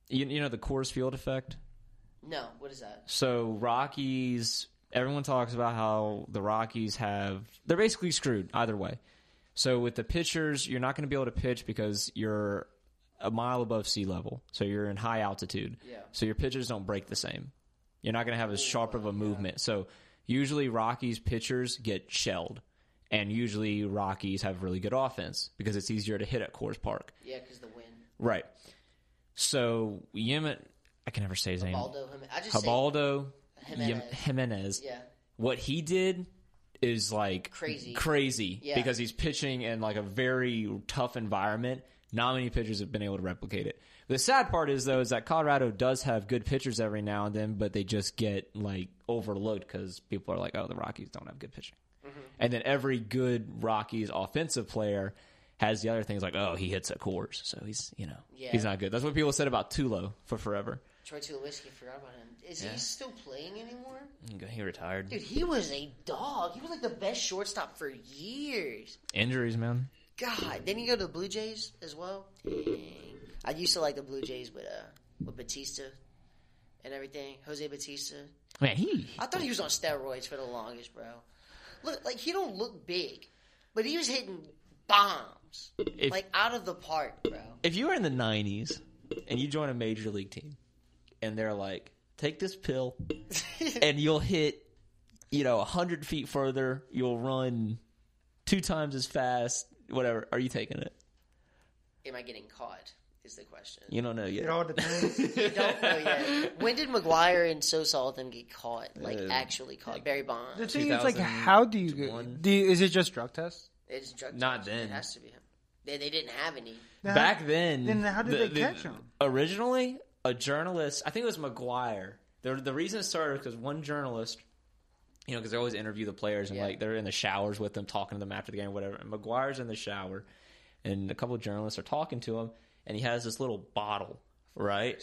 Speaker 3: you, you know the Coors Field effect.
Speaker 1: No, what is that?
Speaker 3: So Rockies, everyone talks about how the Rockies have they're basically screwed either way. So with the pitchers, you're not going to be able to pitch because you're a mile above sea level, so you're in high altitude.
Speaker 1: Yeah.
Speaker 3: So your pitchers don't break the same. You're not going to have as sharp of a movement. So usually Rockies pitchers get shelled, and usually Rockies have really good offense because it's easier to hit at Coors Park.
Speaker 1: Yeah, because the wind.
Speaker 3: Right. So Yemen, I can never say his name.
Speaker 1: Abaldo Jimenez. I just
Speaker 3: Habaldo
Speaker 1: Jimenez.
Speaker 3: Yim- Jimenez.
Speaker 1: say, yeah.
Speaker 3: What he did is like
Speaker 1: Crazy.
Speaker 3: crazy
Speaker 1: Yeah.
Speaker 3: because he's pitching in like a very tough environment. Not many pitchers have been able to replicate it. The sad part is though is that Colorado does have good pitchers every now and then, but they just get like overlooked because people are like, "Oh, the Rockies don't have good pitching,"
Speaker 1: Mm-hmm.
Speaker 3: and then every good Rockies offensive player has the other things like, "Oh, he hits at Coors, so he's you know
Speaker 1: Yeah.
Speaker 3: he's not good." That's what people said about Tulo for forever.
Speaker 1: Troy Tulowitzki, forgot about him. Is he still playing anymore?
Speaker 3: He retired.
Speaker 1: Dude, he was a dog. He was like the best shortstop for years.
Speaker 3: Injuries, man.
Speaker 1: God, didn't he go to the Blue Jays as well? Dang. I used to like the Blue Jays with uh with Batista and everything. Jose Batista.
Speaker 3: Man, he
Speaker 1: I thought he was on steroids for the longest, bro. Look, like he don't look big, but he was hitting bombs
Speaker 3: If-
Speaker 1: like out of the park, bro. [laughs]
Speaker 3: if you were in the 90s and you join a major league team and they're like take this pill and you'll hit you know 100 feet further you'll run two times as fast whatever are you taking it
Speaker 1: Am I getting caught? Is the question.
Speaker 3: you don't know yet
Speaker 2: It all depends.
Speaker 1: You don't know
Speaker 3: [laughs]
Speaker 1: yet. When did McGuire and Sosa all of them get caught? Like actually caught? Barry
Speaker 2: the
Speaker 1: Bonds.
Speaker 2: thing is, like, how do you get?
Speaker 3: 2001.
Speaker 2: Do you, is it just drug tests?
Speaker 1: They just drug
Speaker 3: Not
Speaker 1: tested.
Speaker 3: then.
Speaker 1: It has to be him. They, they didn't have any.
Speaker 3: back then
Speaker 2: Then how did they catch him?
Speaker 3: originally a journalist i think it was mcguire the, the reason it started because one journalist you know because they always interview the players and
Speaker 1: Yeah.
Speaker 3: like they're in the showers with them talking to them after the game whatever and mcguire's in the shower and a couple of journalists are talking to him and he has this little bottle right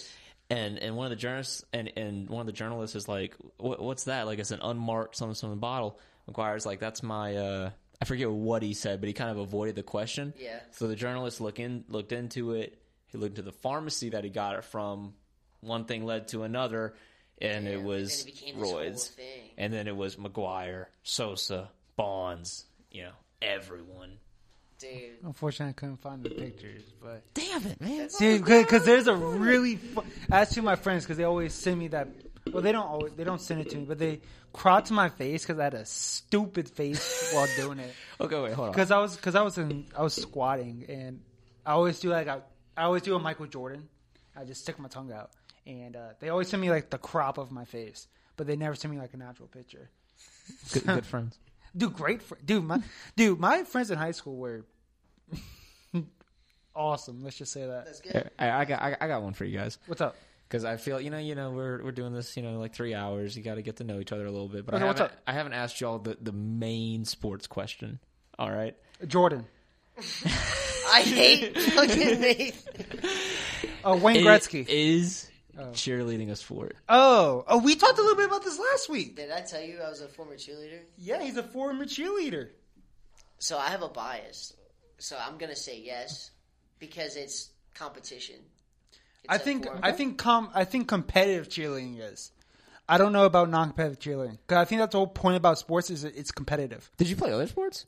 Speaker 3: and and one of the journalists and, and one of the journalists is like what, what's that like it's an unmarked something something bottle mcguire's like that's my uh i forget what he said but he kind of avoided the question
Speaker 1: Yeah.
Speaker 3: so the journalist look in, looked into it. He looked into the pharmacy that he got it from. One thing led to another, and
Speaker 1: Yeah,
Speaker 3: it
Speaker 1: but
Speaker 3: was
Speaker 1: then it became this whole
Speaker 3: roids.
Speaker 1: thing.
Speaker 3: And then it was McGuire, Sosa, Bonds. You know, everyone.
Speaker 1: Dude.
Speaker 2: Unfortunately, I couldn't find the pictures, but
Speaker 3: Damn it, man!
Speaker 2: dude, because there's a really. Fu- I asked two of my friends because they always send me that. Well, they don't always. They don't send it to me, but they cropped my face because I had a stupid face while doing [laughs] it.
Speaker 3: Okay, wait, hold on.
Speaker 2: Because I was because I was in I was squatting and I always do like I, I always do a Michael Jordan. I just stick my tongue out and uh, they always send me like the crop of my face, but they never send me like an actual picture.
Speaker 3: Good, good friends.
Speaker 2: Dude, great fr- dude. My dude, my friends in high school were [laughs] awesome. Let's just say that.
Speaker 1: That's good.
Speaker 3: Here, I, I got, I, I got one for you guys
Speaker 2: What's up?
Speaker 3: because I feel, you know, you know, we're we're doing this, you know, like three hours. You got to get to know each other a little bit. But
Speaker 2: Okay,
Speaker 3: I
Speaker 2: what's
Speaker 3: haven't,
Speaker 2: up?
Speaker 3: I haven't asked y'all the the main sports question. All right.
Speaker 2: Jordan,
Speaker 1: I hate fucking Nathan.
Speaker 2: uh, Wayne
Speaker 3: It
Speaker 2: Gretzky.
Speaker 3: Is cheerleading a sport?
Speaker 2: oh, oh, we talked a little bit about this last week.
Speaker 1: Did I tell you I was a former cheerleader?
Speaker 2: Yeah, he's a former cheerleader.
Speaker 1: So I have a bias. So I'm gonna say yes because it's competition. It's
Speaker 2: I
Speaker 1: a
Speaker 2: think
Speaker 1: form-
Speaker 2: I think com I think competitive cheerleading is. I don't know about non-competitive cheerleading because I think that's the whole point about sports is it- it's competitive.
Speaker 3: Did you play other sports?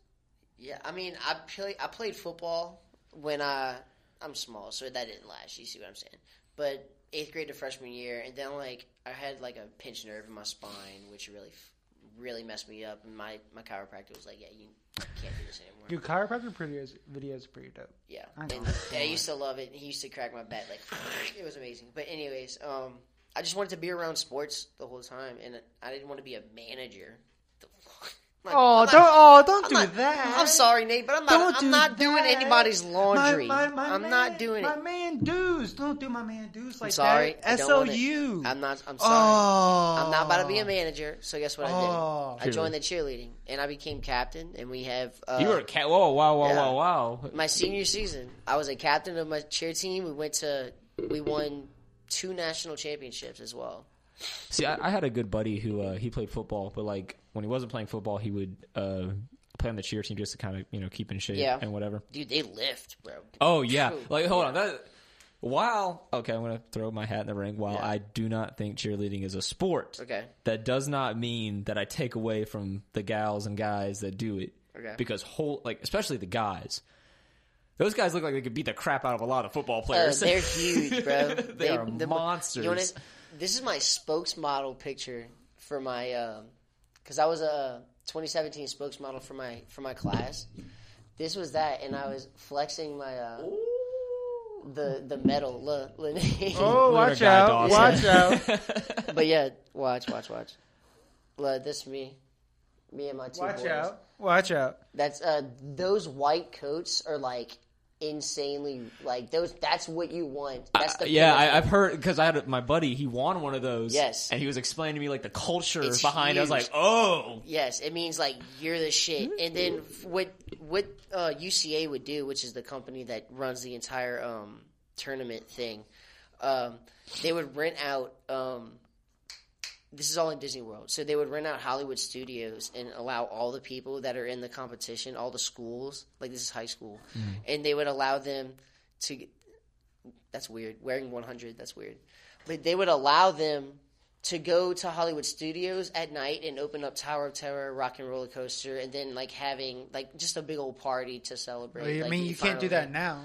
Speaker 1: Yeah, I mean, I play. I played football when I I'm small, so that didn't last. You see what I'm saying? But eighth grade to freshman year, and then like I had like a pinched nerve in my spine, which really, f- really messed me up. And my my chiropractor was like, "Yeah, you can't do this anymore."
Speaker 2: Dude, chiropractor videos videos are pretty dope.
Speaker 1: Yeah,
Speaker 2: I
Speaker 1: and
Speaker 2: know.
Speaker 1: and I used to love it. and He used to crack my back like it was amazing. But anyways, um, I just wanted to be around sports the whole time, and I didn't want to be a manager. The [laughs] fuck? I'm not-
Speaker 2: Oh,
Speaker 1: I'm
Speaker 2: don't
Speaker 1: not-
Speaker 2: oh don't
Speaker 1: I'm
Speaker 2: do
Speaker 1: not-
Speaker 2: that.
Speaker 1: I'm sorry, Nate, but I'm not.
Speaker 2: Don't
Speaker 1: I'm
Speaker 2: do
Speaker 1: not doing
Speaker 2: that.
Speaker 1: anybody's laundry.
Speaker 2: My, my, my
Speaker 1: I'm
Speaker 2: man,
Speaker 1: not doing
Speaker 2: my
Speaker 1: it.
Speaker 2: man dues. Don't do my man dues like
Speaker 1: I'm sorry. I
Speaker 2: that.
Speaker 1: don't want it.
Speaker 2: SOU.
Speaker 1: I'm not. I'm sorry.
Speaker 2: Oh.
Speaker 1: I'm not about to be a manager. So guess what
Speaker 2: Oh.
Speaker 1: I did? I joined the cheerleading, and I became captain. And we have uh,
Speaker 3: You were a cat. Whoa, wow, wow,
Speaker 1: yeah.
Speaker 3: wow, wow.
Speaker 1: my senior season, I was a captain of my cheer team. We went to we won two national championships as well.
Speaker 3: See, I, I had a good buddy who uh, he played football, but like when he wasn't playing football, he would uh, play on the cheer team just to kind of you know keep in shape
Speaker 1: Yeah.
Speaker 3: and whatever.
Speaker 1: Dude, they lift, bro.
Speaker 3: Oh yeah,
Speaker 1: True.
Speaker 3: like hold on. That, while okay, I'm gonna throw my hat in the ring. While I do not think cheerleading is a sport, [laughs]
Speaker 1: Okay.
Speaker 3: that does not mean that I take away from the gals and guys that do it.
Speaker 1: Okay.
Speaker 3: because whole like especially the guys, those guys look like they could beat the crap out of a lot of football
Speaker 1: Oh,
Speaker 3: players.
Speaker 1: they're huge, bro. they,
Speaker 3: are
Speaker 1: the-
Speaker 3: monsters.
Speaker 1: You wanna- this is my spokesmodel picture for my, because I was a 2017 spokesmodel for my for my class. This was that, and I was flexing my uh, the the medal. Look, look.
Speaker 2: Oh,
Speaker 3: Look at
Speaker 2: watch
Speaker 3: Guy
Speaker 2: out! Watch
Speaker 3: Dawson.
Speaker 2: out! [laughs]
Speaker 1: but yeah, watch, watch, watch. Look, this is me, me and my two
Speaker 2: Watch
Speaker 1: boys.
Speaker 2: out! Watch out!
Speaker 1: That's uh, those white coats are like insanely like those. That's what you want. That's the
Speaker 3: Uh, yeah,
Speaker 1: feeling.
Speaker 3: I, I've heard because I had a- my buddy. He won one of those.
Speaker 1: Yes.
Speaker 3: and he was explaining to me like the culture
Speaker 1: It's
Speaker 3: behind. it. I was
Speaker 1: huge.
Speaker 3: like, oh,
Speaker 1: Yes, it means like you're the shit. And then what what uh, UCA would do, which is the company that runs the entire um, tournament thing, um, they would rent out. Um, this is all in Disney World, so they would rent out Hollywood studios and allow all the people that are in the competition, all the schools, like this is high school,
Speaker 2: Mm-hmm.
Speaker 1: and they would allow them to. That's weird. Wearing 100, that's weird. But they would allow them to go to Hollywood Studios at night and open up Tower of Terror, Rock and Roller Coaster, and then like having like just a big old party to celebrate.
Speaker 2: I
Speaker 1: like,
Speaker 2: mean,
Speaker 1: the
Speaker 2: you can't do
Speaker 1: final-
Speaker 2: that now.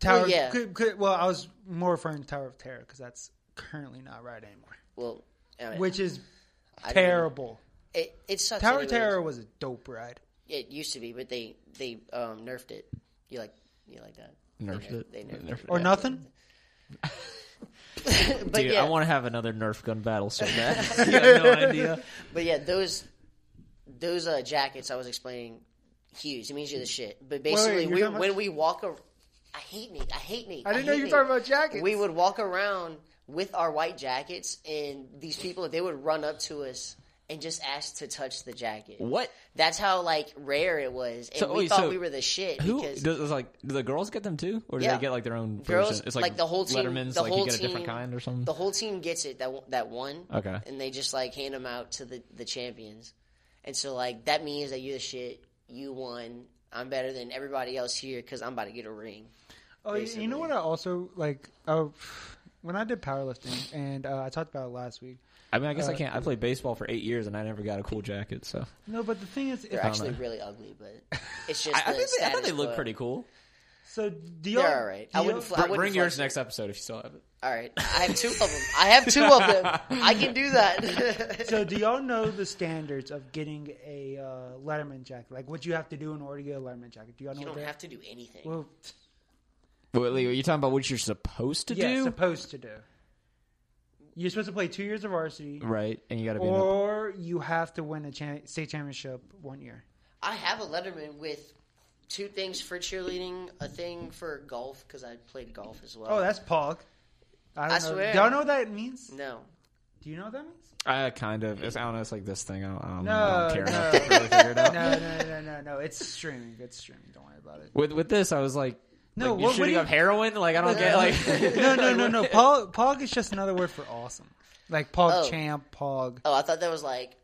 Speaker 2: Tower.
Speaker 1: Well, yeah.
Speaker 2: could- could- well, I was more referring to Tower of Terror because that's currently not right anymore,
Speaker 1: Well, I mean,
Speaker 2: which is
Speaker 1: I don't know.
Speaker 2: terrible.
Speaker 1: It, it sucks.
Speaker 2: Tower of
Speaker 1: anyways.
Speaker 2: Terror was a dope ride.
Speaker 1: It used to be, but they they um, nerfed it. You like you like that?
Speaker 3: Nerfed
Speaker 1: they,
Speaker 3: it?
Speaker 1: They nerfed,
Speaker 3: Nerfed
Speaker 1: it.
Speaker 3: it.
Speaker 2: Or nothing?
Speaker 1: But
Speaker 3: dude,
Speaker 1: yeah,
Speaker 3: I want to have another Nerf gun battle
Speaker 1: [laughs]
Speaker 3: so bad. you have no idea.
Speaker 1: but yeah, those those uh, jackets I was explaining, huge. It means you're the shit. But basically,
Speaker 2: you're
Speaker 1: we,
Speaker 2: talking about-
Speaker 1: when we walk, a, I hate Nate. I hate Nate.
Speaker 2: I didn't know
Speaker 1: hate
Speaker 2: you were
Speaker 1: Nate.
Speaker 2: talking about jackets.
Speaker 1: We would walk around with our white jackets, and these people they would run up to us and just ask to touch the jacket.
Speaker 3: What?
Speaker 1: That's how like rare it was, and
Speaker 3: So,
Speaker 1: we
Speaker 3: wait,
Speaker 1: thought
Speaker 3: so
Speaker 1: we were the shit.
Speaker 3: Who
Speaker 1: because
Speaker 3: does does, like? Do the girls get them too, or do
Speaker 1: Yeah.
Speaker 3: they get like their own
Speaker 1: Girls-
Speaker 3: version? It's
Speaker 1: like, the whole team-
Speaker 3: Letterman's.
Speaker 1: the
Speaker 3: like
Speaker 1: whole
Speaker 3: you get a different
Speaker 1: team-
Speaker 3: kind or something.
Speaker 1: the whole team gets it that that one.
Speaker 3: Mm-hmm. Okay.
Speaker 1: and they just like hand them out to the the champions, and so like that means that you're the shit. You won. I'm better than everybody else here because I'm about to get a ring.
Speaker 2: Oh, you- you know
Speaker 1: basically.
Speaker 2: what? I also like. Oh, when I did powerlifting, and uh, I talked about it last week.
Speaker 3: I mean, I guess I
Speaker 2: uh,
Speaker 3: can't. I played baseball for eight years and I never got a cool jacket. So
Speaker 2: No, but the thing is,
Speaker 1: They're
Speaker 2: if,
Speaker 1: actually really ugly,
Speaker 3: [laughs]
Speaker 1: but it's just.
Speaker 3: I, I,
Speaker 1: the
Speaker 3: think they, I thought
Speaker 1: status
Speaker 3: they look
Speaker 1: quo.
Speaker 3: pretty cool.
Speaker 2: so do y'all?
Speaker 1: They're all right. I
Speaker 2: do
Speaker 1: wouldn't.
Speaker 2: y'all-
Speaker 1: fl- I
Speaker 3: Br-
Speaker 1: wouldn't
Speaker 3: bring yours
Speaker 1: flush-
Speaker 3: next episode if you still have it.
Speaker 1: All right, I have two of them. I have two of them. I can do that. [laughs]
Speaker 2: [laughs] So do y'all know the standards of getting a uh, Letterman jacket? Like what you have to do in order to get a Letterman jacket? Do y'all know?
Speaker 1: you
Speaker 2: what
Speaker 1: don't
Speaker 2: they-
Speaker 1: have to do anything.
Speaker 2: Well,
Speaker 3: Wait, Lee, are you talking about what you're supposed to
Speaker 2: yeah,
Speaker 3: do?
Speaker 2: supposed to do. You're supposed to play two years of varsity,
Speaker 3: right, and you got to be. in the-
Speaker 1: uh,
Speaker 2: or you have to win a cha- state championship one year.
Speaker 1: I have a Letterman with two things for cheerleading, a thing for golf because I played golf as well.
Speaker 2: Oh, that's Pog. I, don't
Speaker 1: I
Speaker 2: know.
Speaker 1: swear.
Speaker 2: Do y'all know what that means?
Speaker 1: no.
Speaker 2: Do you know what that means?
Speaker 3: Uh, kind of. It's, I don't know. It's like this thing. I don't, I don't,
Speaker 2: No,
Speaker 3: know. I don't care
Speaker 2: no.
Speaker 3: enough to really figure it out.
Speaker 2: No, no, no, no, no. It's streaming. It's streaming. Don't worry about it.
Speaker 3: With with this, I was like,
Speaker 2: No,
Speaker 3: no,
Speaker 2: what-
Speaker 3: you're
Speaker 2: what do
Speaker 3: shooting
Speaker 2: you-
Speaker 3: up heroin. Like I don't
Speaker 2: [laughs]
Speaker 3: get like. [laughs]
Speaker 2: no, no, no, no. Pog, Pog is just another word for awesome. Like Pog
Speaker 1: Oh.
Speaker 2: Champ, Pog,
Speaker 1: Oh, I thought that was like,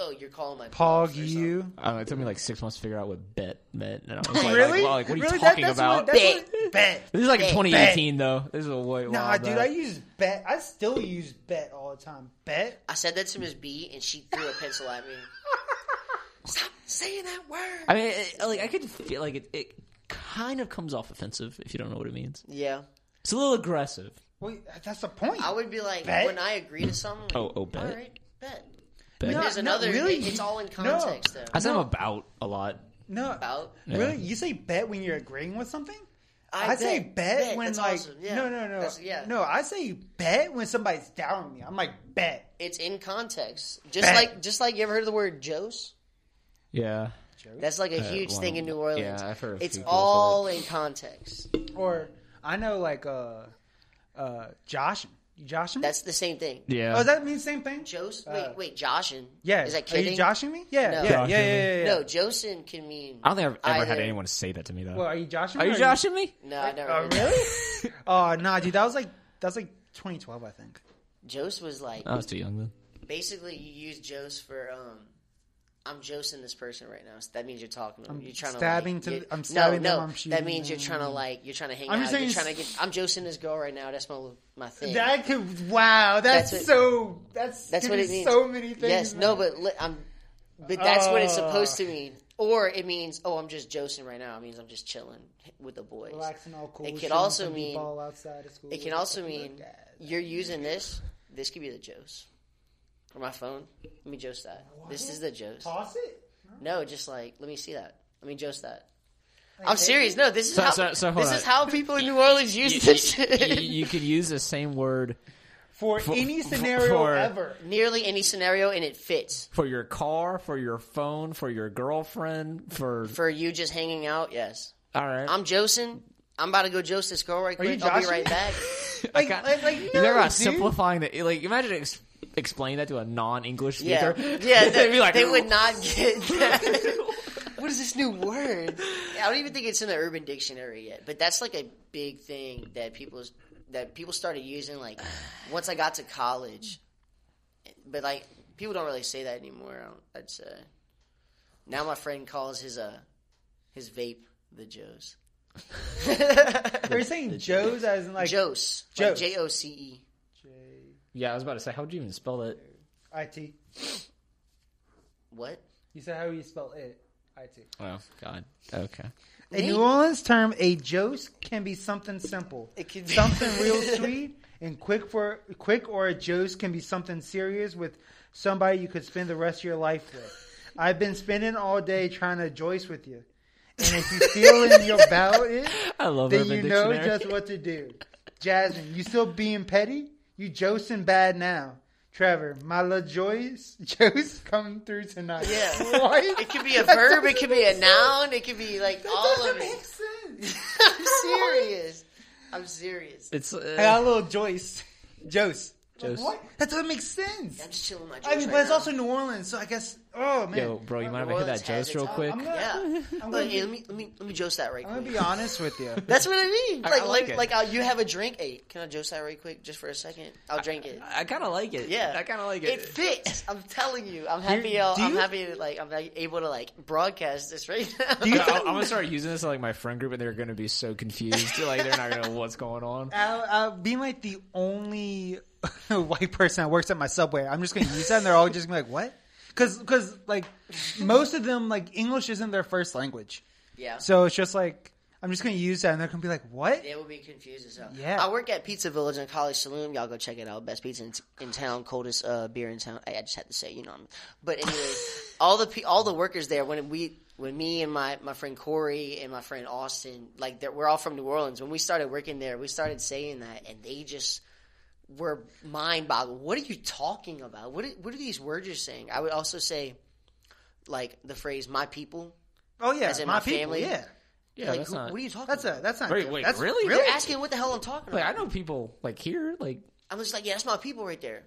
Speaker 1: oh, you're calling my bluff
Speaker 2: Pog
Speaker 1: or
Speaker 2: you.
Speaker 3: I don't know, it took me like six months to figure out what bet meant, and I was like, like,
Speaker 2: Really?
Speaker 3: well, like, what are you
Speaker 2: Really? That-
Speaker 3: talking
Speaker 2: that's
Speaker 3: about?
Speaker 2: what- that's
Speaker 1: something.
Speaker 2: what-
Speaker 1: Bet, bet.
Speaker 3: this is like
Speaker 1: bet.
Speaker 3: 2018 though. This is a way.
Speaker 2: Nah,
Speaker 3: wild
Speaker 2: dude,
Speaker 3: bet.
Speaker 2: I use bet. I still use bet all the time. Bet.
Speaker 1: I said that to Miss B, and she threw a pencil at
Speaker 2: [laughs]
Speaker 1: me. Stop saying that word.
Speaker 3: I mean, it, like I could feel like it, it kind of comes off offensive if you don't know what it means.
Speaker 1: yeah,
Speaker 3: It's a little aggressive.
Speaker 2: Wait, that's the point.
Speaker 1: I would be like,
Speaker 2: Bet?
Speaker 1: when I agree to something.
Speaker 3: Oh, oh, bet.
Speaker 1: All right, bet.
Speaker 3: Bet.
Speaker 1: But
Speaker 2: No,
Speaker 1: there's
Speaker 2: no,
Speaker 1: another.
Speaker 2: really,
Speaker 1: it- it's
Speaker 2: you-
Speaker 1: all in
Speaker 2: no.
Speaker 1: context, though.
Speaker 3: I say I'm about a lot.
Speaker 2: no,
Speaker 1: About.
Speaker 2: really, you say bet when you're agreeing with something.
Speaker 1: I
Speaker 2: I'd say
Speaker 1: bet,
Speaker 2: bet,
Speaker 1: bet,
Speaker 2: when
Speaker 1: that's
Speaker 2: like
Speaker 1: awesome, yeah.
Speaker 2: no, no, no,
Speaker 1: That's- yeah.
Speaker 2: no. I say bet when somebody's down on me. I'm like bet.
Speaker 1: It's in context. Just
Speaker 2: Bet.
Speaker 1: like, just like you ever heard of the word "jose"?
Speaker 3: Yeah.
Speaker 1: That's like a huge
Speaker 3: one
Speaker 1: thing
Speaker 3: of
Speaker 1: in
Speaker 3: the-
Speaker 1: New Orleans.
Speaker 3: Uh, yeah, I've heard a
Speaker 1: It's
Speaker 3: few people
Speaker 1: all in context.
Speaker 2: Or I know like uh, uh, Josh, Josh.
Speaker 1: That's the same thing.
Speaker 3: Yeah.
Speaker 2: Oh, does that mean same thing?
Speaker 1: Jose,
Speaker 2: Uh,
Speaker 1: wait, wait, Joshin.
Speaker 2: Yeah.
Speaker 1: is that
Speaker 2: Are you
Speaker 1: kidding?
Speaker 2: joshing me? Yeah,
Speaker 1: No.
Speaker 2: yeah,
Speaker 3: Joshing
Speaker 2: yeah, yeah, yeah, yeah.
Speaker 1: No, Josin can mean.
Speaker 3: I don't think I've ever had
Speaker 1: Either.
Speaker 3: anyone say that to me though.
Speaker 2: Well, are you joshing?
Speaker 3: are
Speaker 2: me
Speaker 3: you
Speaker 2: or
Speaker 3: joshing me?
Speaker 1: No, I never.
Speaker 2: Oh,
Speaker 1: heard that.
Speaker 2: really? [laughs] oh, nah, dude. That was like that was like 2012, I think.
Speaker 1: Jose was like
Speaker 3: I was too young then.
Speaker 1: basically you use Jose for um. I'm Josing this person right now. So that means you're talking to them. You're trying
Speaker 2: stabbing
Speaker 1: to.
Speaker 2: to
Speaker 1: Like,
Speaker 2: the-
Speaker 1: get-
Speaker 2: I'm stabbing
Speaker 1: no,
Speaker 2: them,
Speaker 1: No,
Speaker 2: I'm
Speaker 1: that
Speaker 2: shooting
Speaker 1: means you're
Speaker 2: them.
Speaker 1: trying to like. You're trying to hang
Speaker 2: I'm
Speaker 1: out.
Speaker 2: just
Speaker 1: You're
Speaker 2: saying
Speaker 1: trying to get. I'm Josing this girl right now. That's my my thing.
Speaker 2: That could wow. That's,
Speaker 1: That's what-
Speaker 2: so. That's
Speaker 1: That's
Speaker 2: could
Speaker 1: what
Speaker 2: be
Speaker 1: it means.
Speaker 2: So many things.
Speaker 1: Yes, no, but li- I'm. But that's what it's
Speaker 2: Ah.
Speaker 1: supposed to mean. Or it means, oh, I'm just josing right now. It means I'm just chilling with the boys.
Speaker 2: relaxing all cool.
Speaker 1: It could
Speaker 2: shooting
Speaker 1: also
Speaker 2: some
Speaker 1: mean-
Speaker 2: ball outside of school.
Speaker 1: It can also mean you're using this. This could be the jose. Or my phone. Let me jose that. This is the jose.
Speaker 2: toss it.
Speaker 1: No, just like let me see that. Let me jose that. I'm serious. No, this is how
Speaker 3: so- so hold
Speaker 1: this
Speaker 3: on.
Speaker 1: is how people in New Orleans use [laughs] this shit.
Speaker 3: you, you could use the same word
Speaker 2: For, any scenario
Speaker 3: for-
Speaker 2: ever.
Speaker 1: [laughs] Nearly any scenario, and it fits
Speaker 3: for your car, for your phone, for your girlfriend, for
Speaker 1: for you just hanging out. Yes,
Speaker 3: All right.
Speaker 1: I'm Josin. I'm about to go Jose this girl right
Speaker 2: Are you
Speaker 1: quick. I'll be
Speaker 2: Josin?
Speaker 1: right back.
Speaker 2: [laughs]
Speaker 3: I
Speaker 2: Like,
Speaker 3: got-
Speaker 2: like, like,
Speaker 3: you never
Speaker 2: no,
Speaker 3: about
Speaker 2: dude.
Speaker 3: simplifying that. Like, imagine ex- explain that to a non-English
Speaker 1: Yeah,
Speaker 3: speaker.
Speaker 1: yeah.
Speaker 3: [laughs] They'd be like,
Speaker 1: they would not get that. what is this new word? I don't even think it's in the Urban Dictionary yet. But that's like a big thing that people that people started using. Like once I got to college, but like people don't really say that anymore. I don't- I'd say now my friend calls his uh his vape the Joes.
Speaker 2: [laughs] Are you
Speaker 3: [laughs]
Speaker 2: saying Joe's as in like
Speaker 1: Jose, like
Speaker 2: Joes.
Speaker 1: J O C E.
Speaker 3: Yeah, I was about to say, how would you even spell it?
Speaker 2: it?
Speaker 1: What?
Speaker 2: You said how you spell it. It.
Speaker 3: Oh God. Okay.
Speaker 2: A New Orleans term, a jose, can be something simple,
Speaker 1: It could be
Speaker 2: something real sweet and quick for quick, or a jose can be something serious with somebody you could spend the rest of your life with. I've been spending all day trying to joyce with you, and if you feel in your about it,
Speaker 3: I love
Speaker 2: then
Speaker 3: Urban
Speaker 2: you know
Speaker 3: Dictionary. [laughs]
Speaker 2: just what to do. Jasmine, you still being petty? You josing bad now. Trevor, my little Joyce, [laughs] Joyce coming through tonight.
Speaker 1: Yeah.
Speaker 2: What?
Speaker 1: [laughs] It could be a
Speaker 2: That
Speaker 1: verb. It
Speaker 2: doesn't-
Speaker 1: could be a noun. It could be like
Speaker 2: That
Speaker 1: all of
Speaker 2: doesn't
Speaker 1: it.
Speaker 2: make sense.
Speaker 1: I'm serious. I'm serious.
Speaker 3: It's uh,
Speaker 2: I got a little Joyce. Joyce.
Speaker 3: Joyce.
Speaker 2: What? That doesn't make
Speaker 1: I'm
Speaker 2: sense.
Speaker 1: just chilling my.
Speaker 2: I mean, but it's also New Orleans, so I guess. Oh man.
Speaker 3: yo, bro. You might have hit that
Speaker 1: Orleans
Speaker 3: joke
Speaker 1: has
Speaker 3: real
Speaker 1: its
Speaker 3: quick.
Speaker 2: I'm gonna,
Speaker 1: yeah.
Speaker 2: I'm gonna
Speaker 1: Look,
Speaker 2: be,
Speaker 1: yeah, let me let me let me jost that right
Speaker 2: I'm gonna
Speaker 1: quick.
Speaker 2: be honest with you. [laughs]
Speaker 1: That's what I mean.
Speaker 3: I- I
Speaker 1: Like
Speaker 3: like
Speaker 1: like
Speaker 3: it.
Speaker 1: like, uh, you have a drink. Hey, can I jost that right quick, just for a second? I'll drink it.
Speaker 3: I kind of like it.
Speaker 1: Yeah,
Speaker 3: I kind of like
Speaker 1: It
Speaker 3: it.
Speaker 1: fits. I'm telling you. I'm happy. uh,
Speaker 2: do
Speaker 1: I'm
Speaker 2: you-
Speaker 1: happy. that, Like I'm like, able to like broadcast this right now.
Speaker 2: Do you
Speaker 3: I- [laughs] I'm
Speaker 2: think-
Speaker 3: gonna start using this in like my friend group, and they're gonna be so confused. like they're not gonna know what's going on.
Speaker 2: I, I, being like the only [laughs] white person that works at my subway, I'm just going to use that, and they're all just going to be like, "What?" Because like most of them like English isn't their first language,
Speaker 1: [laughs] yeah.
Speaker 2: so it's just like I'm just going to use that, and they're going to be like, "What?"
Speaker 1: They will be confused as hell.
Speaker 2: Yeah.
Speaker 1: I work at Pizza Village in College Saloon. Y'all go check it out. Best pizza in, in town, coldest uh, beer in town. I, I just had to say, you know. What I mean. But
Speaker 2: [laughs]
Speaker 1: anyway, all the pe- all the workers there when we when me and my my friend Corey and my friend Austin like they're- we're all from New Orleans. When we started working there, we started saying that, and they just were mind boggled. What are you talking about? What are, what are these words you're saying? I would also say, like the phrase "my people."
Speaker 2: Oh yeah,
Speaker 1: As in
Speaker 2: my,
Speaker 1: my
Speaker 2: people.
Speaker 1: family?
Speaker 2: Yeah,
Speaker 3: Yeah,
Speaker 1: like,
Speaker 3: that's
Speaker 1: who-
Speaker 3: not.
Speaker 1: what are you talking?
Speaker 2: that's
Speaker 1: about?
Speaker 2: a that's not.
Speaker 3: Wait, wait,
Speaker 2: that's,
Speaker 3: really?
Speaker 1: They're asking what the hell I'm talking
Speaker 3: Like
Speaker 1: about.
Speaker 3: I know people like here, like
Speaker 1: I was like, yeah, that's my people right there.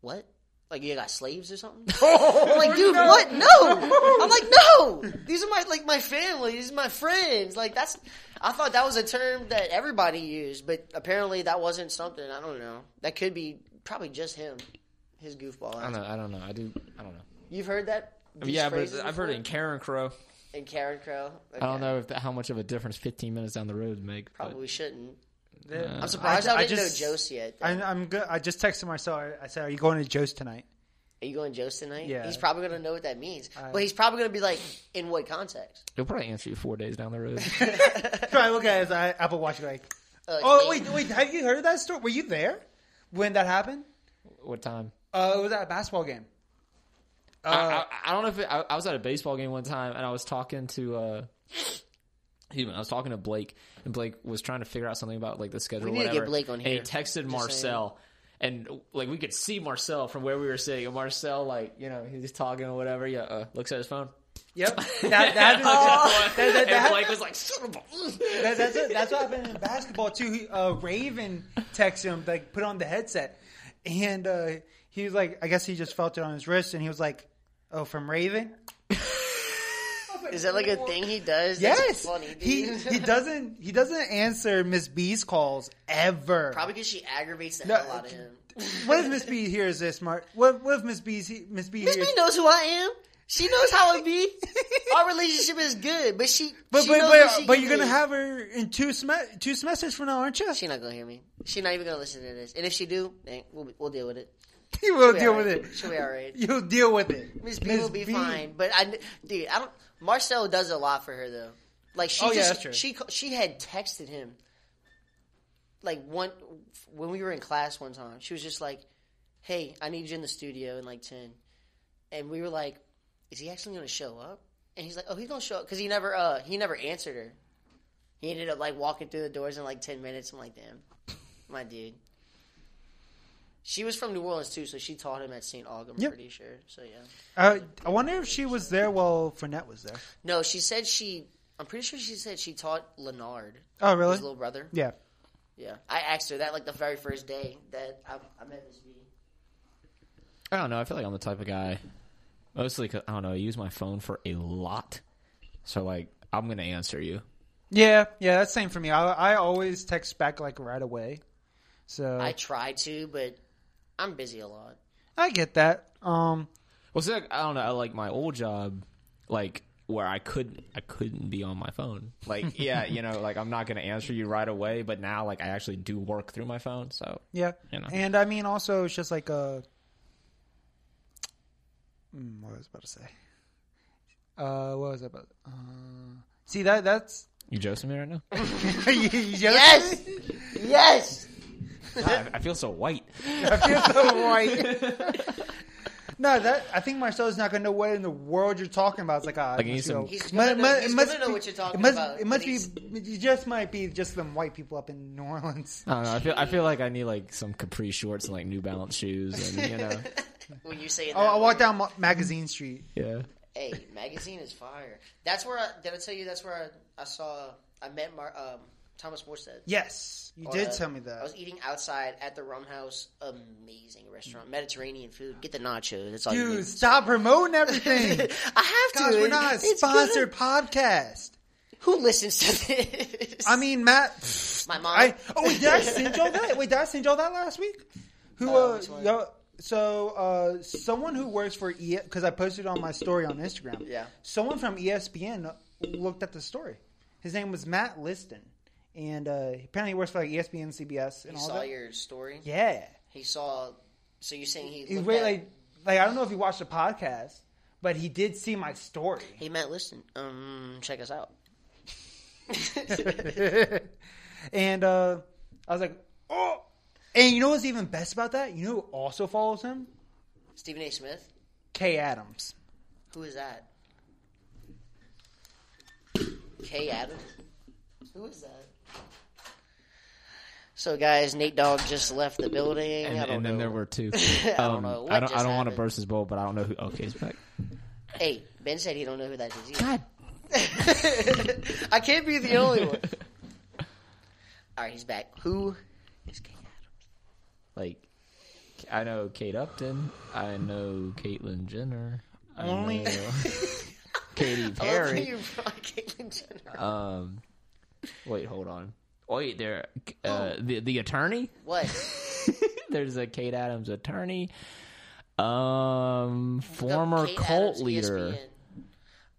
Speaker 1: What? Like you got slaves or something? I'm like, dude, what? No. I'm like, no. These are my like my family. These are my friends. Like that's. I thought that was a term that everybody used, but apparently that wasn't something. I don't know. That could be probably just him, his goofball.
Speaker 3: I
Speaker 1: Ass.
Speaker 3: don't know. I don't know. I do. I don't know.
Speaker 1: You've heard that? these
Speaker 3: yeah, but
Speaker 1: phrases
Speaker 3: I've heard it in
Speaker 1: before?
Speaker 3: Karen Crow.
Speaker 1: in Karen Crow.
Speaker 3: I don't
Speaker 1: Okay.
Speaker 3: know if that, how much of a difference 15 minutes down the road make. but-
Speaker 1: Probably shouldn't.
Speaker 2: They're-
Speaker 1: I'm surprised I,
Speaker 2: I
Speaker 1: didn't
Speaker 2: just-
Speaker 1: know Jose yet.
Speaker 2: I, I'm good. I just texted myself. I- I said, "Are you going to Joe's [laughs] tonight?"
Speaker 1: Are you going Joe's tonight?
Speaker 2: Yeah.
Speaker 1: He's probably gonna know what that means,
Speaker 2: I-
Speaker 1: but he's probably gonna be like, in what context?
Speaker 3: He'll probably answer you four days down
Speaker 1: [laughs]
Speaker 3: the road.
Speaker 2: Try look at his eye- Apple Watch. Like,
Speaker 1: Uh,
Speaker 2: oh
Speaker 1: me.
Speaker 2: wait, wait, have you heard of that story? Were you there when that happened?
Speaker 3: what time?
Speaker 2: Uh, it was at a basketball game. Uh,
Speaker 3: I, I, I don't know if it, I, I was at a baseball game one time and I was talking to. Uh, excuse me, I was talking to Blake and Blake was trying to figure out something about like the
Speaker 1: We
Speaker 3: schedule. or
Speaker 1: need to get
Speaker 3: whatever,
Speaker 1: Blake on here.
Speaker 3: And he texted
Speaker 1: Just
Speaker 3: Marcel. And like we could see Marcel from where we were sitting, and Marcel like you know he's talking or whatever. Yeah, uh, looks at his phone. [laughs]
Speaker 2: Yep. That, that, Oh. that, that, that,
Speaker 3: and Blake was like, "Son of a-"
Speaker 2: that- that's, what- that's what happened in basketball, too. He, uh, Raven texted him, like, put on the headset. And uh, he was like, I guess he just felt it on his wrist, and he was like, oh, from
Speaker 3: [laughs]
Speaker 2: Raven?
Speaker 1: Is that like a thing he does? That's
Speaker 2: Yes.
Speaker 1: funny. Dude.
Speaker 2: He
Speaker 1: [laughs]
Speaker 2: he doesn't he doesn't answer Miss B's calls ever.
Speaker 1: probably because she aggravates the
Speaker 2: No,
Speaker 1: hell out of him. [laughs]
Speaker 2: What if Miss B hears this, Mark? What, what if Miss B's he- Miss B
Speaker 1: Miss
Speaker 2: hears?
Speaker 1: B knows who I am. She knows how it be. [laughs] Our relationship is good, but she.
Speaker 2: but
Speaker 1: she
Speaker 2: but
Speaker 1: knows
Speaker 2: but,
Speaker 1: what she
Speaker 2: but
Speaker 1: can
Speaker 2: you're gonna
Speaker 1: do.
Speaker 2: have her in two sem- two semesters from now, aren't you?
Speaker 1: She not gonna hear me. She not even gonna listen to this. And if she do, then we'll be- we'll deal with it.
Speaker 2: [laughs] You will
Speaker 1: We'll
Speaker 2: deal with it.
Speaker 1: She'll be all right.
Speaker 2: [laughs] You'll deal with it.
Speaker 1: Miss B will be fine. But I, dude, I don't. Marcel does a lot for her though. Like she
Speaker 2: Oh, yeah,
Speaker 1: just
Speaker 2: that's true.
Speaker 1: she ca- she had texted him. Like one when we were in class one time, she was just like, "Hey, I need you in the studio in like 10. and we were like, "Is he actually going to show up?" And he's like, "Oh, he's going to show up because he never uh he never answered her. He ended up like walking through the doors in like ten minutes. I'm like, damn, my dude. She was from New Orleans too, so she taught him at St. Aug. I'm
Speaker 2: Yep.
Speaker 1: pretty sure. So yeah.
Speaker 2: Uh, I wonder if she was there while Fournette was there.
Speaker 1: No, she said she I'm pretty sure she said she taught Leonard,
Speaker 2: Oh, really?
Speaker 1: his little brother.
Speaker 2: Yeah.
Speaker 1: Yeah, I asked her that like the very first day that I, I met Miss V.
Speaker 3: I don't know. I feel like I'm the type of guy, mostly 'cause- I don't know. I use my phone for a lot, so like I'm gonna answer you.
Speaker 2: Yeah, yeah, that's same for me. I, I always text back like right away. So
Speaker 1: I
Speaker 2: I,
Speaker 1: try to, but I'm busy a lot.
Speaker 2: get that. Um
Speaker 3: Well, see, like, I don't know. I like my old job, like where I couldn't, I couldn't be on my phone.
Speaker 2: [laughs]
Speaker 3: Like, yeah, you know, like I'm not gonna answer you right away. But now, like, I actually do work through my phone, so
Speaker 2: yeah.
Speaker 3: You know.
Speaker 2: And I mean also it's just like a mm, what was I about to say? Uh what was I about uh, See that that's [laughs]
Speaker 3: you joking me right now?
Speaker 1: Yes, yes.
Speaker 3: I, I feel so white.
Speaker 2: I feel
Speaker 1: [laughs]
Speaker 2: so white. no, that I think Marcel's not gonna know what in the world you're talking about. It's like, ah,
Speaker 3: Like, he
Speaker 2: must
Speaker 3: needs
Speaker 2: be-
Speaker 3: some-
Speaker 1: He's
Speaker 2: mu-
Speaker 1: gonna
Speaker 2: mu-
Speaker 1: know-
Speaker 2: it
Speaker 1: he's
Speaker 2: must
Speaker 1: gonna know
Speaker 2: be-
Speaker 1: what you're talking
Speaker 2: it must,
Speaker 1: about,
Speaker 2: It
Speaker 1: but
Speaker 2: must
Speaker 1: he's-
Speaker 2: be. It just might be just them white people up in
Speaker 1: [laughs]
Speaker 2: New Orleans.
Speaker 3: I don't know. I feel, I feel like I need like some Capri shorts and like New Balance shoes, and you
Speaker 2: [laughs]
Speaker 3: know,
Speaker 1: When you say that,
Speaker 2: Oh, I walked down Ma- Magazine Street.
Speaker 3: yeah.
Speaker 1: Hey, magazine is fire. That's where I did I tell you? That's where I, I saw I met Mar, um, Thomas Morstead.
Speaker 2: Yes, you
Speaker 1: on
Speaker 2: did
Speaker 1: a-
Speaker 2: tell me
Speaker 1: Oh, I
Speaker 2: that.
Speaker 1: was eating outside at the Rum House. Amazing restaurant, Mediterranean food. Get the nachos. That's all you
Speaker 2: Dude,
Speaker 1: need.
Speaker 2: stop promoting everything.
Speaker 1: [laughs] I have
Speaker 2: Gosh,
Speaker 1: to.
Speaker 2: we're not a
Speaker 1: It's good.
Speaker 2: sponsored podcast.
Speaker 1: Who listens to this?
Speaker 2: I mean, Matt.
Speaker 1: my mom.
Speaker 2: I oh wait, did I send y'all that? Wait, did I send y'all that last week? Who
Speaker 1: Uh,
Speaker 2: uh,
Speaker 1: which one?
Speaker 2: y'all, so uh, someone who works for E because I posted it on my story on Instagram.
Speaker 1: Yeah.
Speaker 2: someone from E ESPN looked at the story. His name was Matt Liston, and uh, apparently he works for like E ESPN, CBS, and
Speaker 1: he
Speaker 2: all
Speaker 1: saw
Speaker 2: that.
Speaker 1: your story.
Speaker 2: yeah,
Speaker 1: He saw. So you're saying he?
Speaker 2: he
Speaker 1: looked
Speaker 2: really,
Speaker 1: at-
Speaker 2: like like I don't know if he watched the podcast, but he did see my story.
Speaker 1: Hey Matt, listen. Um, check us
Speaker 2: [laughs]
Speaker 1: out.
Speaker 2: [laughs] and uh, I was like, oh. And you know what's even best about that? You know who also follows him?
Speaker 1: Stephen A. Smith.
Speaker 2: Kay Adams.
Speaker 1: Who is that? Kay Adams. Who is that? So guys, Nate Dogg just left the building.
Speaker 3: And,
Speaker 1: I don't
Speaker 3: and
Speaker 1: know.
Speaker 3: then there
Speaker 1: [laughs]
Speaker 3: were two.
Speaker 1: I don't
Speaker 3: Um,
Speaker 1: know. What
Speaker 3: I don't.
Speaker 1: just
Speaker 3: I don't want to
Speaker 1: happened?
Speaker 3: burst his bubble, but I don't know who. oh, Okay, he's back.
Speaker 1: Hey, Ben said he don't know who that is. Either.
Speaker 3: God
Speaker 1: [laughs] I can't be the only one. All right, he's back. Who is Kay Adams?
Speaker 3: Like, I know Kate Upton. I know Caitlyn Jenner. I
Speaker 2: Only-
Speaker 1: [laughs]
Speaker 3: know Katy
Speaker 1: I love
Speaker 3: Perry.
Speaker 1: you brought Caitlyn Jenner.
Speaker 3: Um, wait, hold on. Wait, there.
Speaker 1: Oh.
Speaker 3: Uh, the the attorney.
Speaker 1: [laughs]
Speaker 3: [laughs]
Speaker 1: What?
Speaker 3: There's a Kate Adams attorney. Um, former
Speaker 1: Kay
Speaker 3: cult
Speaker 1: Adams, E
Speaker 3: leader,
Speaker 1: ESPN.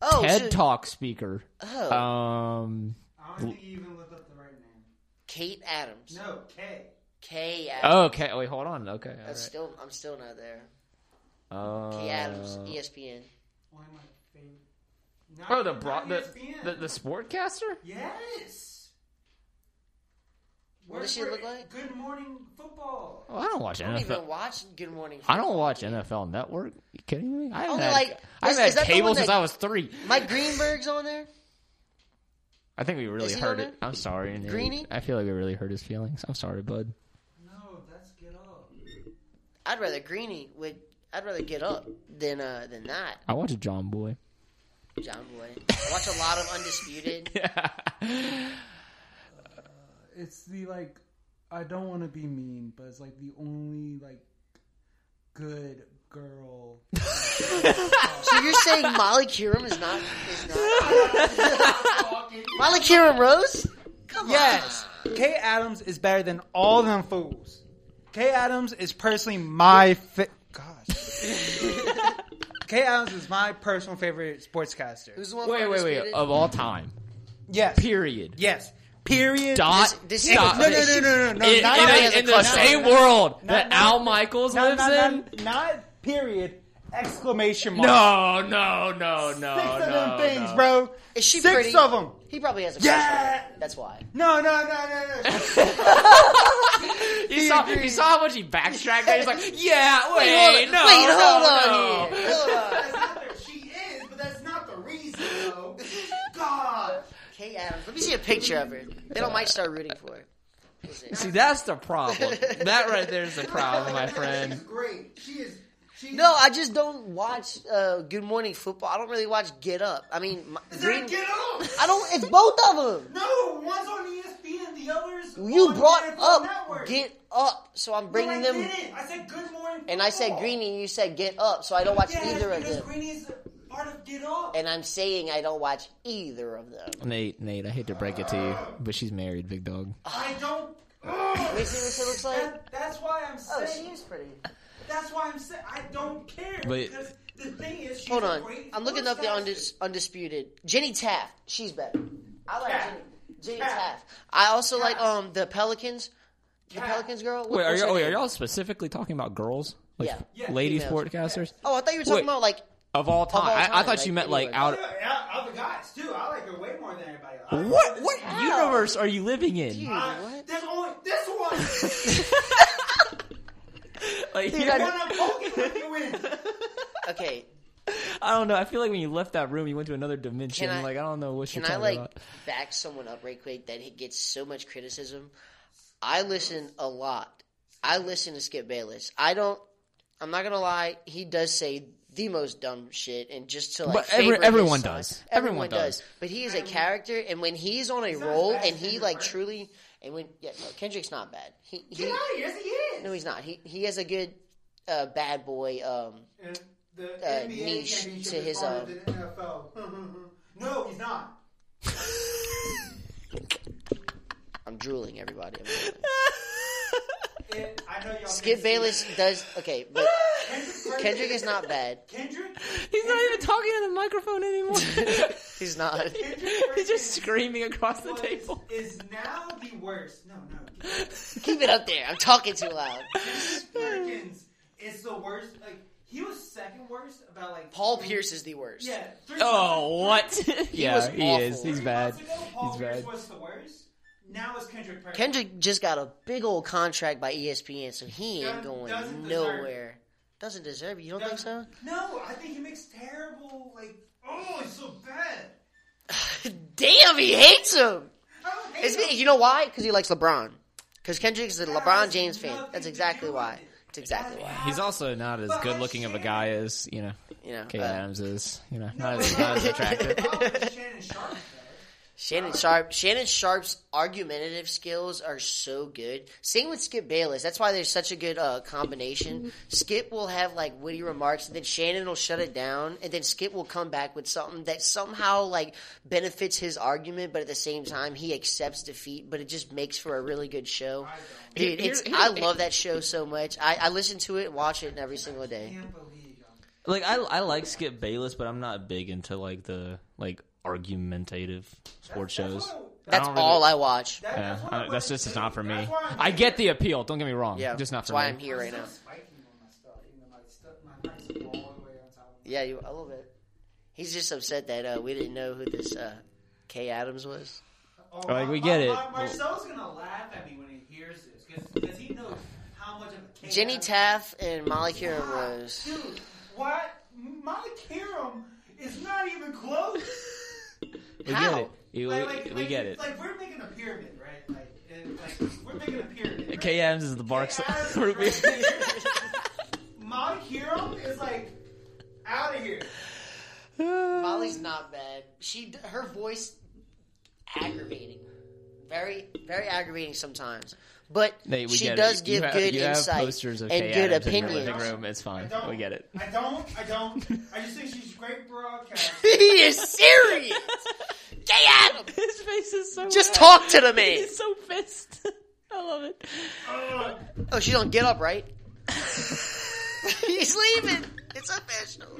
Speaker 1: Oh,
Speaker 3: TED
Speaker 1: so-
Speaker 3: Talk speaker.
Speaker 1: Oh,
Speaker 3: Um,
Speaker 2: I don't think you even looked up the right name.
Speaker 1: Kate Adams.
Speaker 2: No, K.
Speaker 1: Kay Adams.
Speaker 3: okay. Wait, hold on. Okay, all
Speaker 1: That's
Speaker 3: Oh. right.
Speaker 1: still, I'm still not there. Kay Adams, E
Speaker 3: Uh,
Speaker 1: ESPN.
Speaker 2: One of my favorite.
Speaker 3: oh, the broad,
Speaker 2: E
Speaker 3: the, the the sportcaster.
Speaker 2: yes.
Speaker 1: What does she look like?
Speaker 2: Good morning football.
Speaker 3: Oh, I don't watch
Speaker 1: I don't
Speaker 3: NFL.
Speaker 1: even watch Good Morning.
Speaker 3: I don't watch NFL Network. You kidding me? I haven't
Speaker 1: Only,
Speaker 3: had,
Speaker 1: like,
Speaker 3: I
Speaker 1: is-
Speaker 3: haven't
Speaker 1: is
Speaker 3: had
Speaker 1: that the
Speaker 3: cable
Speaker 1: one
Speaker 3: since
Speaker 1: that-
Speaker 3: I was three.
Speaker 1: Mike Greenberg's on there.
Speaker 3: I think we really
Speaker 1: he
Speaker 3: hurt
Speaker 1: on
Speaker 3: it. I'm sorry, Nate.
Speaker 1: Greeny?
Speaker 3: I feel like we really hurt his feelings. I'm sorry, bud.
Speaker 2: No, that's get up.
Speaker 1: I'd rather Greeny would. I'd rather get up than uh than not.
Speaker 3: I watch John Boy.
Speaker 1: John Boy. I watch a lot of Undisputed.
Speaker 3: [laughs]
Speaker 2: It's the like. I don't want to be mean, but it's like the only like good girl.
Speaker 1: So you're saying Molly Kiram is not is not Molly Kiram Rose? Come
Speaker 2: Yes, Kay Adams is better than all them fools. Kay Adams is personally my fa- gosh.
Speaker 3: [laughs]
Speaker 2: Kay Adams is my personal favorite
Speaker 1: on.
Speaker 2: sportscaster.
Speaker 1: Who's the one?
Speaker 3: Wait,
Speaker 1: from
Speaker 3: wait, wait.
Speaker 1: Undisputed?
Speaker 3: Of all time.
Speaker 2: Yes,
Speaker 3: Period.
Speaker 2: yes. Period.
Speaker 3: Dot.
Speaker 1: This- this-
Speaker 3: stop.
Speaker 2: No, no, no, no, no, no.
Speaker 3: In,
Speaker 2: not
Speaker 3: in-
Speaker 1: only as a
Speaker 3: in the
Speaker 1: clutch
Speaker 3: same
Speaker 2: player.
Speaker 3: world that
Speaker 2: not-
Speaker 3: Al Michaels
Speaker 2: not,
Speaker 3: lives
Speaker 2: not,
Speaker 3: in.
Speaker 2: not, not period. Exclamation mark.
Speaker 3: No, no, no, no,
Speaker 2: Six of
Speaker 3: no,
Speaker 2: them things,
Speaker 3: no.
Speaker 2: bro.
Speaker 1: Is she
Speaker 2: Six
Speaker 1: pretty?
Speaker 2: of them.
Speaker 1: He probably has a crush
Speaker 2: Yeah.
Speaker 1: on her. That's why.
Speaker 2: No, no, no, no, no.
Speaker 3: You saw, you saw how much he backtracked. there?
Speaker 1: [laughs]
Speaker 3: He's like, yeah, wait,
Speaker 1: hold on.
Speaker 3: no,
Speaker 1: wait, hold
Speaker 3: no,
Speaker 1: on
Speaker 3: no.
Speaker 1: here. Hold on.
Speaker 2: That's not the- she is, but that's not the reason,
Speaker 3: [laughs]
Speaker 2: though. God.
Speaker 1: Kay Adams. Let me see a picture of her. Then I might start rooting for her. Who is it? [laughs]
Speaker 2: [laughs]
Speaker 3: See, that's the problem. That right there is the problem, my friend.
Speaker 2: great. She is. She
Speaker 1: No, I just don't watch uh, Good Morning Football. I don't really watch Get Up. I mean, my, Green,
Speaker 6: Get on!
Speaker 1: I don't. It's both of them.
Speaker 6: No, one's on E ESPN and the others.
Speaker 1: You
Speaker 6: on
Speaker 1: brought
Speaker 6: NFL
Speaker 1: up
Speaker 6: Network.
Speaker 1: Get Up, so I'm
Speaker 6: No, I
Speaker 1: bringing them.
Speaker 6: didn't. I said Good Morning.
Speaker 1: And I said
Speaker 6: Football.
Speaker 1: Greeny, and you said Get Up, so I don't watch
Speaker 6: Yeah,
Speaker 1: either of
Speaker 6: because
Speaker 1: them.
Speaker 6: Greeny is part of Get Up.
Speaker 1: And I'm saying I don't watch either of them.
Speaker 3: Nate, Nate, I hate to break it to you, but she's married, big dog.
Speaker 6: I
Speaker 1: [gasps]
Speaker 6: don't.
Speaker 1: Let me see what she looks like.
Speaker 6: That, that's why I'm
Speaker 1: Oh,
Speaker 6: saying.
Speaker 1: she's pretty.
Speaker 6: That's why I'm saying I don't care.
Speaker 3: But-
Speaker 6: because the thing is, she's
Speaker 1: Hold
Speaker 6: a
Speaker 1: on,
Speaker 6: great
Speaker 1: I'm looking up the
Speaker 6: sports
Speaker 1: undis- undisputed Jenny Taft. She's better. I like
Speaker 6: Taft.
Speaker 1: Jenny. Jenny
Speaker 6: Taft.
Speaker 1: Taft. I also like
Speaker 6: Taft.
Speaker 1: um the Pelicans. The
Speaker 6: Taft.
Speaker 1: Pelicans girl. What-
Speaker 3: Wait, are,
Speaker 1: what's
Speaker 3: you,
Speaker 1: her
Speaker 3: oh, are
Speaker 1: name?
Speaker 3: y'all specifically talking about girls? Like
Speaker 1: Yeah.
Speaker 6: Yeah,
Speaker 3: ladies
Speaker 1: females.
Speaker 3: sportcasters?
Speaker 1: Oh, I thought you were talking
Speaker 3: Wait.
Speaker 1: about like.
Speaker 3: Of all time.
Speaker 1: all
Speaker 3: I, I
Speaker 1: time,
Speaker 3: thought
Speaker 1: like,
Speaker 3: you meant like
Speaker 1: anyway.
Speaker 3: out.
Speaker 6: guys. Yeah, yeah, other guys too. I like her way more than anybody else. I-
Speaker 3: What what
Speaker 1: How?
Speaker 3: universe are you living in?
Speaker 1: Dude,
Speaker 6: I-
Speaker 1: what?
Speaker 6: There's only this one.
Speaker 1: [laughs]
Speaker 3: Like,
Speaker 1: Dude,
Speaker 3: you- [laughs]
Speaker 1: I-
Speaker 6: one I'm poking with you in.
Speaker 1: Okay,
Speaker 3: I don't know. I feel like when you left that room, you went to another dimension.
Speaker 1: Can I-
Speaker 3: like I don't know what
Speaker 1: can
Speaker 3: you're
Speaker 1: I
Speaker 3: talking
Speaker 1: like
Speaker 3: about.
Speaker 1: back someone up right quick that he gets so much criticism? I listen a lot. I listen to Skip Bayless. I don't. I'm not gonna lie. He does say the most dumb shit, and just to like,
Speaker 3: But every-
Speaker 1: favor his
Speaker 3: everyone
Speaker 1: side.
Speaker 3: does.
Speaker 1: Everyone,
Speaker 3: Everyone
Speaker 1: does.
Speaker 3: does.
Speaker 1: But he is a character, and when he's on a roll,
Speaker 6: bad
Speaker 1: and
Speaker 6: as
Speaker 1: he
Speaker 6: Kendrick,
Speaker 1: like
Speaker 6: right?
Speaker 1: truly, and when yeah, no, Kendrick's not bad. He, he
Speaker 6: Get out of here. Yes, he is.
Speaker 1: no, he's not. He he has a good uh, bad boy. Um,
Speaker 6: And the
Speaker 1: uh,
Speaker 6: NBA
Speaker 1: niche
Speaker 6: championship
Speaker 1: to
Speaker 6: is
Speaker 1: his,
Speaker 6: harder
Speaker 1: um,
Speaker 6: than NFL. [laughs] no, he's not.
Speaker 1: I'm drooling, [laughs] everybody. I'm drooling.
Speaker 6: And I know y'all.
Speaker 1: Skip Bayless does okay, but [laughs] Kendrick is not bad.
Speaker 6: Kendrick.
Speaker 3: He's not even talking to the microphone anymore. [laughs]
Speaker 1: He's not. [laughs]
Speaker 6: Kendrick
Speaker 3: He's just
Speaker 6: freaking
Speaker 3: screaming across the
Speaker 6: was-
Speaker 3: table.
Speaker 6: Is now the worst. No, no.
Speaker 1: Keep it up there. I'm talking too loud. [laughs]
Speaker 6: Perkins is the worst. Like he was second worst about like
Speaker 1: Paul Pierce is the worst.
Speaker 6: Yeah. Three
Speaker 3: Oh,
Speaker 6: months-
Speaker 3: what?
Speaker 1: was
Speaker 3: yeah, [laughs] he
Speaker 1: awful.
Speaker 3: is. He's
Speaker 6: three
Speaker 3: bad.
Speaker 6: months ago, Paul
Speaker 3: He's
Speaker 6: Pierce
Speaker 3: bad.
Speaker 6: was the worst. Now it's Kendrick Perkins.
Speaker 1: Kendrick just got a big old contract by E ESPN, so he ain't
Speaker 6: Doesn't-
Speaker 1: going
Speaker 6: doesn't deserve
Speaker 1: nowhere. Doesn't deserve it. You don't think so?
Speaker 6: No, I think he makes terrible. Like, oh, it's so bad.
Speaker 1: [laughs] Damn, he hates him.
Speaker 6: I don't hate
Speaker 1: It's,
Speaker 6: him.
Speaker 1: you know why? Because he likes LeBron. Because Kendrick's a
Speaker 6: That
Speaker 1: LeBron
Speaker 6: has
Speaker 1: James fan.
Speaker 6: nothing
Speaker 1: That's
Speaker 6: to
Speaker 1: exactly
Speaker 6: do with
Speaker 1: why.
Speaker 6: it.
Speaker 1: It's exactly why.
Speaker 3: He's also not as
Speaker 6: But I
Speaker 3: good looking of a guy as you know
Speaker 1: You know,
Speaker 3: Kate
Speaker 1: uh,
Speaker 3: Adams is. You know,
Speaker 6: No,
Speaker 3: not as,
Speaker 6: but
Speaker 3: not [laughs] as
Speaker 6: that's
Speaker 3: attractive.
Speaker 6: the problem with Shannon Sharp, though.
Speaker 1: Shannon Sharp. Shannon Sharp's argumentative skills are so good. Same with Skip Bayless. That's why there's such a good uh, combination. Skip will have like witty remarks, and then Shannon will shut it down, and then Skip will come back with something that somehow like benefits his argument, but at the same time he accepts defeat. But it just makes for a really good show, dude. It's I love that show so much. I, I listen to it, and watch it every single day.
Speaker 6: Can't believe y'all.
Speaker 4: Like I, I like Skip Bayless, but I'm not big into like the like argumentative sports shows.
Speaker 1: That's all I watch.
Speaker 6: That-
Speaker 3: Yeah,
Speaker 6: what
Speaker 3: I-
Speaker 6: I'm
Speaker 3: that's
Speaker 6: gonna
Speaker 3: just it's
Speaker 6: do.
Speaker 3: not for me.
Speaker 6: That's why I'm
Speaker 3: I
Speaker 6: here.
Speaker 3: get the appeal. Don't get me wrong.
Speaker 1: Yeah,
Speaker 3: just not
Speaker 1: that's
Speaker 3: for
Speaker 1: why
Speaker 3: me.
Speaker 1: I'm here right
Speaker 6: I'm
Speaker 1: now.
Speaker 6: spiking on my stuff, even though my stuff- my mic's all the way on top of me.
Speaker 1: Yeah, you a little bit. He's just upset that uh, we didn't know who this uh, Kay Adams was.
Speaker 6: Oh,
Speaker 3: Like,
Speaker 6: my-
Speaker 3: we get
Speaker 6: my-
Speaker 3: it.
Speaker 6: my- Marcel's gonna laugh at me when he hears this because he knows how much of a king
Speaker 1: Jenny
Speaker 6: I am.
Speaker 1: Taff and Molly Kieran
Speaker 6: Ah,
Speaker 1: Rose.
Speaker 6: Dude, what? Molly Karam is not even close.
Speaker 3: We
Speaker 1: How?
Speaker 3: get it. You- we,
Speaker 6: Like, like,
Speaker 3: we
Speaker 6: like,
Speaker 3: get it.
Speaker 6: Like we're making a pyramid, right? Like, and, like we're making a pyramid. right?
Speaker 3: Kay Adams is the bark. [laughs]
Speaker 6: Adams
Speaker 3: we're-
Speaker 6: is right here. My hero is like out of here.
Speaker 1: Molly's not bad. She her voice aggravating, very very aggravating sometimes. But
Speaker 3: Nate, we
Speaker 1: she
Speaker 3: get it.
Speaker 1: does
Speaker 3: You
Speaker 1: give
Speaker 3: have-
Speaker 1: good
Speaker 3: you have
Speaker 1: insight
Speaker 3: posters of
Speaker 1: and
Speaker 3: Kay
Speaker 1: good
Speaker 3: Adams in your
Speaker 1: opinions.
Speaker 3: living room. It's fine.
Speaker 6: Don't-
Speaker 3: We get it.
Speaker 6: I don't. I don't. I just think she's a great broadcaster.
Speaker 1: [laughs]
Speaker 3: [laughs]
Speaker 1: he is serious. Kay Adams,
Speaker 3: His face is so.
Speaker 1: just talk to the man.
Speaker 3: He's so pissed. [laughs] I love it.
Speaker 6: Ugh.
Speaker 1: Oh, she don't get up right. He's leaving. It's official.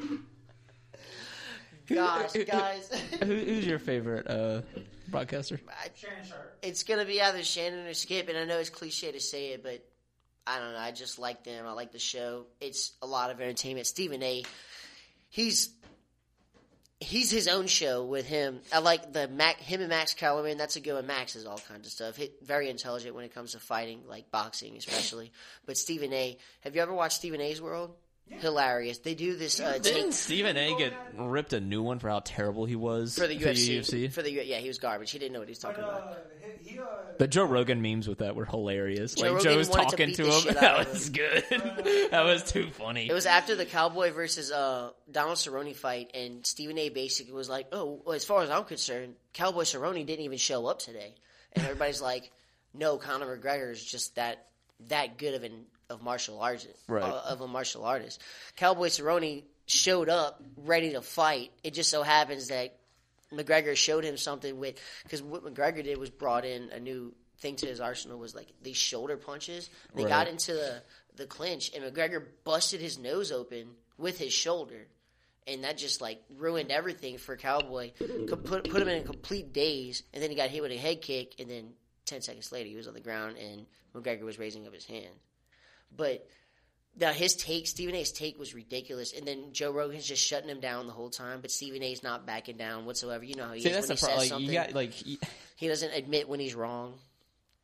Speaker 1: Gosh, guys.
Speaker 3: Who, who's your favorite uh, broadcaster?
Speaker 6: Shannon Sharp.
Speaker 1: it's gonna be either Shannon or Skip, and I know it's cliche to say it, but I don't know. I just like them. I like the show. It's a lot of entertainment. Stephen A. He's he's his own show with him. I like the Mac, him and Max Kellerman. That's a good one. Max is all kinds of stuff. He, very intelligent when it comes to fighting, like boxing especially. but Stephen A. Have you ever watched Stephen A.'s World? Hilarious. They do this uh, take
Speaker 3: Didn't Stephen A. get ripped a new one for how terrible he was
Speaker 1: for the
Speaker 3: to
Speaker 1: UFC. For the U- yeah, he was garbage. He didn't know what he was
Speaker 6: But
Speaker 1: talking about.
Speaker 6: uh, he, he uh,
Speaker 3: The Joe Rogan memes with that were hilarious.
Speaker 1: Joe
Speaker 3: like
Speaker 1: Rogan
Speaker 3: Joe's
Speaker 1: wanted to
Speaker 3: talking
Speaker 1: beat
Speaker 3: to,
Speaker 1: the
Speaker 3: him.
Speaker 1: shit out
Speaker 3: [laughs] That
Speaker 1: of
Speaker 3: was good. [laughs] that was too funny.
Speaker 1: It was after the Cowboy versus uh, Donald Cerrone fight, and Stephen A. basically was like, "Oh, well, as far as I'm concerned, Cowboy Cerrone didn't even show up today," and everybody's [laughs] like, "No, Conor McGregor is just that that good of an of martial arts
Speaker 3: Right.
Speaker 1: uh, of a martial artist." Cowboy Cerrone showed up ready to fight. It just so happens that McGregor showed him something with because what McGregor did was brought in a new thing to his arsenal was like these shoulder punches. They got into the the clinch and McGregor busted his nose open with his shoulder, and that just like ruined everything for Cowboy. Co- Put put him in a complete daze, and then he got hit with a head kick, and then ten seconds later he was on the ground and McGregor was raising up his hand, but. Now his take, Stephen A's take was ridiculous, and then Joe Rogan's just shutting him down the whole time. But Stephen A's not backing down whatsoever. You know how he
Speaker 3: See,
Speaker 1: is
Speaker 3: that's
Speaker 1: when
Speaker 3: the
Speaker 1: he says
Speaker 3: problem. Like,
Speaker 1: something.
Speaker 3: you got like, y-
Speaker 1: He doesn't admit when he's wrong.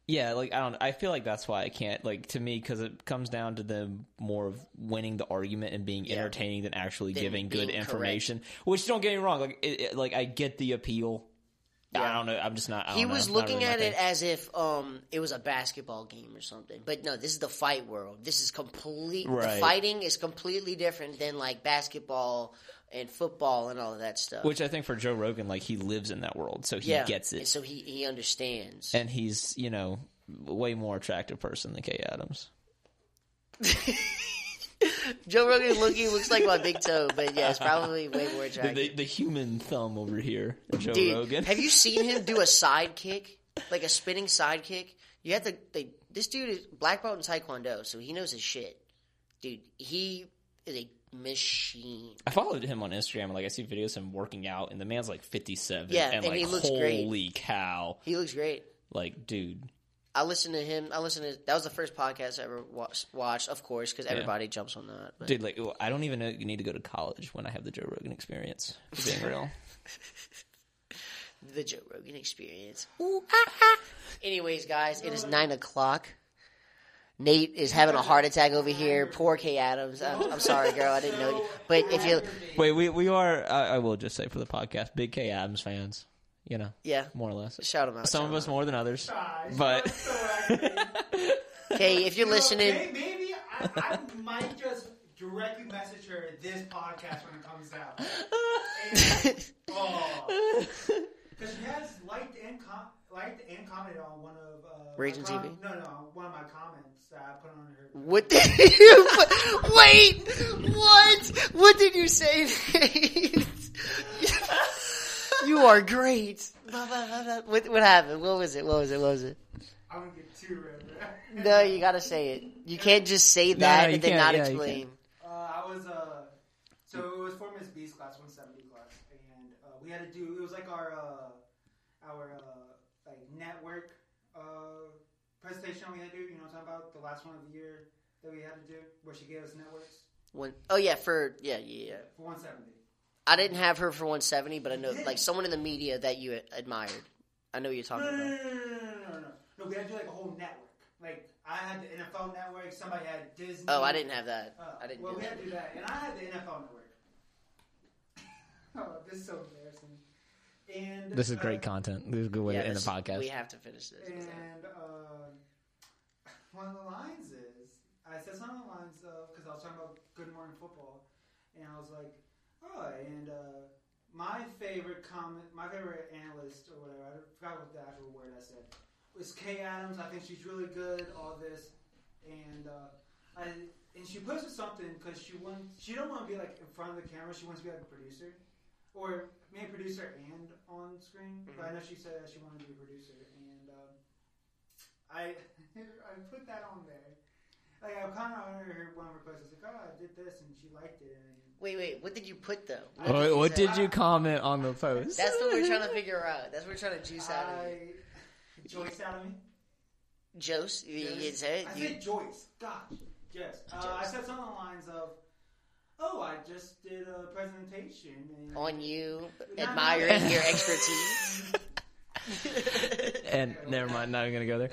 Speaker 3: yeah, like I don't. I feel like that's why I can't. Like to me, because it comes down to them more of winning the argument and being entertaining than actually
Speaker 1: Than
Speaker 3: giving
Speaker 1: being
Speaker 3: good
Speaker 1: correct.
Speaker 3: information. Which don't get me wrong. Like, it, it- like I get the appeal. I
Speaker 1: Yeah.
Speaker 3: don't know. I'm just not. I
Speaker 1: He
Speaker 3: don't know.
Speaker 1: was
Speaker 3: Not
Speaker 1: looking
Speaker 3: really my
Speaker 1: at
Speaker 3: thing.
Speaker 1: it as if um, it was a basketball game or something. But no, this is the fight world. This is complete.
Speaker 3: Right.
Speaker 1: The fighting is completely different than like basketball and football and all of that stuff.
Speaker 3: Which I think for Joe Rogan, like he lives in that world, so he
Speaker 1: yeah,
Speaker 3: gets
Speaker 1: And
Speaker 3: it,
Speaker 1: so he he understands.
Speaker 3: and he's you know a way more attractive person than Kay Adams.
Speaker 1: Joe Rogan looking looks like my big toe, but yeah, it's probably way more attractive.
Speaker 3: [laughs] The, the human thumb over here, Joe
Speaker 1: Dude,
Speaker 3: Rogan. [laughs]
Speaker 1: have you seen him do a side kick, like a spinning side kick? You have to. They, this dude is black belt in taekwondo, so he knows his shit. Dude, he is a machine.
Speaker 3: I followed him on Instagram, and like I see videos of him working out, and the man's like 57.
Speaker 1: Yeah,
Speaker 3: and,
Speaker 1: and
Speaker 3: like
Speaker 1: he looks
Speaker 3: holy
Speaker 1: great.
Speaker 3: cow,
Speaker 1: He looks great.
Speaker 3: like dude,
Speaker 1: I listened to him. I listened to that was the first podcast I ever watched. Watched, of course, because everybody jumps on that. But
Speaker 3: dude, like I don't even know you need to go to college when I have the Joe Rogan experience. for
Speaker 1: [laughs]
Speaker 3: Being real,
Speaker 1: the Joe Rogan Experience. Ooh, Anyways, guys, it is nine o'clock. Nate is having a heart attack over here. Poor Kay Adams. I'm, I'm sorry, girl. I didn't know you. But if you,
Speaker 3: wait, we we are. I, I will just say for the podcast, big K Adams fans, you know,
Speaker 1: yeah,
Speaker 3: more or less.
Speaker 1: shout him out.
Speaker 3: Some
Speaker 1: shout
Speaker 3: of
Speaker 1: him
Speaker 3: us more than others, but. [laughs]
Speaker 1: Hey, if you're listening,
Speaker 2: Okay, maybe I, I might just directly message her this podcast when it comes out.
Speaker 3: [laughs]
Speaker 2: Because
Speaker 6: Oh.
Speaker 2: she has liked and com- liked and commented on one of uh, my
Speaker 1: Raging
Speaker 2: com-
Speaker 1: TV?
Speaker 2: No, no, one of my comments that I put on her.
Speaker 1: [laughs] what did you put- wait? What? What did you say? Nate? [laughs] you are great. Blah, blah, blah, blah. What, what happened? What was it? What was it? What was it?
Speaker 2: I'm gonna get too red.
Speaker 1: No, you gotta say it. You can't just say that
Speaker 3: you
Speaker 1: and then
Speaker 3: can't.
Speaker 1: not
Speaker 3: Yeah, you
Speaker 1: explain.
Speaker 2: Uh, I was uh, so it was for Miss B's class, 170 class, and uh, we had to do. It was like our uh, our uh, like network uh, presentation we had to do. You know what I'm talking about? The last one of the year that we had to do, where she gave us networks
Speaker 1: When, oh yeah, for yeah, yeah. yeah.
Speaker 2: for 170.
Speaker 1: I didn't have her for 170, but I know like someone in the media that you admired. I know what you're talking
Speaker 2: No, no, no,
Speaker 1: about.
Speaker 2: no, no, no, no. We had to do like a whole network. Like I had the NFL network. Somebody had Disney.
Speaker 1: Oh, I didn't have that.
Speaker 2: Uh,
Speaker 1: I didn't.
Speaker 2: Well,
Speaker 1: do
Speaker 2: we
Speaker 1: that.
Speaker 2: had to do that, and I had the NFL network. [laughs] oh, this is so embarrassing. And
Speaker 3: This is
Speaker 2: uh,
Speaker 3: great content. This is a good way
Speaker 1: Yeah,
Speaker 3: to end the
Speaker 1: this-
Speaker 3: podcast.
Speaker 1: We have to finish this.
Speaker 2: And um one of the lines is, I said something on the lines of, because I was talking about Good Morning Football, and I was like, oh, and uh, my favorite comment, my favorite analyst or whatever, I forgot what the actual word I said, was Kay Adams. I think she's really good. All this, and uh, I, and she posted something because she wants, she don't want to be like in front of the camera. She wants to be like a producer. Or maybe producer and on screen, but I know she said that she wanted to be a producer, and um, I [laughs] I put that on there. Like I kind of on her one of her posts. I was like, oh, I did this, and she liked it. And
Speaker 1: Wait, wait. What did you put though?
Speaker 3: What, what
Speaker 1: say?
Speaker 3: did you comment on the post?
Speaker 1: That's what we're [laughs] trying to figure out. That's what we're trying to juice out of you.
Speaker 2: I [laughs] Joyce out of me.
Speaker 1: Jost, you, you didn't say it.
Speaker 2: I
Speaker 1: You-
Speaker 2: said Joyce. Gosh, yes. Uh, I
Speaker 1: Joyce.
Speaker 2: said something along the lines of, "Oh, I just did a presentation." And
Speaker 1: on
Speaker 2: [laughs]
Speaker 1: you, admiring [laughs] your expertise.
Speaker 3: and never mind, not even gonna go there.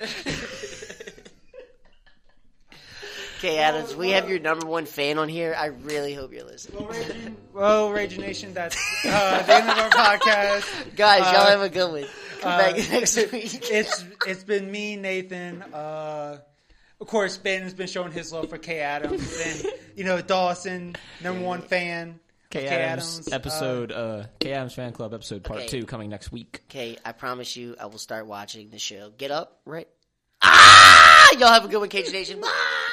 Speaker 1: Okay, Adams, we have your number one fan on here. I really hope you're listening.
Speaker 2: Well, Raging, [laughs]
Speaker 7: Well, Rage Nation, that's uh, the end of our podcast.
Speaker 1: Guys, y'all
Speaker 7: Uh,
Speaker 1: have a good one. Come back [laughs] next week.
Speaker 2: it's it's been me, Nathan. Uh, of course, Ben's been showing his love for K Adams, and you know Dawson, number one fan.
Speaker 3: K.
Speaker 2: K.
Speaker 3: Adams,
Speaker 2: Adams, uh,
Speaker 3: episode, uh, K. Adams Fan Club episode part
Speaker 1: Okay.
Speaker 3: two coming next week.
Speaker 1: Okay, I promise you, I will start watching the show. Get up, right? Ah! Y'all have a good one, Cage Nation. Bye!